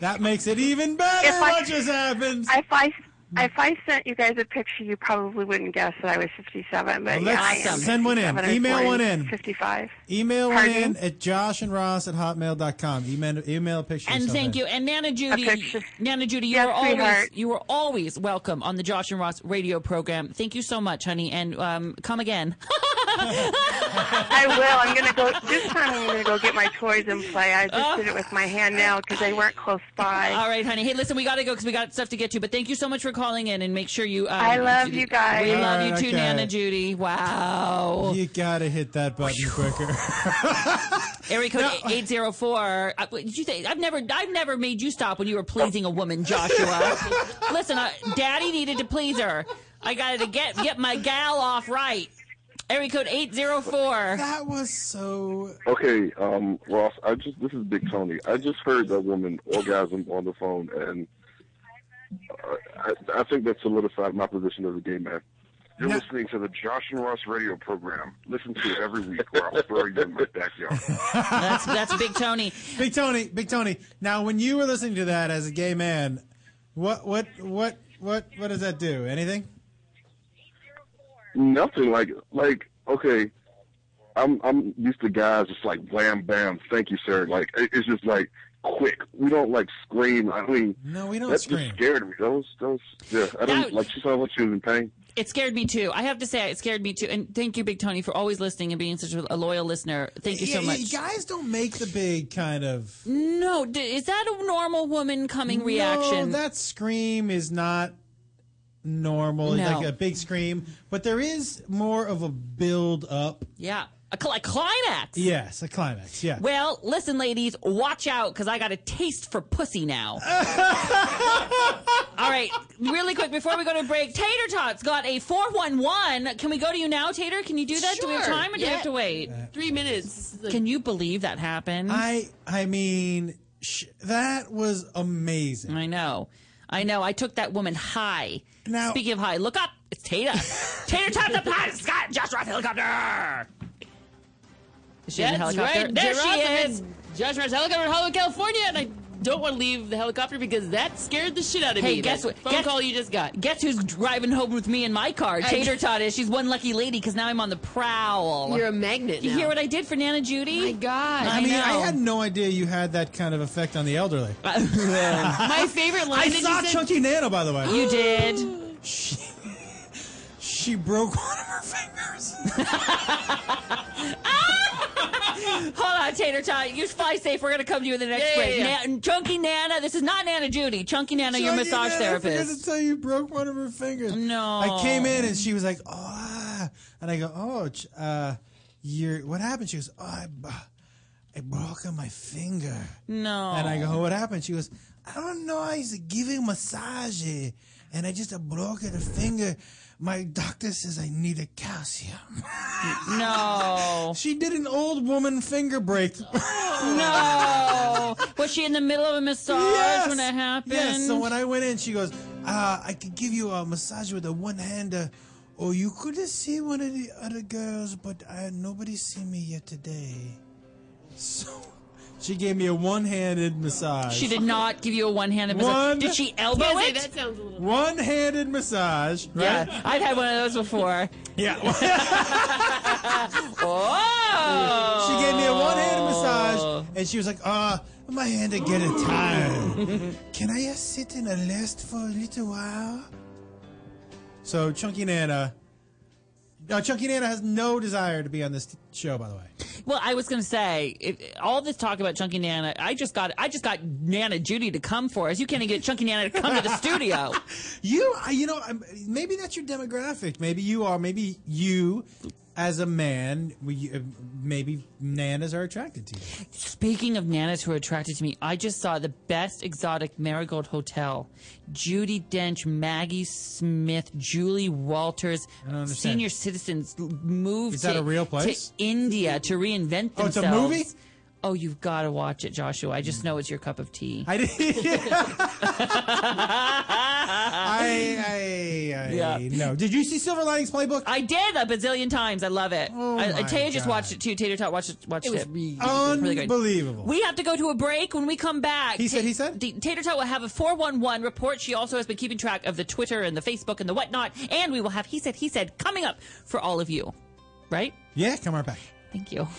S4: That makes it even better.
S13: If I-
S4: what just happened?
S13: If I if I sent you guys a picture, you probably wouldn't guess that I was 57. But
S4: Well,
S13: yeah, I
S4: let's
S13: am.
S4: send one in.
S13: 57. I was
S4: Email
S13: born
S4: one
S13: in
S4: in.
S13: 55.
S4: Email one
S13: Pardon?
S4: in at josh and ross at hotmail.com. Email, email a picture. of
S5: And
S4: yourself
S5: thank
S4: in.
S5: you. And Nana Judy, Nana Judy, you
S13: Yes,
S5: are always
S13: sweetheart.
S5: you are always welcome on the Josh and Ross radio program. Thank you so much, honey, and um, come again.
S13: I will. I'm gonna go. This time I'm gonna go get my toys and play. I just did it with my hand now because they weren't close by.
S5: All right, honey. Hey, listen, we got to go because we got stuff to get to. But thank you so much for calling in and make sure you. Um,
S13: I love you guys.
S5: We love
S4: All
S5: you
S4: right,
S5: too,
S4: okay.
S5: Nana Judy. Wow.
S4: You gotta hit that button quicker.
S5: Area code eight zero four. Uh, Did you say I've never I've never made you stop when you were pleasing a woman, Joshua? Listen, uh, Daddy needed to please her. I got to get get my gal off right. Area code eight zero four.
S4: that was so.
S11: Okay, um, Ross, I just this is Big Tony. I just heard that woman orgasm on the phone, and uh, I, I think that solidified my position as a gay man.
S15: You're listening to the Josh and Ross radio program. Listen to it every week where I'll bury you in my backyard.
S5: That's that's Big Tony.
S4: Big Tony, Big Tony. Now, when you were listening to that as a gay man, what, what, what, what, what does that do? Anything?
S11: Nothing like like okay. I'm I'm used to guys just like wham bam, thank you sir. Like it- it's just like quick. We don't like scream. I mean,
S4: no, we don't
S11: that
S4: scream.
S11: Just scared me. That was that was yeah. I
S5: That-
S11: didn't like she sounded like she was in pain.
S5: It scared me too. I have to say, it scared me too. And thank you, Big Tony, for always listening and being such a loyal listener. Thank you so
S4: Yeah,
S5: much.
S4: You guys don't make the big kind of
S5: No, d- is that a normal woman coming reaction?
S4: No, that scream is not normal. It's
S5: No.
S4: Like a big scream, but there is more of a build up.
S5: yeah, a, cl- a climax.
S4: Yes, a climax. Yeah.
S5: Well, listen, ladies, watch out because I got a taste for pussy now. All right, really quick before we go to break, Tater Tots got a 411. Can we go to you now, Tater? Can you do that? Do we have
S6: Sure.
S5: time or do we
S6: Yeah.
S5: have to wait?
S6: Three minutes.
S5: Can you believe that happened?
S4: I I mean, sh- that was amazing.
S5: I know. I know. I took that woman high.
S4: Now-
S5: Speaking of high, look up. It's Tater. Tater Tots up high. Scott, Josh Roth helicopter. Is she in the
S6: That's
S5: helicopter?
S6: right.
S5: There
S6: Gerard
S5: she
S6: Hoffman,
S5: is.
S6: Josh Mars helicopter in Hollywood, California, and I don't want to leave the helicopter because that scared the shit out of
S5: Hey,
S6: me.
S5: guess
S6: that
S5: what-
S6: phone
S5: guess-
S6: call you just got.
S5: Guess who's driving home with me in my car?
S6: I-
S5: Tater Tot is. She's one lucky lady because now I'm on the prowl.
S6: You're a magnet.
S5: You
S6: now.
S5: hear what I did for Nana Judy? My
S6: God.
S4: I, mean, I
S5: know.
S4: had no idea you had that kind of effect on the elderly.
S6: My favorite line.
S4: I
S6: that you
S4: saw
S6: said-
S4: Chunky Nano, by the way.
S5: You did.
S4: She, she broke one of her fingers.
S5: Hold on, Tater Tot. You fly safe. We're going to come to you in the next
S6: Yeah, yeah,
S5: break.
S6: yeah.
S5: Na- Chunky Nana. This is not Nana Judy. Chunky Nana, your
S4: Chunky
S5: massage
S4: Nano, I forgot
S5: therapist.
S4: to tell you, broke one of her fingers.
S5: No.
S4: I came in and she was like, "Oh," ah," and I go, "Oh, ch- uh, you're what happened?" She goes, "Oh, I, b- I broke my finger."
S5: No.
S4: And I go, "Oh, "What happened?" She goes, "I don't know. I was giving massage, eh, and I just uh, broke the finger." My doctor says I need a calcium.
S5: No.
S4: she did an old woman finger break.
S5: No. Oh, Was she in the middle of a massage
S4: Yes.
S5: when it happened?
S4: Yes. So when I went in, she goes, uh, I could give you a massage with a one hander, or you could see one of the other girls, but uh nobody's seen me yet today. So she gave me a one handed massage.
S5: She did not give you a one-handed massage.
S4: One-
S5: Did she elbow
S6: Yeah, say
S5: it?
S6: that sounds a little.
S4: One handed massage, right?
S5: Yeah, I've had one of those before.
S4: Yeah.
S5: Oh!
S4: she gave me a one handed massage, and she was like, uh, my hand is getting tired. Can I just sit in a list for a little while? So, Chunky Nana. No, Chunky Nana has no desire to be on this show, by the way.
S5: Well, I was going to say it, all this talk about Chunky Nana. I just got I just got Nana Judy to come for us. You can't even get Chunky Nana to come to the studio.
S4: You, I- you know, I'm- maybe that's your demographic. Maybe you are. Maybe you, as a man, we, uh, maybe nanas are attracted to you.
S5: Speaking of nanas who are attracted to me, I just saw the best exotic Marigold Hotel. Judy Dench, Maggie Smith, Julie Walters,
S4: I don't understand.
S5: senior citizens l- moved
S4: Is that
S5: to,
S4: a real
S5: to
S4: place?
S5: India to reinvent
S4: Oh, it's a
S5: themselves.
S4: movie?
S5: Oh, you've got to watch it, Joshua. I just know it's your cup of tea.
S4: I did. I, I, I
S5: Yeah.
S4: no. Did you see Silver Linings Playbook?
S5: I did a bazillion times. I love it.
S4: Oh
S5: I,
S4: my
S5: Tay just
S4: God.
S5: watched it too. Tater Tot watched it. Watched it.
S6: It was really
S5: really good.
S4: Unbelievable.
S5: We have to go to a break. When we come back,
S4: He said- he said?
S5: the Tater Tot will have a four one one report. She also has been keeping track of the Twitter and the Facebook and the whatnot. And we will have he said he said coming up for all of you. Right?
S4: yeah, come right back.
S5: Thank you.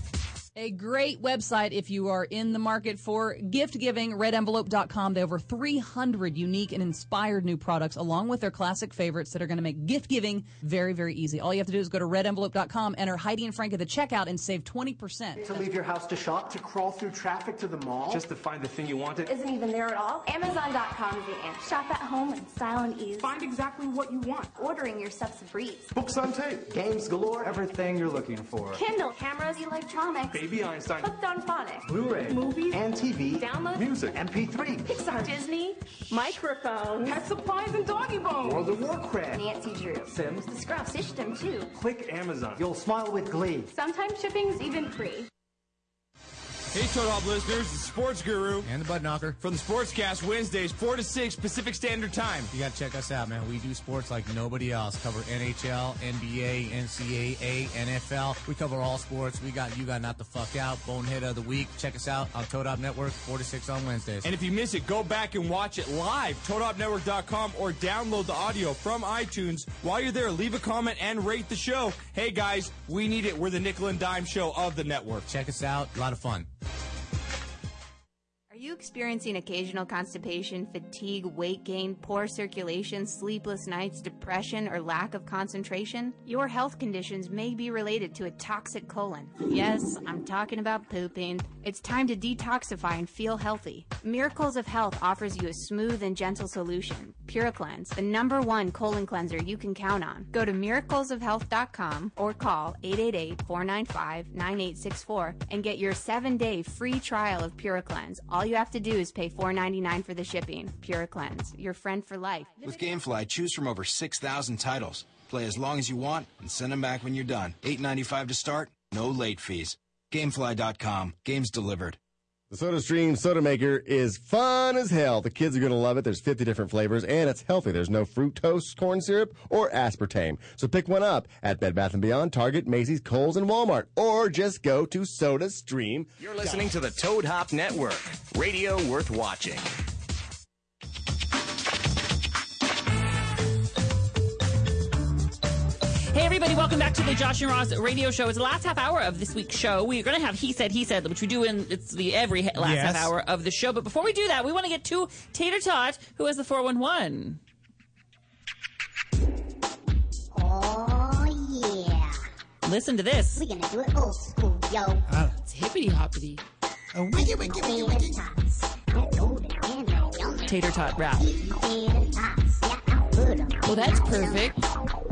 S2: A great website if you are in the market for gift giving, redenvelope.com. They have over 300 unique and inspired new products along with their classic favorites that are going to make gift giving very, very easy. All you have to do is go to redenvelope.com, enter Heidi and Frank at the checkout, and save 20%.
S14: To leave your house to shop, to crawl through traffic to the mall.
S21: Just to find the thing you wanted.
S22: isn't even there at all. Amazon.com is the answer. Shop at home in style and ease. Find exactly what you want. Ordering your stuff's a breeze.
S14: Books on tape, games galore, everything you're looking for.
S22: Kindle, cameras, electronics.
S14: Baby Einstein.
S22: Hooked on phonics.
S14: Blu-ray,
S22: Movies.
S14: and TV,
S22: Download.
S14: music, MP3,
S22: Pixar. Disney. Microphones. Pet supplies and doggy bones.
S14: World of Warcraft,
S22: Nancy Drew.
S14: Sims.
S22: The Scruff System, too.
S14: Click Amazon. You'll smile with glee.
S22: Sometimes shipping's even free.
S24: Hey, Toad Hop listeners, the sports guru. And the butt knocker. From the Sportscast Wednesdays, 4 to 6 Pacific Standard Time.
S25: You got to check us out, man. We do sports like nobody else. Cover NHL, NBA, NCAA, NFL. We cover all sports. We got You Got Not the Fuck Out, Bonehead of the Week. Check us out on Toad Hop Network, 4 to 6 on Wednesdays.
S24: And if you miss it, go back and watch it live, toadhopnetwork.com, or download the audio from iTunes. While you're there, leave a comment and rate the show. Hey, guys, we need it. We're the nickel and dime show of the network.
S25: Check us out. A lot of fun.
S8: Are you experiencing occasional constipation, fatigue, weight gain, poor circulation, sleepless nights, depression, or lack of concentration? Your health conditions may be related to a toxic colon. Yes, I'm talking about pooping. It's time to detoxify and feel healthy. Miracles of Health offers you a smooth and gentle solution. PuraCleanse, the number one colon cleanser you can count on. Go to miraclesofhealth.com or call 888-495-9864 and get your 7-day free trial of PuraCleanse. All you have to do is pay $4.99 for the shipping. PuraCleanse, your friend for life.
S18: With GameFly, choose from over 6,000 titles. Play as long as you want and send them back when you're done. $8.95 to start, no late fees. Gamefly.com, games delivered.
S21: The SodaStream Soda Maker is fun as hell. The kids are going to love it. There's 50 different flavors and it's healthy. There's no fructose, corn syrup, or aspartame. So pick one up at Bed Bath & Beyond, Target, Macy's, Kohl's, and Walmart. Or just go to SodaStream.
S12: You're listening to the Toad Hop Network, radio worth watching.
S5: Hey, everybody, welcome back to the Josh and Ross radio show. It's the last half hour of this week's show. We're going to have He Said, He Said, which we do in it's the every he- last
S26: Yes.
S5: half hour of the show. But before we do that, we want to get to Tater Tot, who has the 411.
S26: Oh, yeah.
S5: Listen to this.
S26: We're gonna do it old school, yo. it's hippity hoppity.
S4: Oh,
S26: wiggy, wiggy, wiggy, wiggy.
S5: Tater Tot rap. Oh,
S26: Well, that's perfect.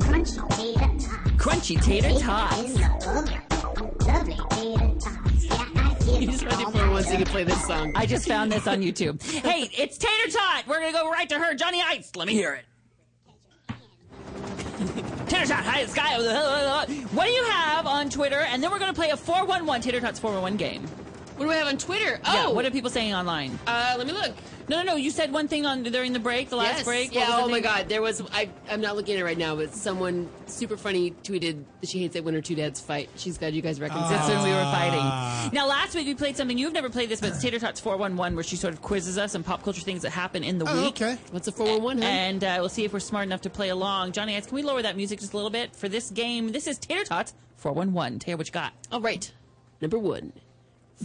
S26: Crunchy tater tots.
S5: Crunchy tater tots.
S26: In the oven. Lovely tater tots. Yeah, I give
S5: He's ready for once he can play this song. I just found this on YouTube. hey, it's Tater Tot. We're going to go right to her. Johnny Ice, let me hear it. Tater Tot, hi, it's Guy. What do you have on Twitter? And then we're going to play a 411 Tater Tots 411 game. What do I have on Twitter? Oh. what are people saying online? Uh, let me look. No, no, no. You said one thing on during the break, the last
S6: Yes.
S5: break. What was
S6: Yeah.
S5: the
S6: Oh my
S5: thing?
S6: God. There was. I. I'm not looking at it right now, but someone super funny tweeted that she hates it when her two dads fight. She's glad you guys reconciled.
S5: That's when we were
S6: Ah.
S5: fighting. Now, last week we played something you've never played this, but it's Tater Tots 411, where she sort of quizzes us on pop culture things that happen in the
S6: Oh,
S5: week.
S6: okay.
S5: What's a 411, And uh, we'll see if we're smart enough to play along. Johnny Ice, can we lower that music just a little bit for this game? This is Tater Tots 411. Taylor, what you got?
S6: All right. Number one,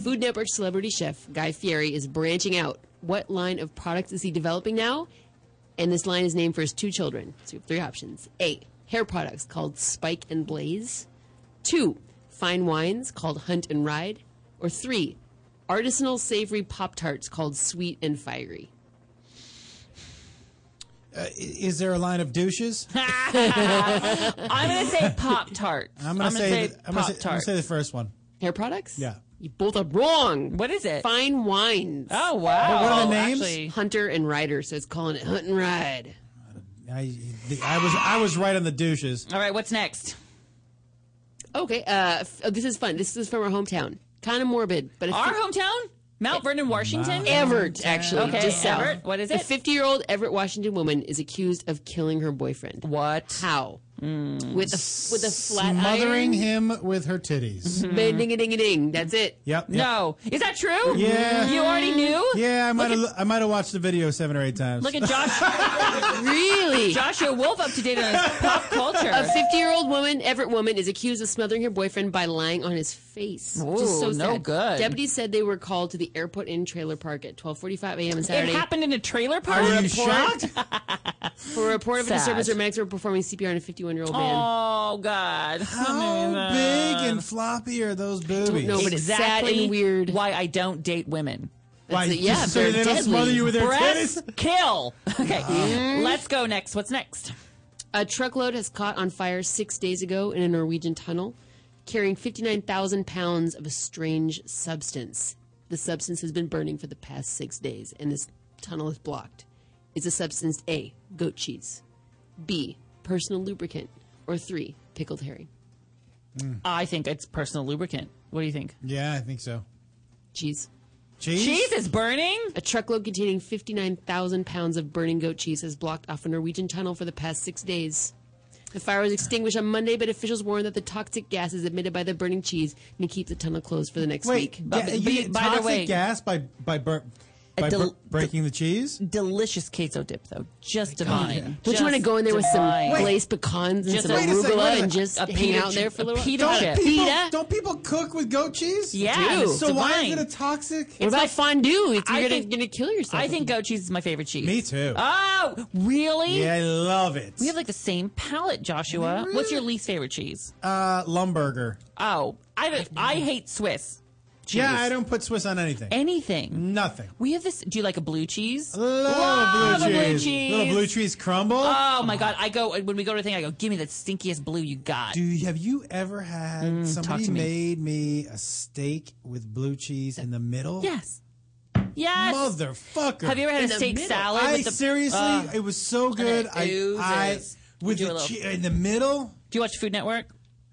S6: Food Network celebrity chef Guy Fieri is branching out. What line of products is he developing now? And this line is named for his two children. So we have three options. A. Hair products called Spike and Blaze. Two. Fine wines called Hunt and Ride. Or three. Artisanal savory Pop Tarts called Sweet and Fiery.
S4: Uh, i- is there a line of douches?
S5: I'm going to say Pop Tart.
S4: I'm gonna say, the- I'm gonna say, I'm gonna
S5: Pop-Tart.
S4: say the first one.
S6: Hair products?
S4: Yeah.
S6: You both are wrong.
S5: What is it?
S6: Fine wines.
S5: Oh,
S4: wow. But what are the names? actually-
S6: Hunter and Rider. So it's calling it Hunt and Ride.
S4: I, the- I was I was right on the douches.
S5: All right, what's next?
S6: Okay, uh, f- oh, this is fun. This is from our hometown. Kind of morbid, but
S5: Our hometown? Mount Vernon, Washington?
S6: Everett, actually,
S5: Okay,
S6: just south.
S5: Everett, what is
S6: A
S5: it?
S6: 50 year old Everett, Washington woman is accused of killing her boyfriend.
S5: What? Hmm.
S6: How? With a f- with a flat iron.
S4: Smothering him with her titties.
S6: Bang, Ding a ding a ding. That's it.
S4: Yep.
S5: No. Is that true?
S4: Yeah.
S5: Oh, You already knew?
S4: Yeah, I might
S5: Look
S4: have I might have watched the video seven or eight times.
S5: Look at Josh.
S6: really?
S5: Joshua Wolf up to date on his pop culture.
S6: A 50 year old woman, Everett woman, is accused of smothering her boyfriend by lying on his face.
S5: Ooh,
S6: Just so
S5: no
S6: sad.
S5: good.
S6: Deputies said they were called to the airport in trailer park at 12:45 a.m. on Saturday.
S5: It happened in a trailer park?
S6: Are you shocked? For a report of a
S5: Sad.
S6: disturbance, paramedics were performing CPR on a 51 year old man.
S5: Oh, God.
S4: How big and floppy are those boobies?
S6: know, but it's sad
S5: exactly
S6: and weird.
S5: Why I don't date women.
S4: Why, That's it. Yeah, just so they're they don't deadly. smother you with their
S5: Breasts
S6: titties?
S5: kill. Okay,
S6: Mm.
S5: let's go next. What's next?
S6: A truckload has caught on fire six days ago in a Norwegian tunnel, carrying 59,000 pounds of a strange substance. The substance has been burning for the past six days, and this tunnel is blocked. Is the substance A, goat cheese, B, personal lubricant, or three, pickled herring?
S4: Mm.
S5: I think it's personal lubricant. What do you think?
S4: Yeah, I think so.
S6: Cheese.
S4: Cheese?
S5: Cheese is burning?
S6: A truckload containing 59,000 pounds of burning goat cheese has blocked off a Norwegian tunnel for the past six days. The fire was extinguished on Monday, but officials warned that the toxic gases emitted by the burning cheese may keep the tunnel closed for the next week.
S4: ga- you get toxic gas by by bur-
S6: A
S4: by
S6: del-
S4: bur- breaking the cheese.
S5: Delicious queso dip though, just divine.
S6: Don't
S5: Just
S6: you want to go in there with
S5: divine.
S6: some glazed pecans and
S5: Just
S6: some
S5: a- wait a sec, wait a
S6: arugula
S5: sec.
S6: and just
S5: A
S6: hang
S5: pita
S6: out there
S5: chip-
S6: for a
S5: a
S6: little
S5: pita
S6: while?
S5: chip.
S4: People,
S5: Pita?
S4: don't people cook with goat cheese?
S5: Yeah, They do.
S4: So why is
S5: divine.
S4: it a toxic?
S6: What about fondue? It's,
S5: I
S6: you're gonna,
S5: think-
S6: gonna kill yourself.
S5: I think goat cheese is my favorite cheese.
S4: Me too.
S5: Oh, really?
S4: Yeah, I love it. Mm.
S5: We have like the same palate, Joshua. What's your least favorite cheese?
S4: Uh, Lumburger.
S5: Oh, I don't- I hate Swiss. Cheese.
S4: Yeah, I don't put Swiss on anything.
S5: anything.
S4: Nothing.
S5: We have this. Do you like a blue cheese? Ah,
S4: Love,
S5: a
S4: blue, cheese. Little blue cheese crumble.
S5: Oh my god! I go when we go to the thing. I go, give me the stinkiest blue you got.
S4: Do you, have you ever had somebody
S5: Mm, talk to me.
S4: made me a steak with blue cheese in the middle?
S5: Yes. Yes.
S4: Motherfucker.
S5: Have you ever had
S4: In
S5: a
S4: the
S5: steak
S4: middle.
S5: salad
S4: I
S5: with the-
S4: seriously,
S5: Ugh.
S4: it was so good.
S5: And it
S4: I, I
S5: oozes.
S4: with
S5: Do
S4: the
S5: a little-
S4: che- in the middle.
S5: Do you watch Food Network?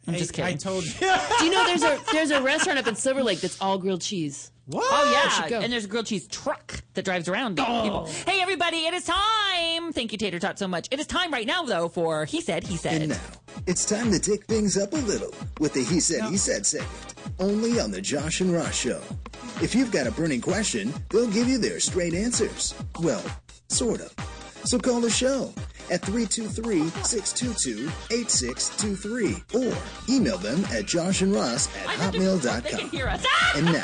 S5: I'm just
S4: I
S5: kidding.
S4: told you.
S6: Do you know there's a there's a restaurant up in Silver Lake that's all grilled cheese?
S4: What? Oh.
S5: Oh
S6: You should
S5: yeah,
S6: go.
S5: and there's a grilled cheese truck that drives around. People. Hey everybody, it is time. Thank you, Tater Tot, so much. It is time right now though for he said he said.
S9: It's time to tick things up a little with the He Said, He Said segment, only on the Josh and Ross Show. If you've got a burning question, they'll give you their straight answers. Well, sort of. So call the show at 323 622 8623 or email them at Josh and Ross at
S5: They can
S9: hotmail.com.
S5: hear us.
S9: And now,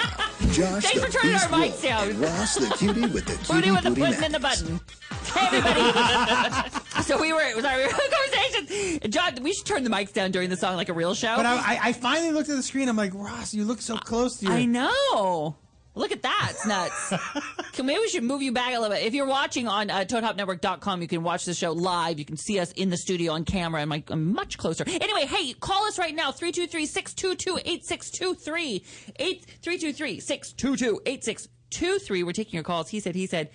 S9: Josh
S5: Thanks
S9: the
S5: for turning our
S9: Beast
S5: mics
S9: Wolf
S5: down.
S9: and Ross the Cutie with the Cutie
S5: Booty with the
S9: Booty
S5: puss in
S9: Mac.
S5: the button. Hey everybody. so we were sorry, we were in conversation. John, we should turn the mics down during the song like a real show.
S4: But I, I, I finally looked at the screen. I'm like, Ross, you look so close to your.
S5: I know. Look at that. It's nuts. can, maybe we should move you back a little bit. If you're watching on uh, ToadHopNetwork.com, you can watch the show live. You can see us in the studio on camera. and my, I'm much closer. Anyway, hey, call us right now 323 622 8623. 323 622 8623. We're taking your calls. He said, he said,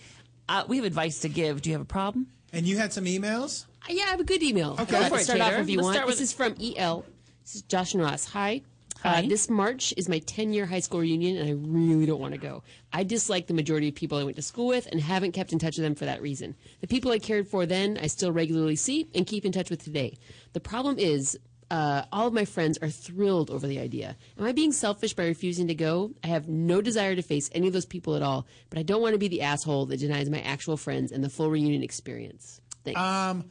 S5: uh, we have advice to give. Do you have a problem?
S4: And you had some emails?
S6: Uh, Yeah, I have a good email.
S5: Okay.
S6: I'll
S5: Go for it,
S6: start off
S5: Tater.
S6: if you
S5: Let's
S6: want.
S5: start with-
S6: This is from EL. This is Josh and Ross. Hi. Uh, this March is my 10 year high school reunion, and I really don't want to go. I dislike the majority of people I went to school with and haven't kept in touch with them for that reason. The people I cared for then, I still regularly see and keep in touch with today. The problem is, uh, all of my friends are thrilled over the idea. Am I being selfish by refusing to go? I have no desire to face any of those people at all, but I don't want to be the asshole that denies my actual friends and the full reunion experience. Thanks.
S4: Um,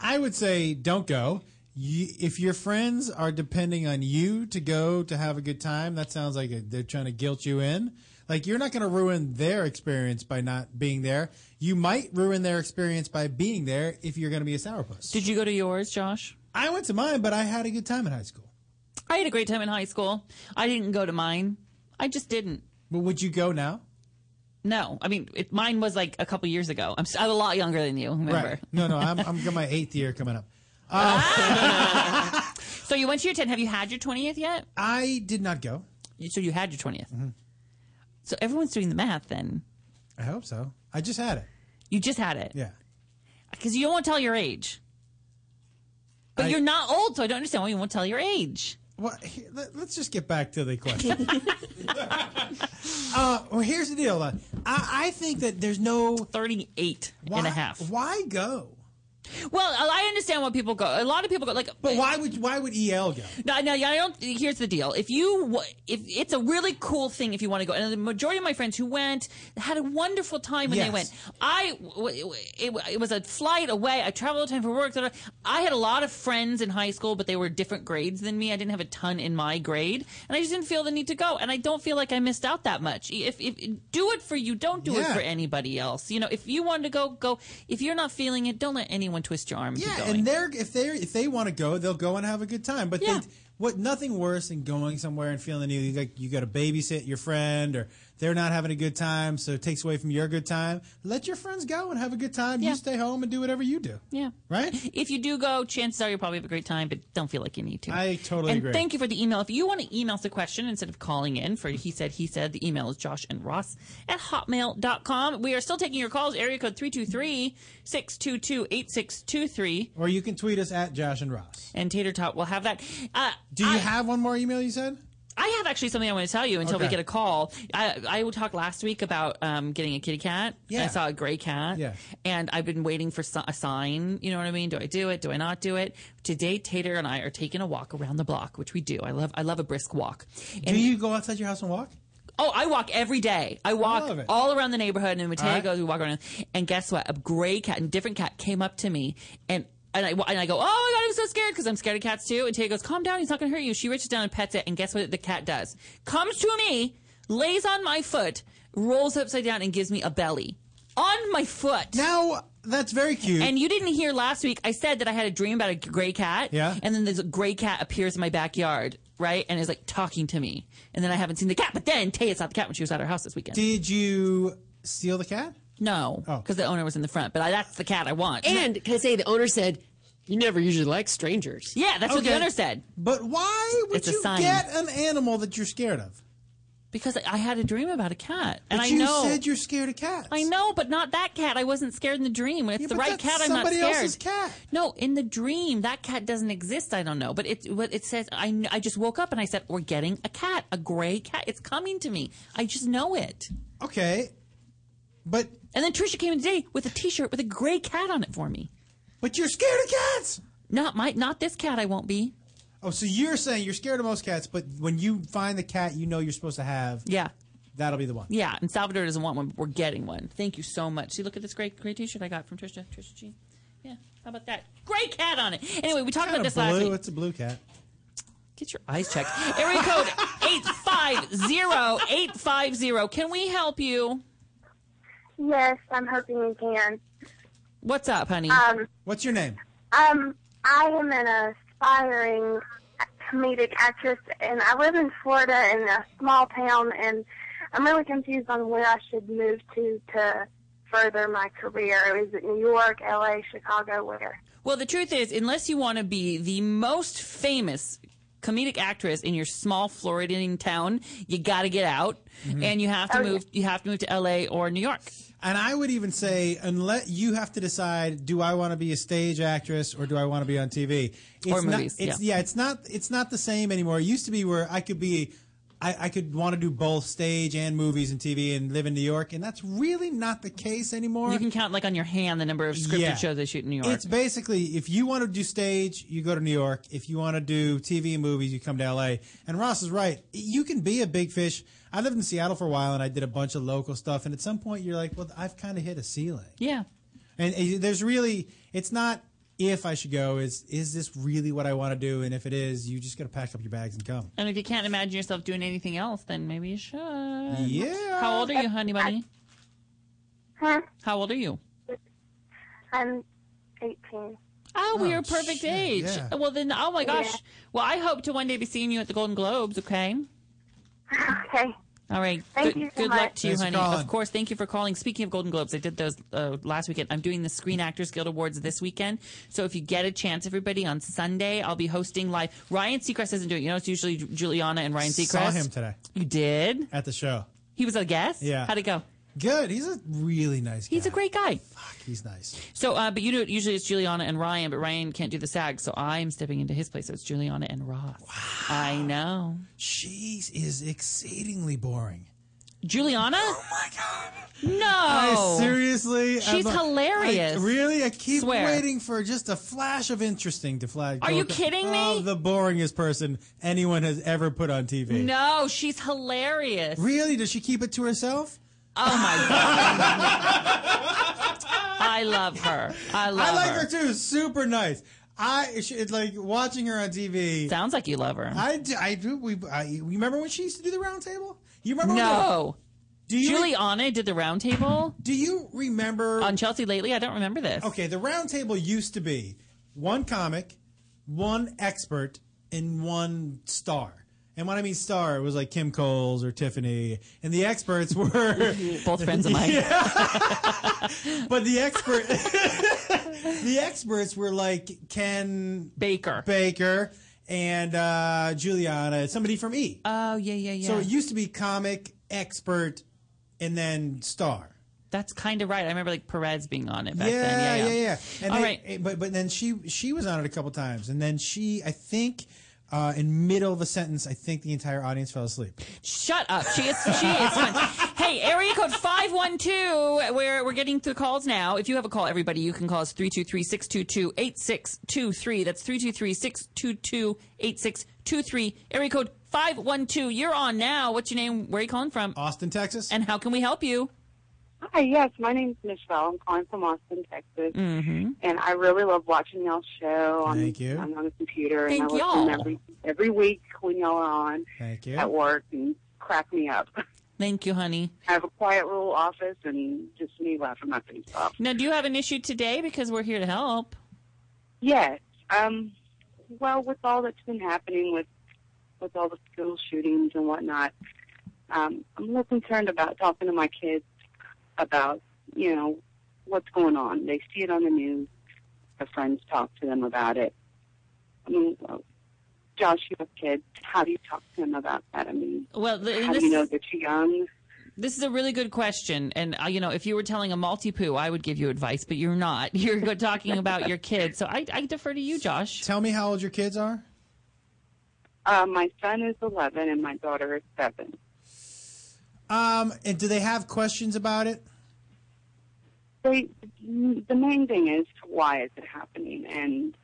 S4: I would say don't go. You, if your friends are depending on you to go to have a good time, that sounds like a, they're trying to guilt you in. Like you're not going to ruin their experience by not being there. You might ruin their experience by being there if you're going to be a sourpuss.
S5: Did you go to yours, Josh?
S4: I went to mine, but I had a good time in high school.
S5: I had a great time in high school. I didn't go to mine. I just didn't.
S4: But would you go now?
S5: No, I mean it, mine was like a couple years ago. I'm, s am a lot younger than you. Remember?
S4: Right? No, no. I'm I'm got my eighth year coming up.
S5: So you went to your 10. Have you had your 20th yet?
S4: Oh. I did not go. Mm-hmm.
S5: You- So you had your 20th. So everyone's doing the math then.
S4: I hope so. I just had it.
S5: You just had it
S4: Yeah.
S5: because you don't want to tell your age. But
S4: I-
S5: you're not old, so I don't understand why you won't tell your age.
S4: Well, here, Uh, let, let's just get back to the question. uh, well, here's the deal. Uh, I, I think that there's no
S5: 38
S4: why,
S5: and a half.
S4: Why go?
S5: Well, I understand why people go. A lot of people go like,
S4: But why would why would EL go?
S5: No, no, I don't. Here's the deal: if you, wa- if it's a really cool thing, if you want to go, and the majority of my friends who went had a wonderful time when they
S10: Yes.
S5: went. I, it, it was a flight away. I traveled all the time for work. da, da. I had a lot of friends in high school, but they were different grades than me. I didn't have a ton in my grade, and I just didn't feel the need to go. And I don't feel like I missed out that much. If, if do it for you, don't do it
S4: Yeah.
S5: for anybody else. You know, if you wanted to go, go. If you're not feeling it, don't let anyone twist your arm.
S4: Yeah,
S5: into going.
S4: and they're if they if they want to go, they'll go and have a good time. But they, what nothing worse than going somewhere and feeling you like you got to babysit your friend or they're not having a good time, so it takes away from your good time. Let your friends go and have a good time. You stay home and do whatever you do.
S5: Yeah.
S4: Right?
S5: If you do go, chances are you'll probably have a great time, but don't feel like you need to.
S4: I totally
S5: and
S4: agree.
S5: thank you for the email. If you want to email us a question instead of calling in for he said, he said, the email is josh and ross at hotmail.com. We are still taking your calls, area code 323 622 8623.
S4: Or you can tweet us at Josh and Ross.
S5: And Tater Tot will have that. Uh,
S4: Do you have one more email? You said
S5: I have actually something I want to tell you until we
S4: Okay.
S5: get a call. I I talked last week about um, getting a kitty cat.
S4: Yeah.
S5: I saw a gray cat.
S4: Yeah.
S5: And I've been waiting for so- a sign. You know what I mean? Do I do it? Do I not do it? Today, Tater and I are taking a walk around the block, which we do. I love I love a brisk walk.
S4: Do you go outside your house and walk?
S5: Oh, I walk every day. I walk
S4: love it.
S5: all around the neighborhood, and Mateo
S4: All right.
S5: goes. We walk around, and guess what? A gray cat, and different cat, came up to me, and and I and I go, oh my god, I'm so scared because I'm scared of cats too. And Mateo goes, calm down, he's not going to hurt you. She reaches down and pets it, and guess what? The cat does comes to me, lays on my foot, rolls upside down, and gives me a belly on my foot.
S4: Now that's very cute.
S5: And you didn't hear last week. I said that I had a dream about a gray cat.
S4: Yeah.
S5: And then this gray cat appears in my backyard, right? And is like talking to me. And then I haven't seen the cat. But then Taya's not the cat when she was at her house this weekend.
S4: Did you steal the cat? Oh.
S5: No, because the owner was in the front. But I, that's the cat I want.
S6: And can I say the owner said, "You never usually like strangers."
S5: Yeah, that's what the owner said.
S4: But why would
S5: It's a
S4: you
S5: sign.
S4: get an animal that you're scared of?
S5: because I had a dream about a cat, and
S4: But
S5: I
S4: you
S5: know
S4: said you're scared of cats.
S5: I know, but not that cat. I wasn't scared in the dream. When it's the
S4: but
S5: right
S4: that's
S5: cat, I'm not
S4: somebody
S5: scared.
S4: else's cat.
S5: No, in the dream, that cat doesn't exist. I don't know, but it what it says. I kn- I just woke up and I said, "We're getting a cat, a gray cat. It's coming to me. I just know it."
S4: Okay, but
S5: and then Trisha came in today with a T-shirt with a gray cat on it for me.
S4: But you're scared of cats.
S5: Not my, not this cat. I won't be.
S4: Oh, so you're saying you're scared of most cats, but when you find the cat you know you're supposed to have,
S5: Yeah.
S4: that'll be the one.
S5: Yeah, and Salvador doesn't want one, but we're getting one. Thank you so much. See, look at this great, great T-shirt I got from Trisha, Trisha G. Yeah, how about that? Great cat on it. Anyway, we talked about
S4: Kinda
S5: this last
S4: blue.
S5: week.
S4: It's a blue cat.
S5: Get your eyes checked. Area code 850850. Can we help you?
S20: Yes, I'm hoping you can.
S5: What's up, honey?
S20: Um,
S4: What's your name?
S20: Um, I am an aspiring comedic actress, and I live in Florida in a small town, and I'm really confused on where I should move to to further my career. Is it New York, L.A., Chicago, where?
S5: Well, the truth is, unless you want to be the most famous comedic actress in your small Floridian town, you got to get out
S4: Mhm.
S5: and you have to
S4: Oh, yeah.
S5: move. You have to move to L.A. or New York.
S4: And I would even say, unless you have to decide, do I want to be a stage actress or do I want to be on TV? It's
S5: Or
S4: not,
S5: movies,
S4: It's,
S5: yeah.
S4: it's not. It's not the same anymore. It used to be where I could be, I, I could want to do both stage and movies and TV and live in New York, and that's really not the case anymore.
S5: You can count like on your hand the number of scripted
S4: Yeah.
S5: shows they shoot in New York.
S4: It's basically if you want to do stage, you go to New York. If you want to do TV and movies, you come to LA. And Ross is right. You can be a big fish. I lived in Seattle for a while and I did a bunch of local stuff. And at some point, you're like, well, I've kind of hit a ceiling.
S5: Yeah.
S4: And uh, there's really, it's not if I should go, is is this really what I want to do? And if it is, you just got to pack up your bags and come.
S5: And if you can't imagine yourself doing anything else, then maybe you should.
S4: Yeah.
S5: How old are you, honey bunny?
S20: Huh?
S5: How old are you?
S20: I'm 18.
S5: Oh, we are perfect age.
S20: yeah.
S5: Well, then, oh my gosh.
S20: Yeah.
S5: Well, I hope to one day be seeing you at the Golden Globes. Okay.
S20: Okay.
S5: All right.
S20: Thank
S5: good
S20: you so
S5: good
S20: much.
S5: luck to you,
S20: Thanks for
S5: honey.
S20: calling.
S5: Of course. Thank you for calling. Speaking of Golden Globes, I did those uh, last weekend. I'm doing the Screen Actors Guild Awards this weekend. So if you get a chance, everybody, on Sunday, I'll be hosting live. Ryan Seacrest isn't doing it. You know, it's usually Juliana and Ryan Seacrest.
S4: Saw him today.
S5: You did?
S4: At the show.
S5: He was a guest?
S4: Yeah.
S5: How'd it go?
S4: Good. He's a really nice guy.
S5: He's a great guy.
S4: He's nice.
S5: So, uh, but you know, usually it's Juliana and Ryan, but Ryan can't do the SAG, so I'm stepping into his place. So it's Juliana and Ross. I know.
S4: She is exceedingly boring.
S5: Juliana. Oh my god. No.
S4: I seriously.
S5: She's
S4: I'm-
S5: hilarious.
S4: I- really? I keep
S5: Swear.
S4: waiting for just a flash of interesting to flag.
S5: Are you kidding
S4: me? the boringest person anyone has ever put on TV.
S5: No, she's hilarious.
S4: Really? Does she keep it to herself?
S5: Oh my god. I love her. I love
S4: I like her.
S5: her.
S4: too. Super nice. I she, it's like watching her on TV.
S5: Sounds like you love her.
S4: I do. I do. We. I, you remember when she used to do the round table? You remember?
S5: No.
S4: Do you-
S5: Juliana did the round table?
S4: Do you remember
S5: on Chelsea lately? I don't remember this.
S4: When, okay, the round table used to be one comic, one expert, and one star. And when I mean star, it was like Kim Coles or Tiffany, and the experts were
S5: both friends of mine.
S4: but the expert the experts were like Ken
S5: Baker
S4: Baker and uh, Juliana somebody from E
S5: oh yeah yeah yeah
S4: so it used to be comic expert and then star
S5: That's kind of right. I remember like Perez being on it
S4: yeah,
S5: back then. Yeah, yeah,
S4: yeah yeah and
S5: All
S4: they-
S5: right.
S4: eh, but but then she she was on it a couple times and then she I think Uh, in middle of a sentence, I think the entire audience fell asleep.
S5: Shut up. She is. She is. fun. hey, area code five one two. Where we're getting to the calls now. If you have a call, everybody, you can call us 323-622-8623. That's 323-622-8623. Area code five one two. You're on now. What's your name? Where are you calling from?
S4: Austin, Texas.
S5: And how can we help you?
S10: Hi, yes, my name's Michelle. I'm calling from Austin, Texas,
S5: Mm-hmm.
S10: and I really love watching y'all's show. I'm,
S4: Thank you.
S10: I'm on the computer, and
S4: Thank
S10: I
S4: y'all.
S10: listen every every week when y'all are on
S4: Thank
S10: at work and crack me up.
S5: Thank you, honey.
S10: I have a quiet little office, and just me laughing my face off.
S5: Now, do you have an issue today? Because we're here to help.
S10: Yes. Um, well, with all that's been happening with with all the school shootings and whatnot, um, I'm a little concerned about talking to my kids about you know what's going on. They see it on the news. Their friends talk to them about it. I mean, uh, Josh, you have kids. How do you talk to them about that? I mean,
S5: Well, th-
S10: how
S5: this
S10: do you know they're too young?
S5: This is a really good question, and uh, you know, if you were telling a multi poo, I would give you advice, but you're not. You're go- talking about your kids, so I, I defer to you, Josh.
S4: Tell me how old your kids are.
S10: Uh, my son is 11 and my daughter is seven.
S4: Um, and do they have questions about it?
S10: they the main thing is why is it happening and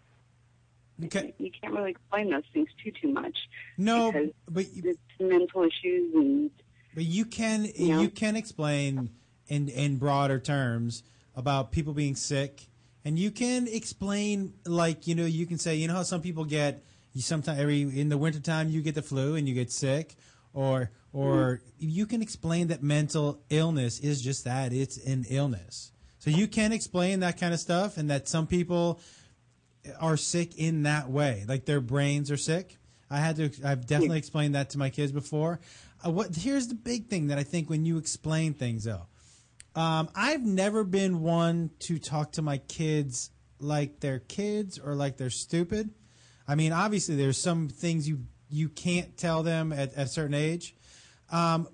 S10: you can't really explain those things too too much
S4: No,
S10: because
S4: but
S10: it's mental issues and
S4: But you can you can explain in in broader terms about people being sick, and you can explain like you know you can say you know how some people get you sometimes every in the wintertime you get the flu and you get sick, or or
S10: Mm-hmm.
S4: you can explain that mental illness is just that it's an illness. So you can explain that kind of stuff, and that some people are sick in that way, like their brains are sick. I had to. I've definitely explained that to my kids before. Uh, what here's the big thing that I think when you explain things though, um, I've never been one to talk to my kids like they're kids or like they're stupid. I mean, obviously there's some things you you can't tell them at, at a certain age, um,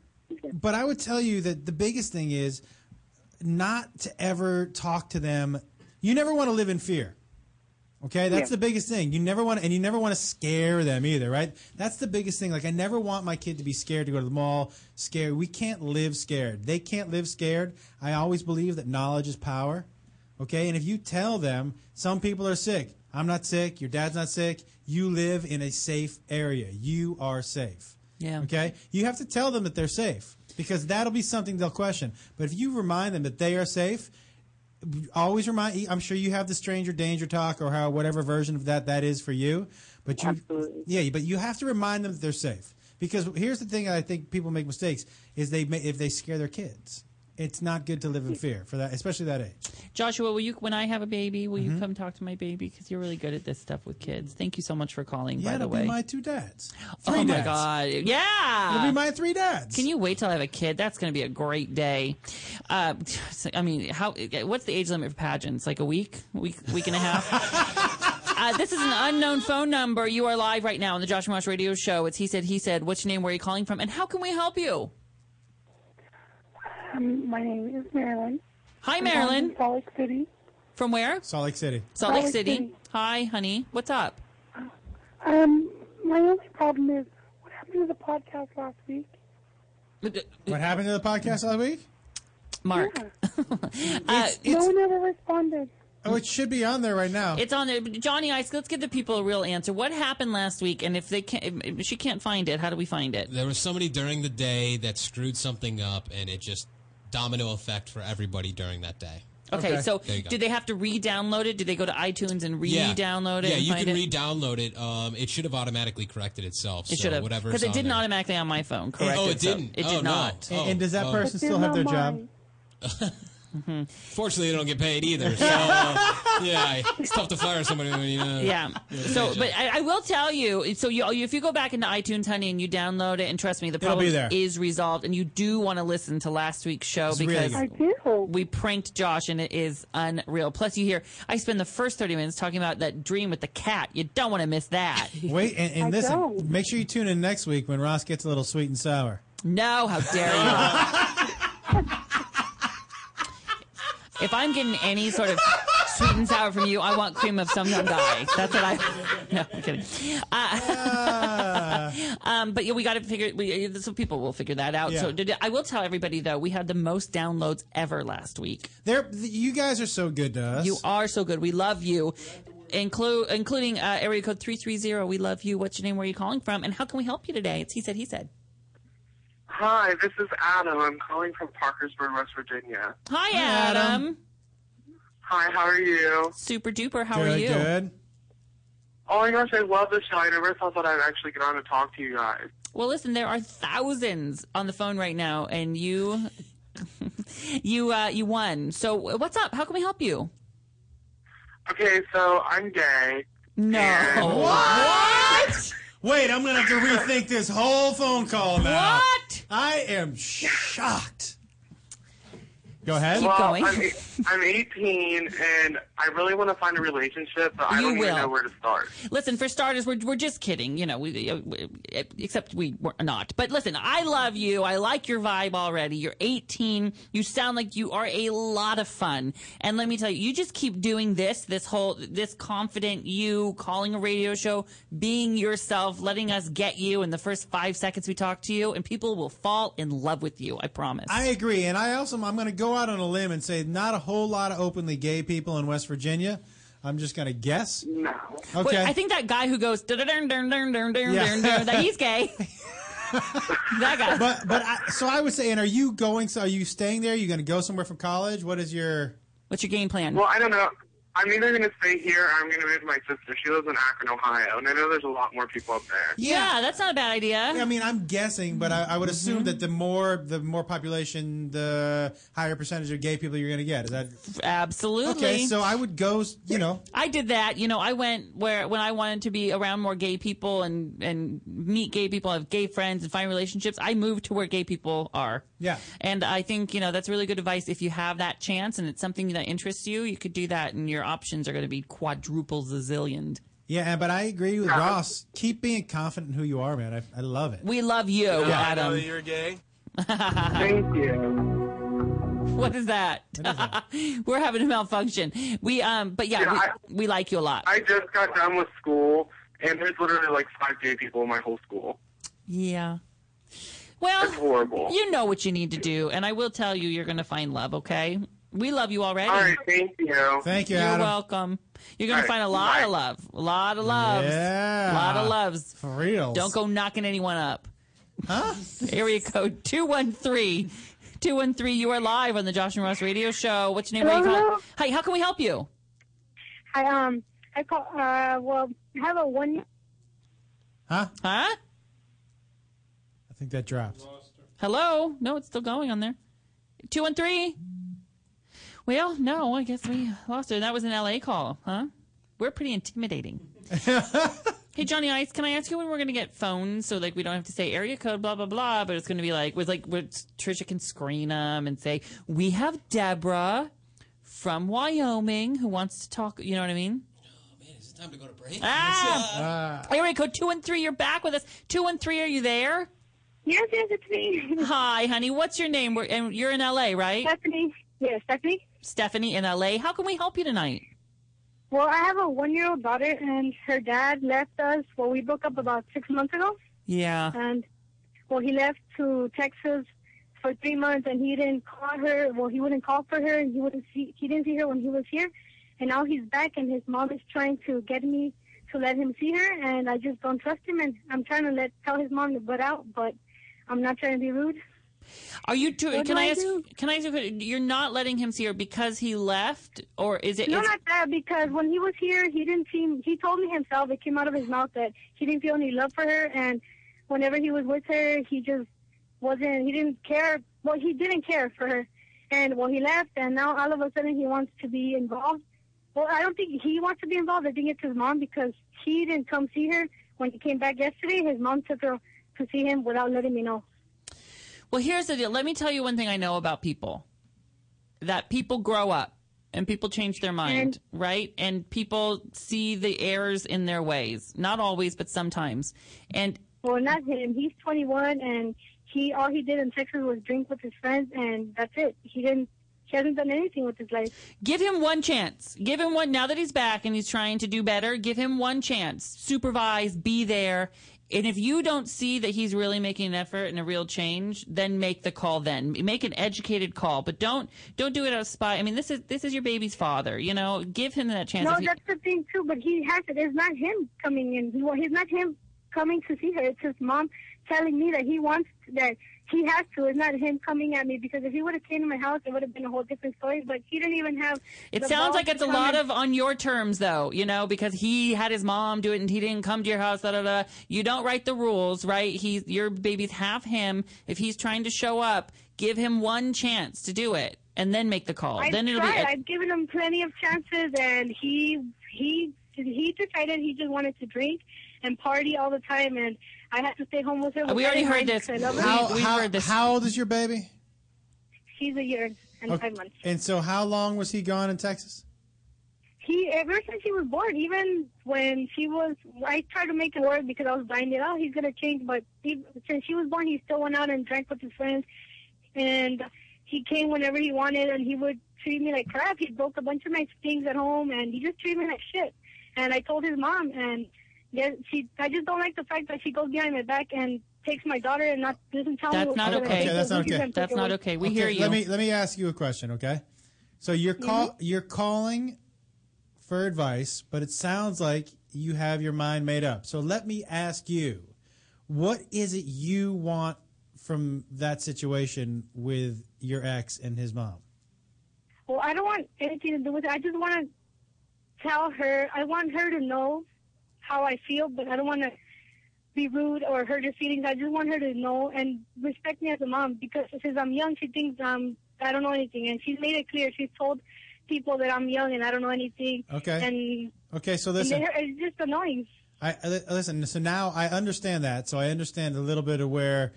S4: but I would tell you that the biggest thing is not to ever talk to them. You never want to live in fear. Okay, that's
S3: Yeah.
S4: the biggest thing. You never want, and you never want to scare them either, right? That's the biggest thing. Like, I never want my kid to be scared to go to the mall. Scared. We can't live scared. They can't live scared. I always believe that knowledge is power. Okay, and if you tell them some people are sick, I'm not sick. Your dad's not sick. You live in a safe area. You are safe.
S5: Yeah.
S4: Okay. You have to tell them that they're safe because that'll be something they'll question. But if you remind them that they are safe, always remind. I'm sure you have the stranger danger talk or how whatever version of that that is for you. But you, yeah, but you have to remind them that they're safe because here's the thing that I think people make mistakes is they ma- if they scare their kids, it's not good to live in fear for that, especially that age.
S5: Joshua, will you when I have a baby, will
S4: Mm-hmm.
S5: you come talk to my baby? Because you're really good at this stuff with kids. Thank you so much for calling.
S4: Yeah,
S5: by the
S4: it'll
S5: way,
S4: be my two dads.
S5: oh my
S4: Three dads.
S5: god, yeah,
S4: It'll be my three dads.
S5: Can you wait till I have a kid? That's going to be a great day. Uh, I mean, how? What's the age limit for pageants? Like a week, week, week and a half. Uh, this is an unknown phone number. You are live right now on the Josh and Ross Radio Show. It's he said, he said. What's your name? Where are you calling from? And how can we help you?
S16: Um, my name is Marilyn.
S5: Hi,
S16: I'm
S5: Marilyn.
S16: From Salt Lake City.
S5: From where?
S4: Salt Lake City.
S5: Salt Lake
S16: Salt Lake
S5: City.
S16: City.
S5: Hi, honey. What's up?
S16: Um, my only problem is what happened to the podcast last week?
S4: What happened to the podcast last week?
S5: Mark. Uh,
S16: no one ever responded.
S4: Oh, it should be on there right now.
S5: It's on there. Johnny Ice, let's give the people a real answer. What happened last week? And if they can't, if she can't find it, how do we find it?
S17: There was somebody during the day that screwed something up, and it just domino effect for everybody during that day.
S5: Okay, so
S17: There you go.
S5: did they have to re-download it? Did they go to iTunes and
S17: Yeah.
S5: re-download it?
S17: Yeah,
S5: and
S17: you
S5: find
S17: can
S5: it?
S17: re-download it. Um, it should have automatically corrected itself.
S5: It
S17: so
S5: should have
S17: whatever's
S5: because it
S17: on
S5: did
S17: there.
S5: not automatically on my phone. Correct.
S17: oh, it
S5: itself.
S17: didn't.
S5: It
S17: Oh,
S5: did
S17: no.
S5: not.
S17: And- and does that Oh. person
S4: still have their job?
S17: Fortunately, they don't get paid either. So uh, yeah, it's tough to fire somebody when you know.
S5: Yeah.
S17: you know,
S5: So,
S17: paycheck.
S5: but I, I will tell you. So, you if you go back into iTunes, honey, and you download it, and trust me, the
S17: It'll be
S5: problem
S17: there.
S5: is resolved. And you do want to listen to last week's show
S17: It's really
S5: because
S16: do.
S5: we pranked Josh, and it is unreal. Plus, you hear I spend the first thirty minutes talking about that dream with the cat. You don't want to miss that.
S4: Wait, and, and listen, make sure you tune in next week when Ross gets a little sweet and sour.
S5: No, how dare you? if I'm getting any sort of sweet and sour from you. I want cream of some young guy. That's what I. No, I'm kidding. Uh, um, but yeah, we got to figure. We, so people will figure that out.
S4: Yeah.
S5: So did, I will tell everybody though, we had the most downloads ever last week.
S4: There, you guys are so good to us.
S5: You are so good. We love you. Include, including uh, area code 330. We love you. What's your name? Where are you calling from? And how can we help you today? It's He Said, He Said.
S13: Hi, this is Adam. I'm calling from Parkersburg, West Virginia.
S5: Hi, Adam.
S13: Hi, how are you?
S5: Super duper. How are you?
S13: Oh my gosh, I love the show. I never thought that I'd actually get on and talk to you guys.
S5: Well, listen, there are thousands on the phone right now, and you, you, uh, you won. So what's up? How can we help you?
S13: Okay, so I'm gay.
S5: No.
S4: What? Wait, I'm gonna have to rethink this whole phone call now.
S5: What?
S4: I am shocked. Go ahead.
S13: well, I'm, eight- I'm 18, and I really want to find a relationship, but I
S5: You
S13: don't
S5: will.
S13: even know where to start.
S5: Listen, for starters, we're, we're just kidding. You know, we, uh, we- except we were not. But listen, I love you. I like your vibe already. You're 18. You sound like you are a lot of fun. And let me tell you, you just keep doing this, this whole, this confident you calling a radio show, being yourself, letting us get you in the first five seconds we talk to you, and people will fall in love with you. I promise.
S4: I agree, and I also I'm going to go out on a limb and say not a whole lot of openly gay people in West Virginia. I'm just going to guess.
S13: No.
S4: Okay.
S5: Wait, I think that guy who goes dun dun dun dun dun dun
S4: Yeah.
S5: dun dun that he's gay. that guy.
S4: But but I, so I would say, and are you going? So are you staying there? Are you going to go somewhere from college? What is your
S5: what's your game plan?
S13: Well, I don't know. I'm either going to stay here or I'm going to move to my sister. She lives in Akron, Ohio, and I know there's a lot more people up there.
S5: Yeah, that's not a bad idea. Mm-hmm.
S4: I mean, I'm guessing, but I, I would assume that the more the more population, the higher percentage of gay people you're going to get. Is that
S5: Absolutely.
S4: okay? So I would go. You know,
S5: I did that. You know, I went where when I wanted to be around more gay people and and meet gay people, have gay friends, and find relationships. I moved to where gay people are.
S4: Yeah.
S5: And I think you know that's really good advice. If you have that chance and it's something that interests you, you could do that, and your options are going to be quadruple zazillioned.
S4: yeah. and- But I agree with Ross. Keep being confident in who you are, man. I, I love it.
S5: We love you, Adam.
S4: you're
S13: gay.
S5: Thank
S13: you.
S5: What is that? We're having a malfunction. We um, but yeah,
S13: Yeah,
S5: we,
S13: I-
S5: we like you a lot.
S13: I just got done with school, and there's literally like five gay people in my whole school.
S5: Yeah. Well,
S13: It's horrible.
S5: you know what you need to do, and I will tell you, you're going to find love. Okay, we love you already.
S13: All right, thank you.
S4: Thank you,
S5: You're
S4: Adam.
S5: welcome. You're going
S4: All
S5: to
S4: right,
S5: find a lot of
S4: bye.
S5: love, a lot of loves,
S4: Yeah.
S5: a lot of loves.
S4: For real.
S5: Don't go knocking anyone up. Huh? Area code 213. 213, you are live on the Josh and Ross radio show. What's your name? Where you
S26: Hello.
S5: calling? Hi, how can we help you?
S26: I um I call uh well I have a one
S4: Huh?
S5: Huh?
S4: I think that dropped.
S5: Hello? No, it's still going on there. 213. Well, no, I guess we lost her. That was an LA call, huh? We're pretty intimidating. hey, Johnny Ice, can I ask you when we're going to get phones so like we don't have to say area code, blah, blah, blah, but it's going to be like, with like, where Trisha can screen them and say, we have Deborah from Wyoming who wants to talk. You know what I mean?
S17: Time to go to break.
S5: Ah! Area code 213, you're back with us. 213, are you there?
S26: Yes, yes, it's me.
S5: Hi, honey. What's your name? We're, and you're in LA, right?
S26: Stephanie. Yes, Stephanie.
S5: Stephanie in LA. How can we help you tonight?
S26: Well, I have a one year old daughter and her dad left us well we broke up about six months ago.
S5: Yeah.
S26: And well, he left to Texas for three months, and he didn't call her. Well, he wouldn't call for her, and he wouldn't see. He didn't see her when he was here, and now he's back, and his mom is trying to get me to let him see her, and I just don't trust him, and I'm trying to let tell his mom to butt out, but I'm not trying to be rude.
S5: Are you two?
S26: What
S5: can
S26: do
S5: I,
S26: I
S5: ask?
S26: do?
S5: Can I ask? you- You're not letting him see her because he left, or is it?
S26: no,
S5: is-
S26: not that. Because when he was here, he didn't seem. He told me himself. It came out of his mouth that he didn't feel any love for her, and whenever he was with her, he just wasn't. He didn't care. Well, he didn't care for her, and well, he left, and now all of a sudden he wants to be involved. Well, I don't think he wants to be involved. I think it's his mom because he didn't come see her when he came back yesterday. His mom took her to see him without letting me know.
S5: well, here's the deal. Let me tell you one thing I know about people: that people grow up and people change their mind, right? And people see the errors in their ways. Not always, but sometimes. And
S26: Well, not him. He's 21, and he all he did in Texas was drink with his friends, and that's it. He didn't He hasn't done anything with his life.
S5: Give him one chance. Give him one. Now that he's back and he's trying to do better, give him one chance. Supervise, be there. And if you don't see that he's really making an effort and a real change, then make the call. Then make an educated call, but don't don't do it out of spite. I mean, this is this is your baby's father. You know, give him that chance.
S26: no,
S5: If he-
S26: that's the thing too. But he has it. It's not him coming in. Well, he's not him coming to see her. It's his mom telling me that he wants that he has to. It's not him coming at me because if he would have came to my house, it would have been a whole different story. But he didn't even have.
S5: It
S26: the
S5: sounds
S26: balls
S5: like
S26: to
S5: it's a
S26: come
S5: lot
S26: and-
S5: of on your terms, though, you know, because he had his mom do it and he didn't come to your house. Da da da. You don't write the rules, right? He's your baby's half him. If he's trying to show up, give him one chance to do it, and then make the call.
S26: I've
S5: Oh, then it'll
S26: tried.
S5: be.
S26: I've given him plenty of chances, and he he he decided he just wanted to drink and party all the time, and I had to stay home with him.
S5: Uh, We already heard this.
S26: I love him.
S4: How, how, how old is your baby?
S26: He's a year and
S4: Okay.
S26: five months.
S4: And so, how long was he gone in Texas?
S26: He ever since he was born, even when she was, I tried to make it work because I was blinded. Oh, he's gonna change, but he, since she was born, he still went out and drank with his friends, and he came whenever he wanted, and he would treat me like crap. He broke a bunch of my things at home, and he just treated me like shit. And I told his mom, and then she, I just don't like the fact that she goes behind my back and takes my daughter and not doesn't tell me.
S5: That's not
S26: what-
S5: okay.
S4: that's not okay.
S5: That's not okay. We
S4: Okay,
S5: hear you. Mm-hmm.
S4: Let me let me ask you a question, okay? So you're call you're calling for advice, but it sounds like you have your mind made up. So let me ask you, what is it you want from that situation with your ex and his mom?
S26: Well, I don't want anything to do with it. I just want to tell her. I want her to know how I feel, but I don't want to be rude or hurt her feelings. I just want her to know and respect me as a mom because since I'm young, she thinks um, I don't know anything, and she's made it clear. She's told people that I'm young and I don't know anything.
S4: Okay.
S26: And
S4: Okay, so
S26: and
S4: listen.
S26: they're- it's just annoying.
S4: I I- li- listen. So now I understand that. So I understand a little bit of where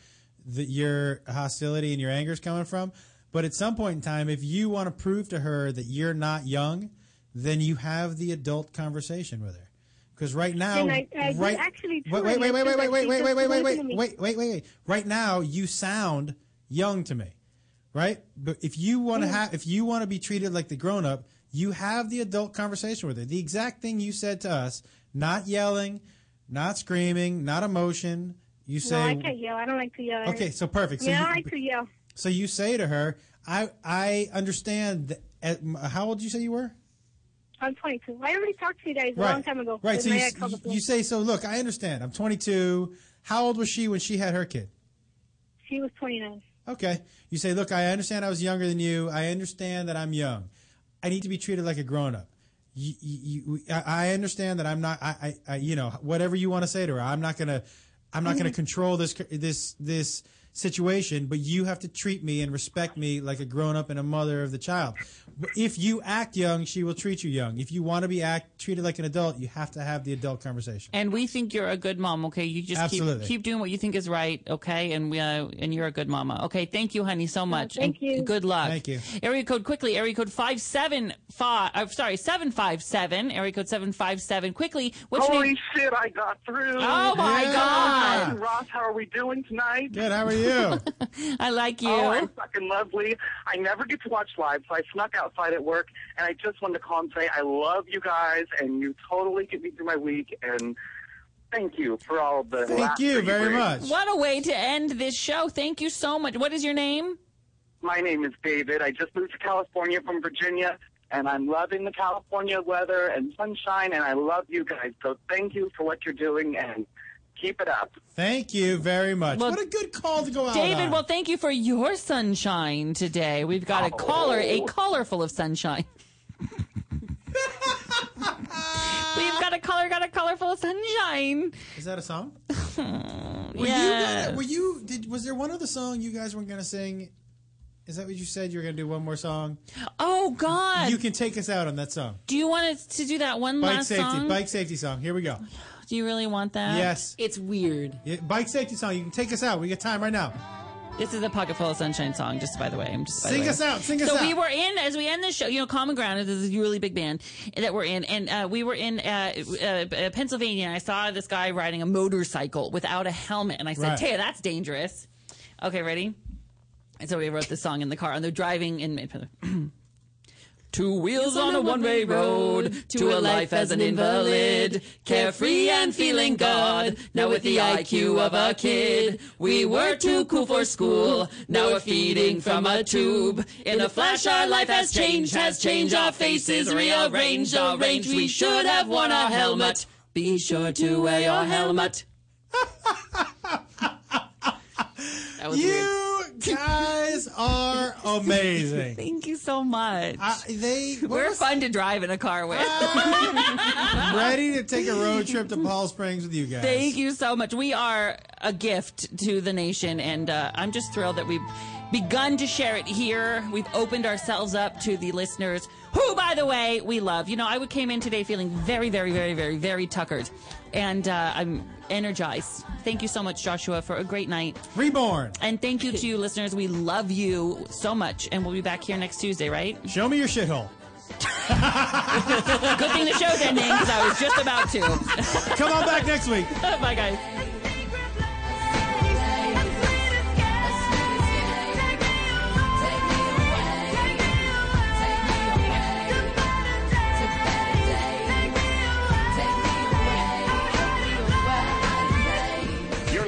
S4: the, your hostility and your anger is coming from. But at some point in time, if you want to prove to her that you're not young, then you have the adult conversation with her. Because right now,
S26: And I- I did
S4: right,
S26: actually too,
S4: wait, wait,
S26: and
S4: wait,
S26: it's
S4: wait, wait,
S26: just
S4: wait,
S26: like
S4: wait,
S26: she
S4: wait,
S26: just
S4: wait, wait, wait,
S26: listened
S4: wait,
S26: to me.
S4: wait, wait, wait. Right now, you sound young to me, right? But if you want to
S26: Mm.
S4: have, if you want to be treated like the grown up, you have the adult conversation with her. The exact thing you said to us: not yelling, not screaming, not emotion. You
S26: no,
S4: say,
S26: I can't yell. I don't like to yell.
S4: Okay, so perfect.
S26: I,
S4: So
S26: mean, I don't
S4: you-
S26: like to yell.
S4: so you say to her, "I I understand." That, at, how old did you say you were?
S26: I'm 22. I already talked to you guys a long time ago.
S4: Right.
S26: with
S4: So
S26: my
S4: you,
S26: ex on the
S4: s- you say, so look, I understand. I'm 22. How old was she when she had her kid?
S26: phone. She was 29.
S4: Okay. You say, look, I understand I was younger than you. I understand that I'm young. I need to be treated like a grown up. You, you, you, I I understand that I'm not. I, I, I you know, whatever you want to say to her, I'm not gonna, I'm not gonna
S15: Mhm.
S4: control this, this, this situation. But you have to treat me and respect me like a grown up and a mother of the child. But if you act young, she will treat you young. If you want to be act treated like an adult, you have to have the adult conversation.
S5: And we think you're a good mom. Okay, you just
S4: Absolutely.
S5: keep keep doing what you think is right. Okay, and we uh, and you're a good mama. Okay, thank you, honey, so much.
S26: Oh, thank
S5: and
S26: you.
S5: Good luck.
S4: Thank you.
S5: Area code quickly. Area code five seven five. I'm sorry, seven five seven. Area code seven five seven. Quickly. What's your
S14: Holy
S5: name?
S14: shit, I got through.
S5: Oh, my Yeah. God.
S14: Josh and Ross, how are we doing tonight?
S4: Good. How are you?
S5: I like you.
S14: Oh, I'm fucking lovely. I never get to watch live, so I snuck outside at work, and I just wanted to call and say I love you guys, and you totally get me through my week. And thank you for all the. laughter bring.
S5: What a way to end this show. Thank you so much. What is your name?
S14: My name is David. I just moved to California from Virginia, and I'm loving the California weather and sunshine, and I love you guys. So thank you for what you're doing, and keep it up.
S4: Thank you very much.
S5: Well,
S4: what a good call to go out
S5: David,
S4: on.
S5: well, thank you for your sunshine today. We've got a caller, a caller full of sunshine. We've got a caller, got a caller full of sunshine.
S4: Is that a song? Were you
S5: yes.
S4: gonna, were you did was there one other song you guys were gonna sing? Is that what you said you were gonna do one more song?
S5: Oh God.
S4: You can take us out on that song.
S5: Do you want us to do that one
S4: bike
S5: last
S4: safety,
S5: song?
S4: bike safety song. Here we go.
S5: Do you really want that?
S4: Yes.
S5: It's weird.
S4: bike safety song. You can take us out. We got time right now.
S5: This is a pocket full of sunshine song. Just by the way, I'm just by the
S4: Sing
S5: way.
S4: us out, sing us
S5: so
S4: out.
S5: we were in as we end this show. You know, Common Ground is a really big band that we're in, and uh, we were in uh, uh, uh, Pennsylvania. And I saw this guy riding a motorcycle without a helmet, and I said,
S3: Right.
S5: "Taya, that's dangerous." Okay, ready? And so we wrote this song in the car, and they're driving in. Two wheels on a one-way road to a life as an invalid, carefree and feeling God. Now with the IQ of a kid, we were too cool for school. Now we're feeding from a tube. In a flash, our life has changed, has changed. Our faces rearranged, our range. We should have worn a helmet. Be sure to wear your helmet. that was weird.
S4: You guys are amazing.
S5: Thank you so much.
S4: they
S5: we're fun to drive in a car with.
S4: I'm ready to take a road trip to Paul Springs with you guys.
S5: Thank you so much. We are a gift to the nation, and uh, I'm just thrilled that we've begun to share it here. We've opened ourselves up to the listeners, who, by the way, we love. You know, I would- came in today feeling very, very, very, very, very tuckered, and uh, I'm energized. Thank you so much, Joshua, for a great night.
S4: Reborn.
S5: And thank you to you, listeners. We love you so much, and we'll be back here next Tuesday, right?
S4: Show me your shithole.
S5: Good thing the show's ending because I was just about to.
S4: Come on back next week.
S5: Bye, guys.
S12: You're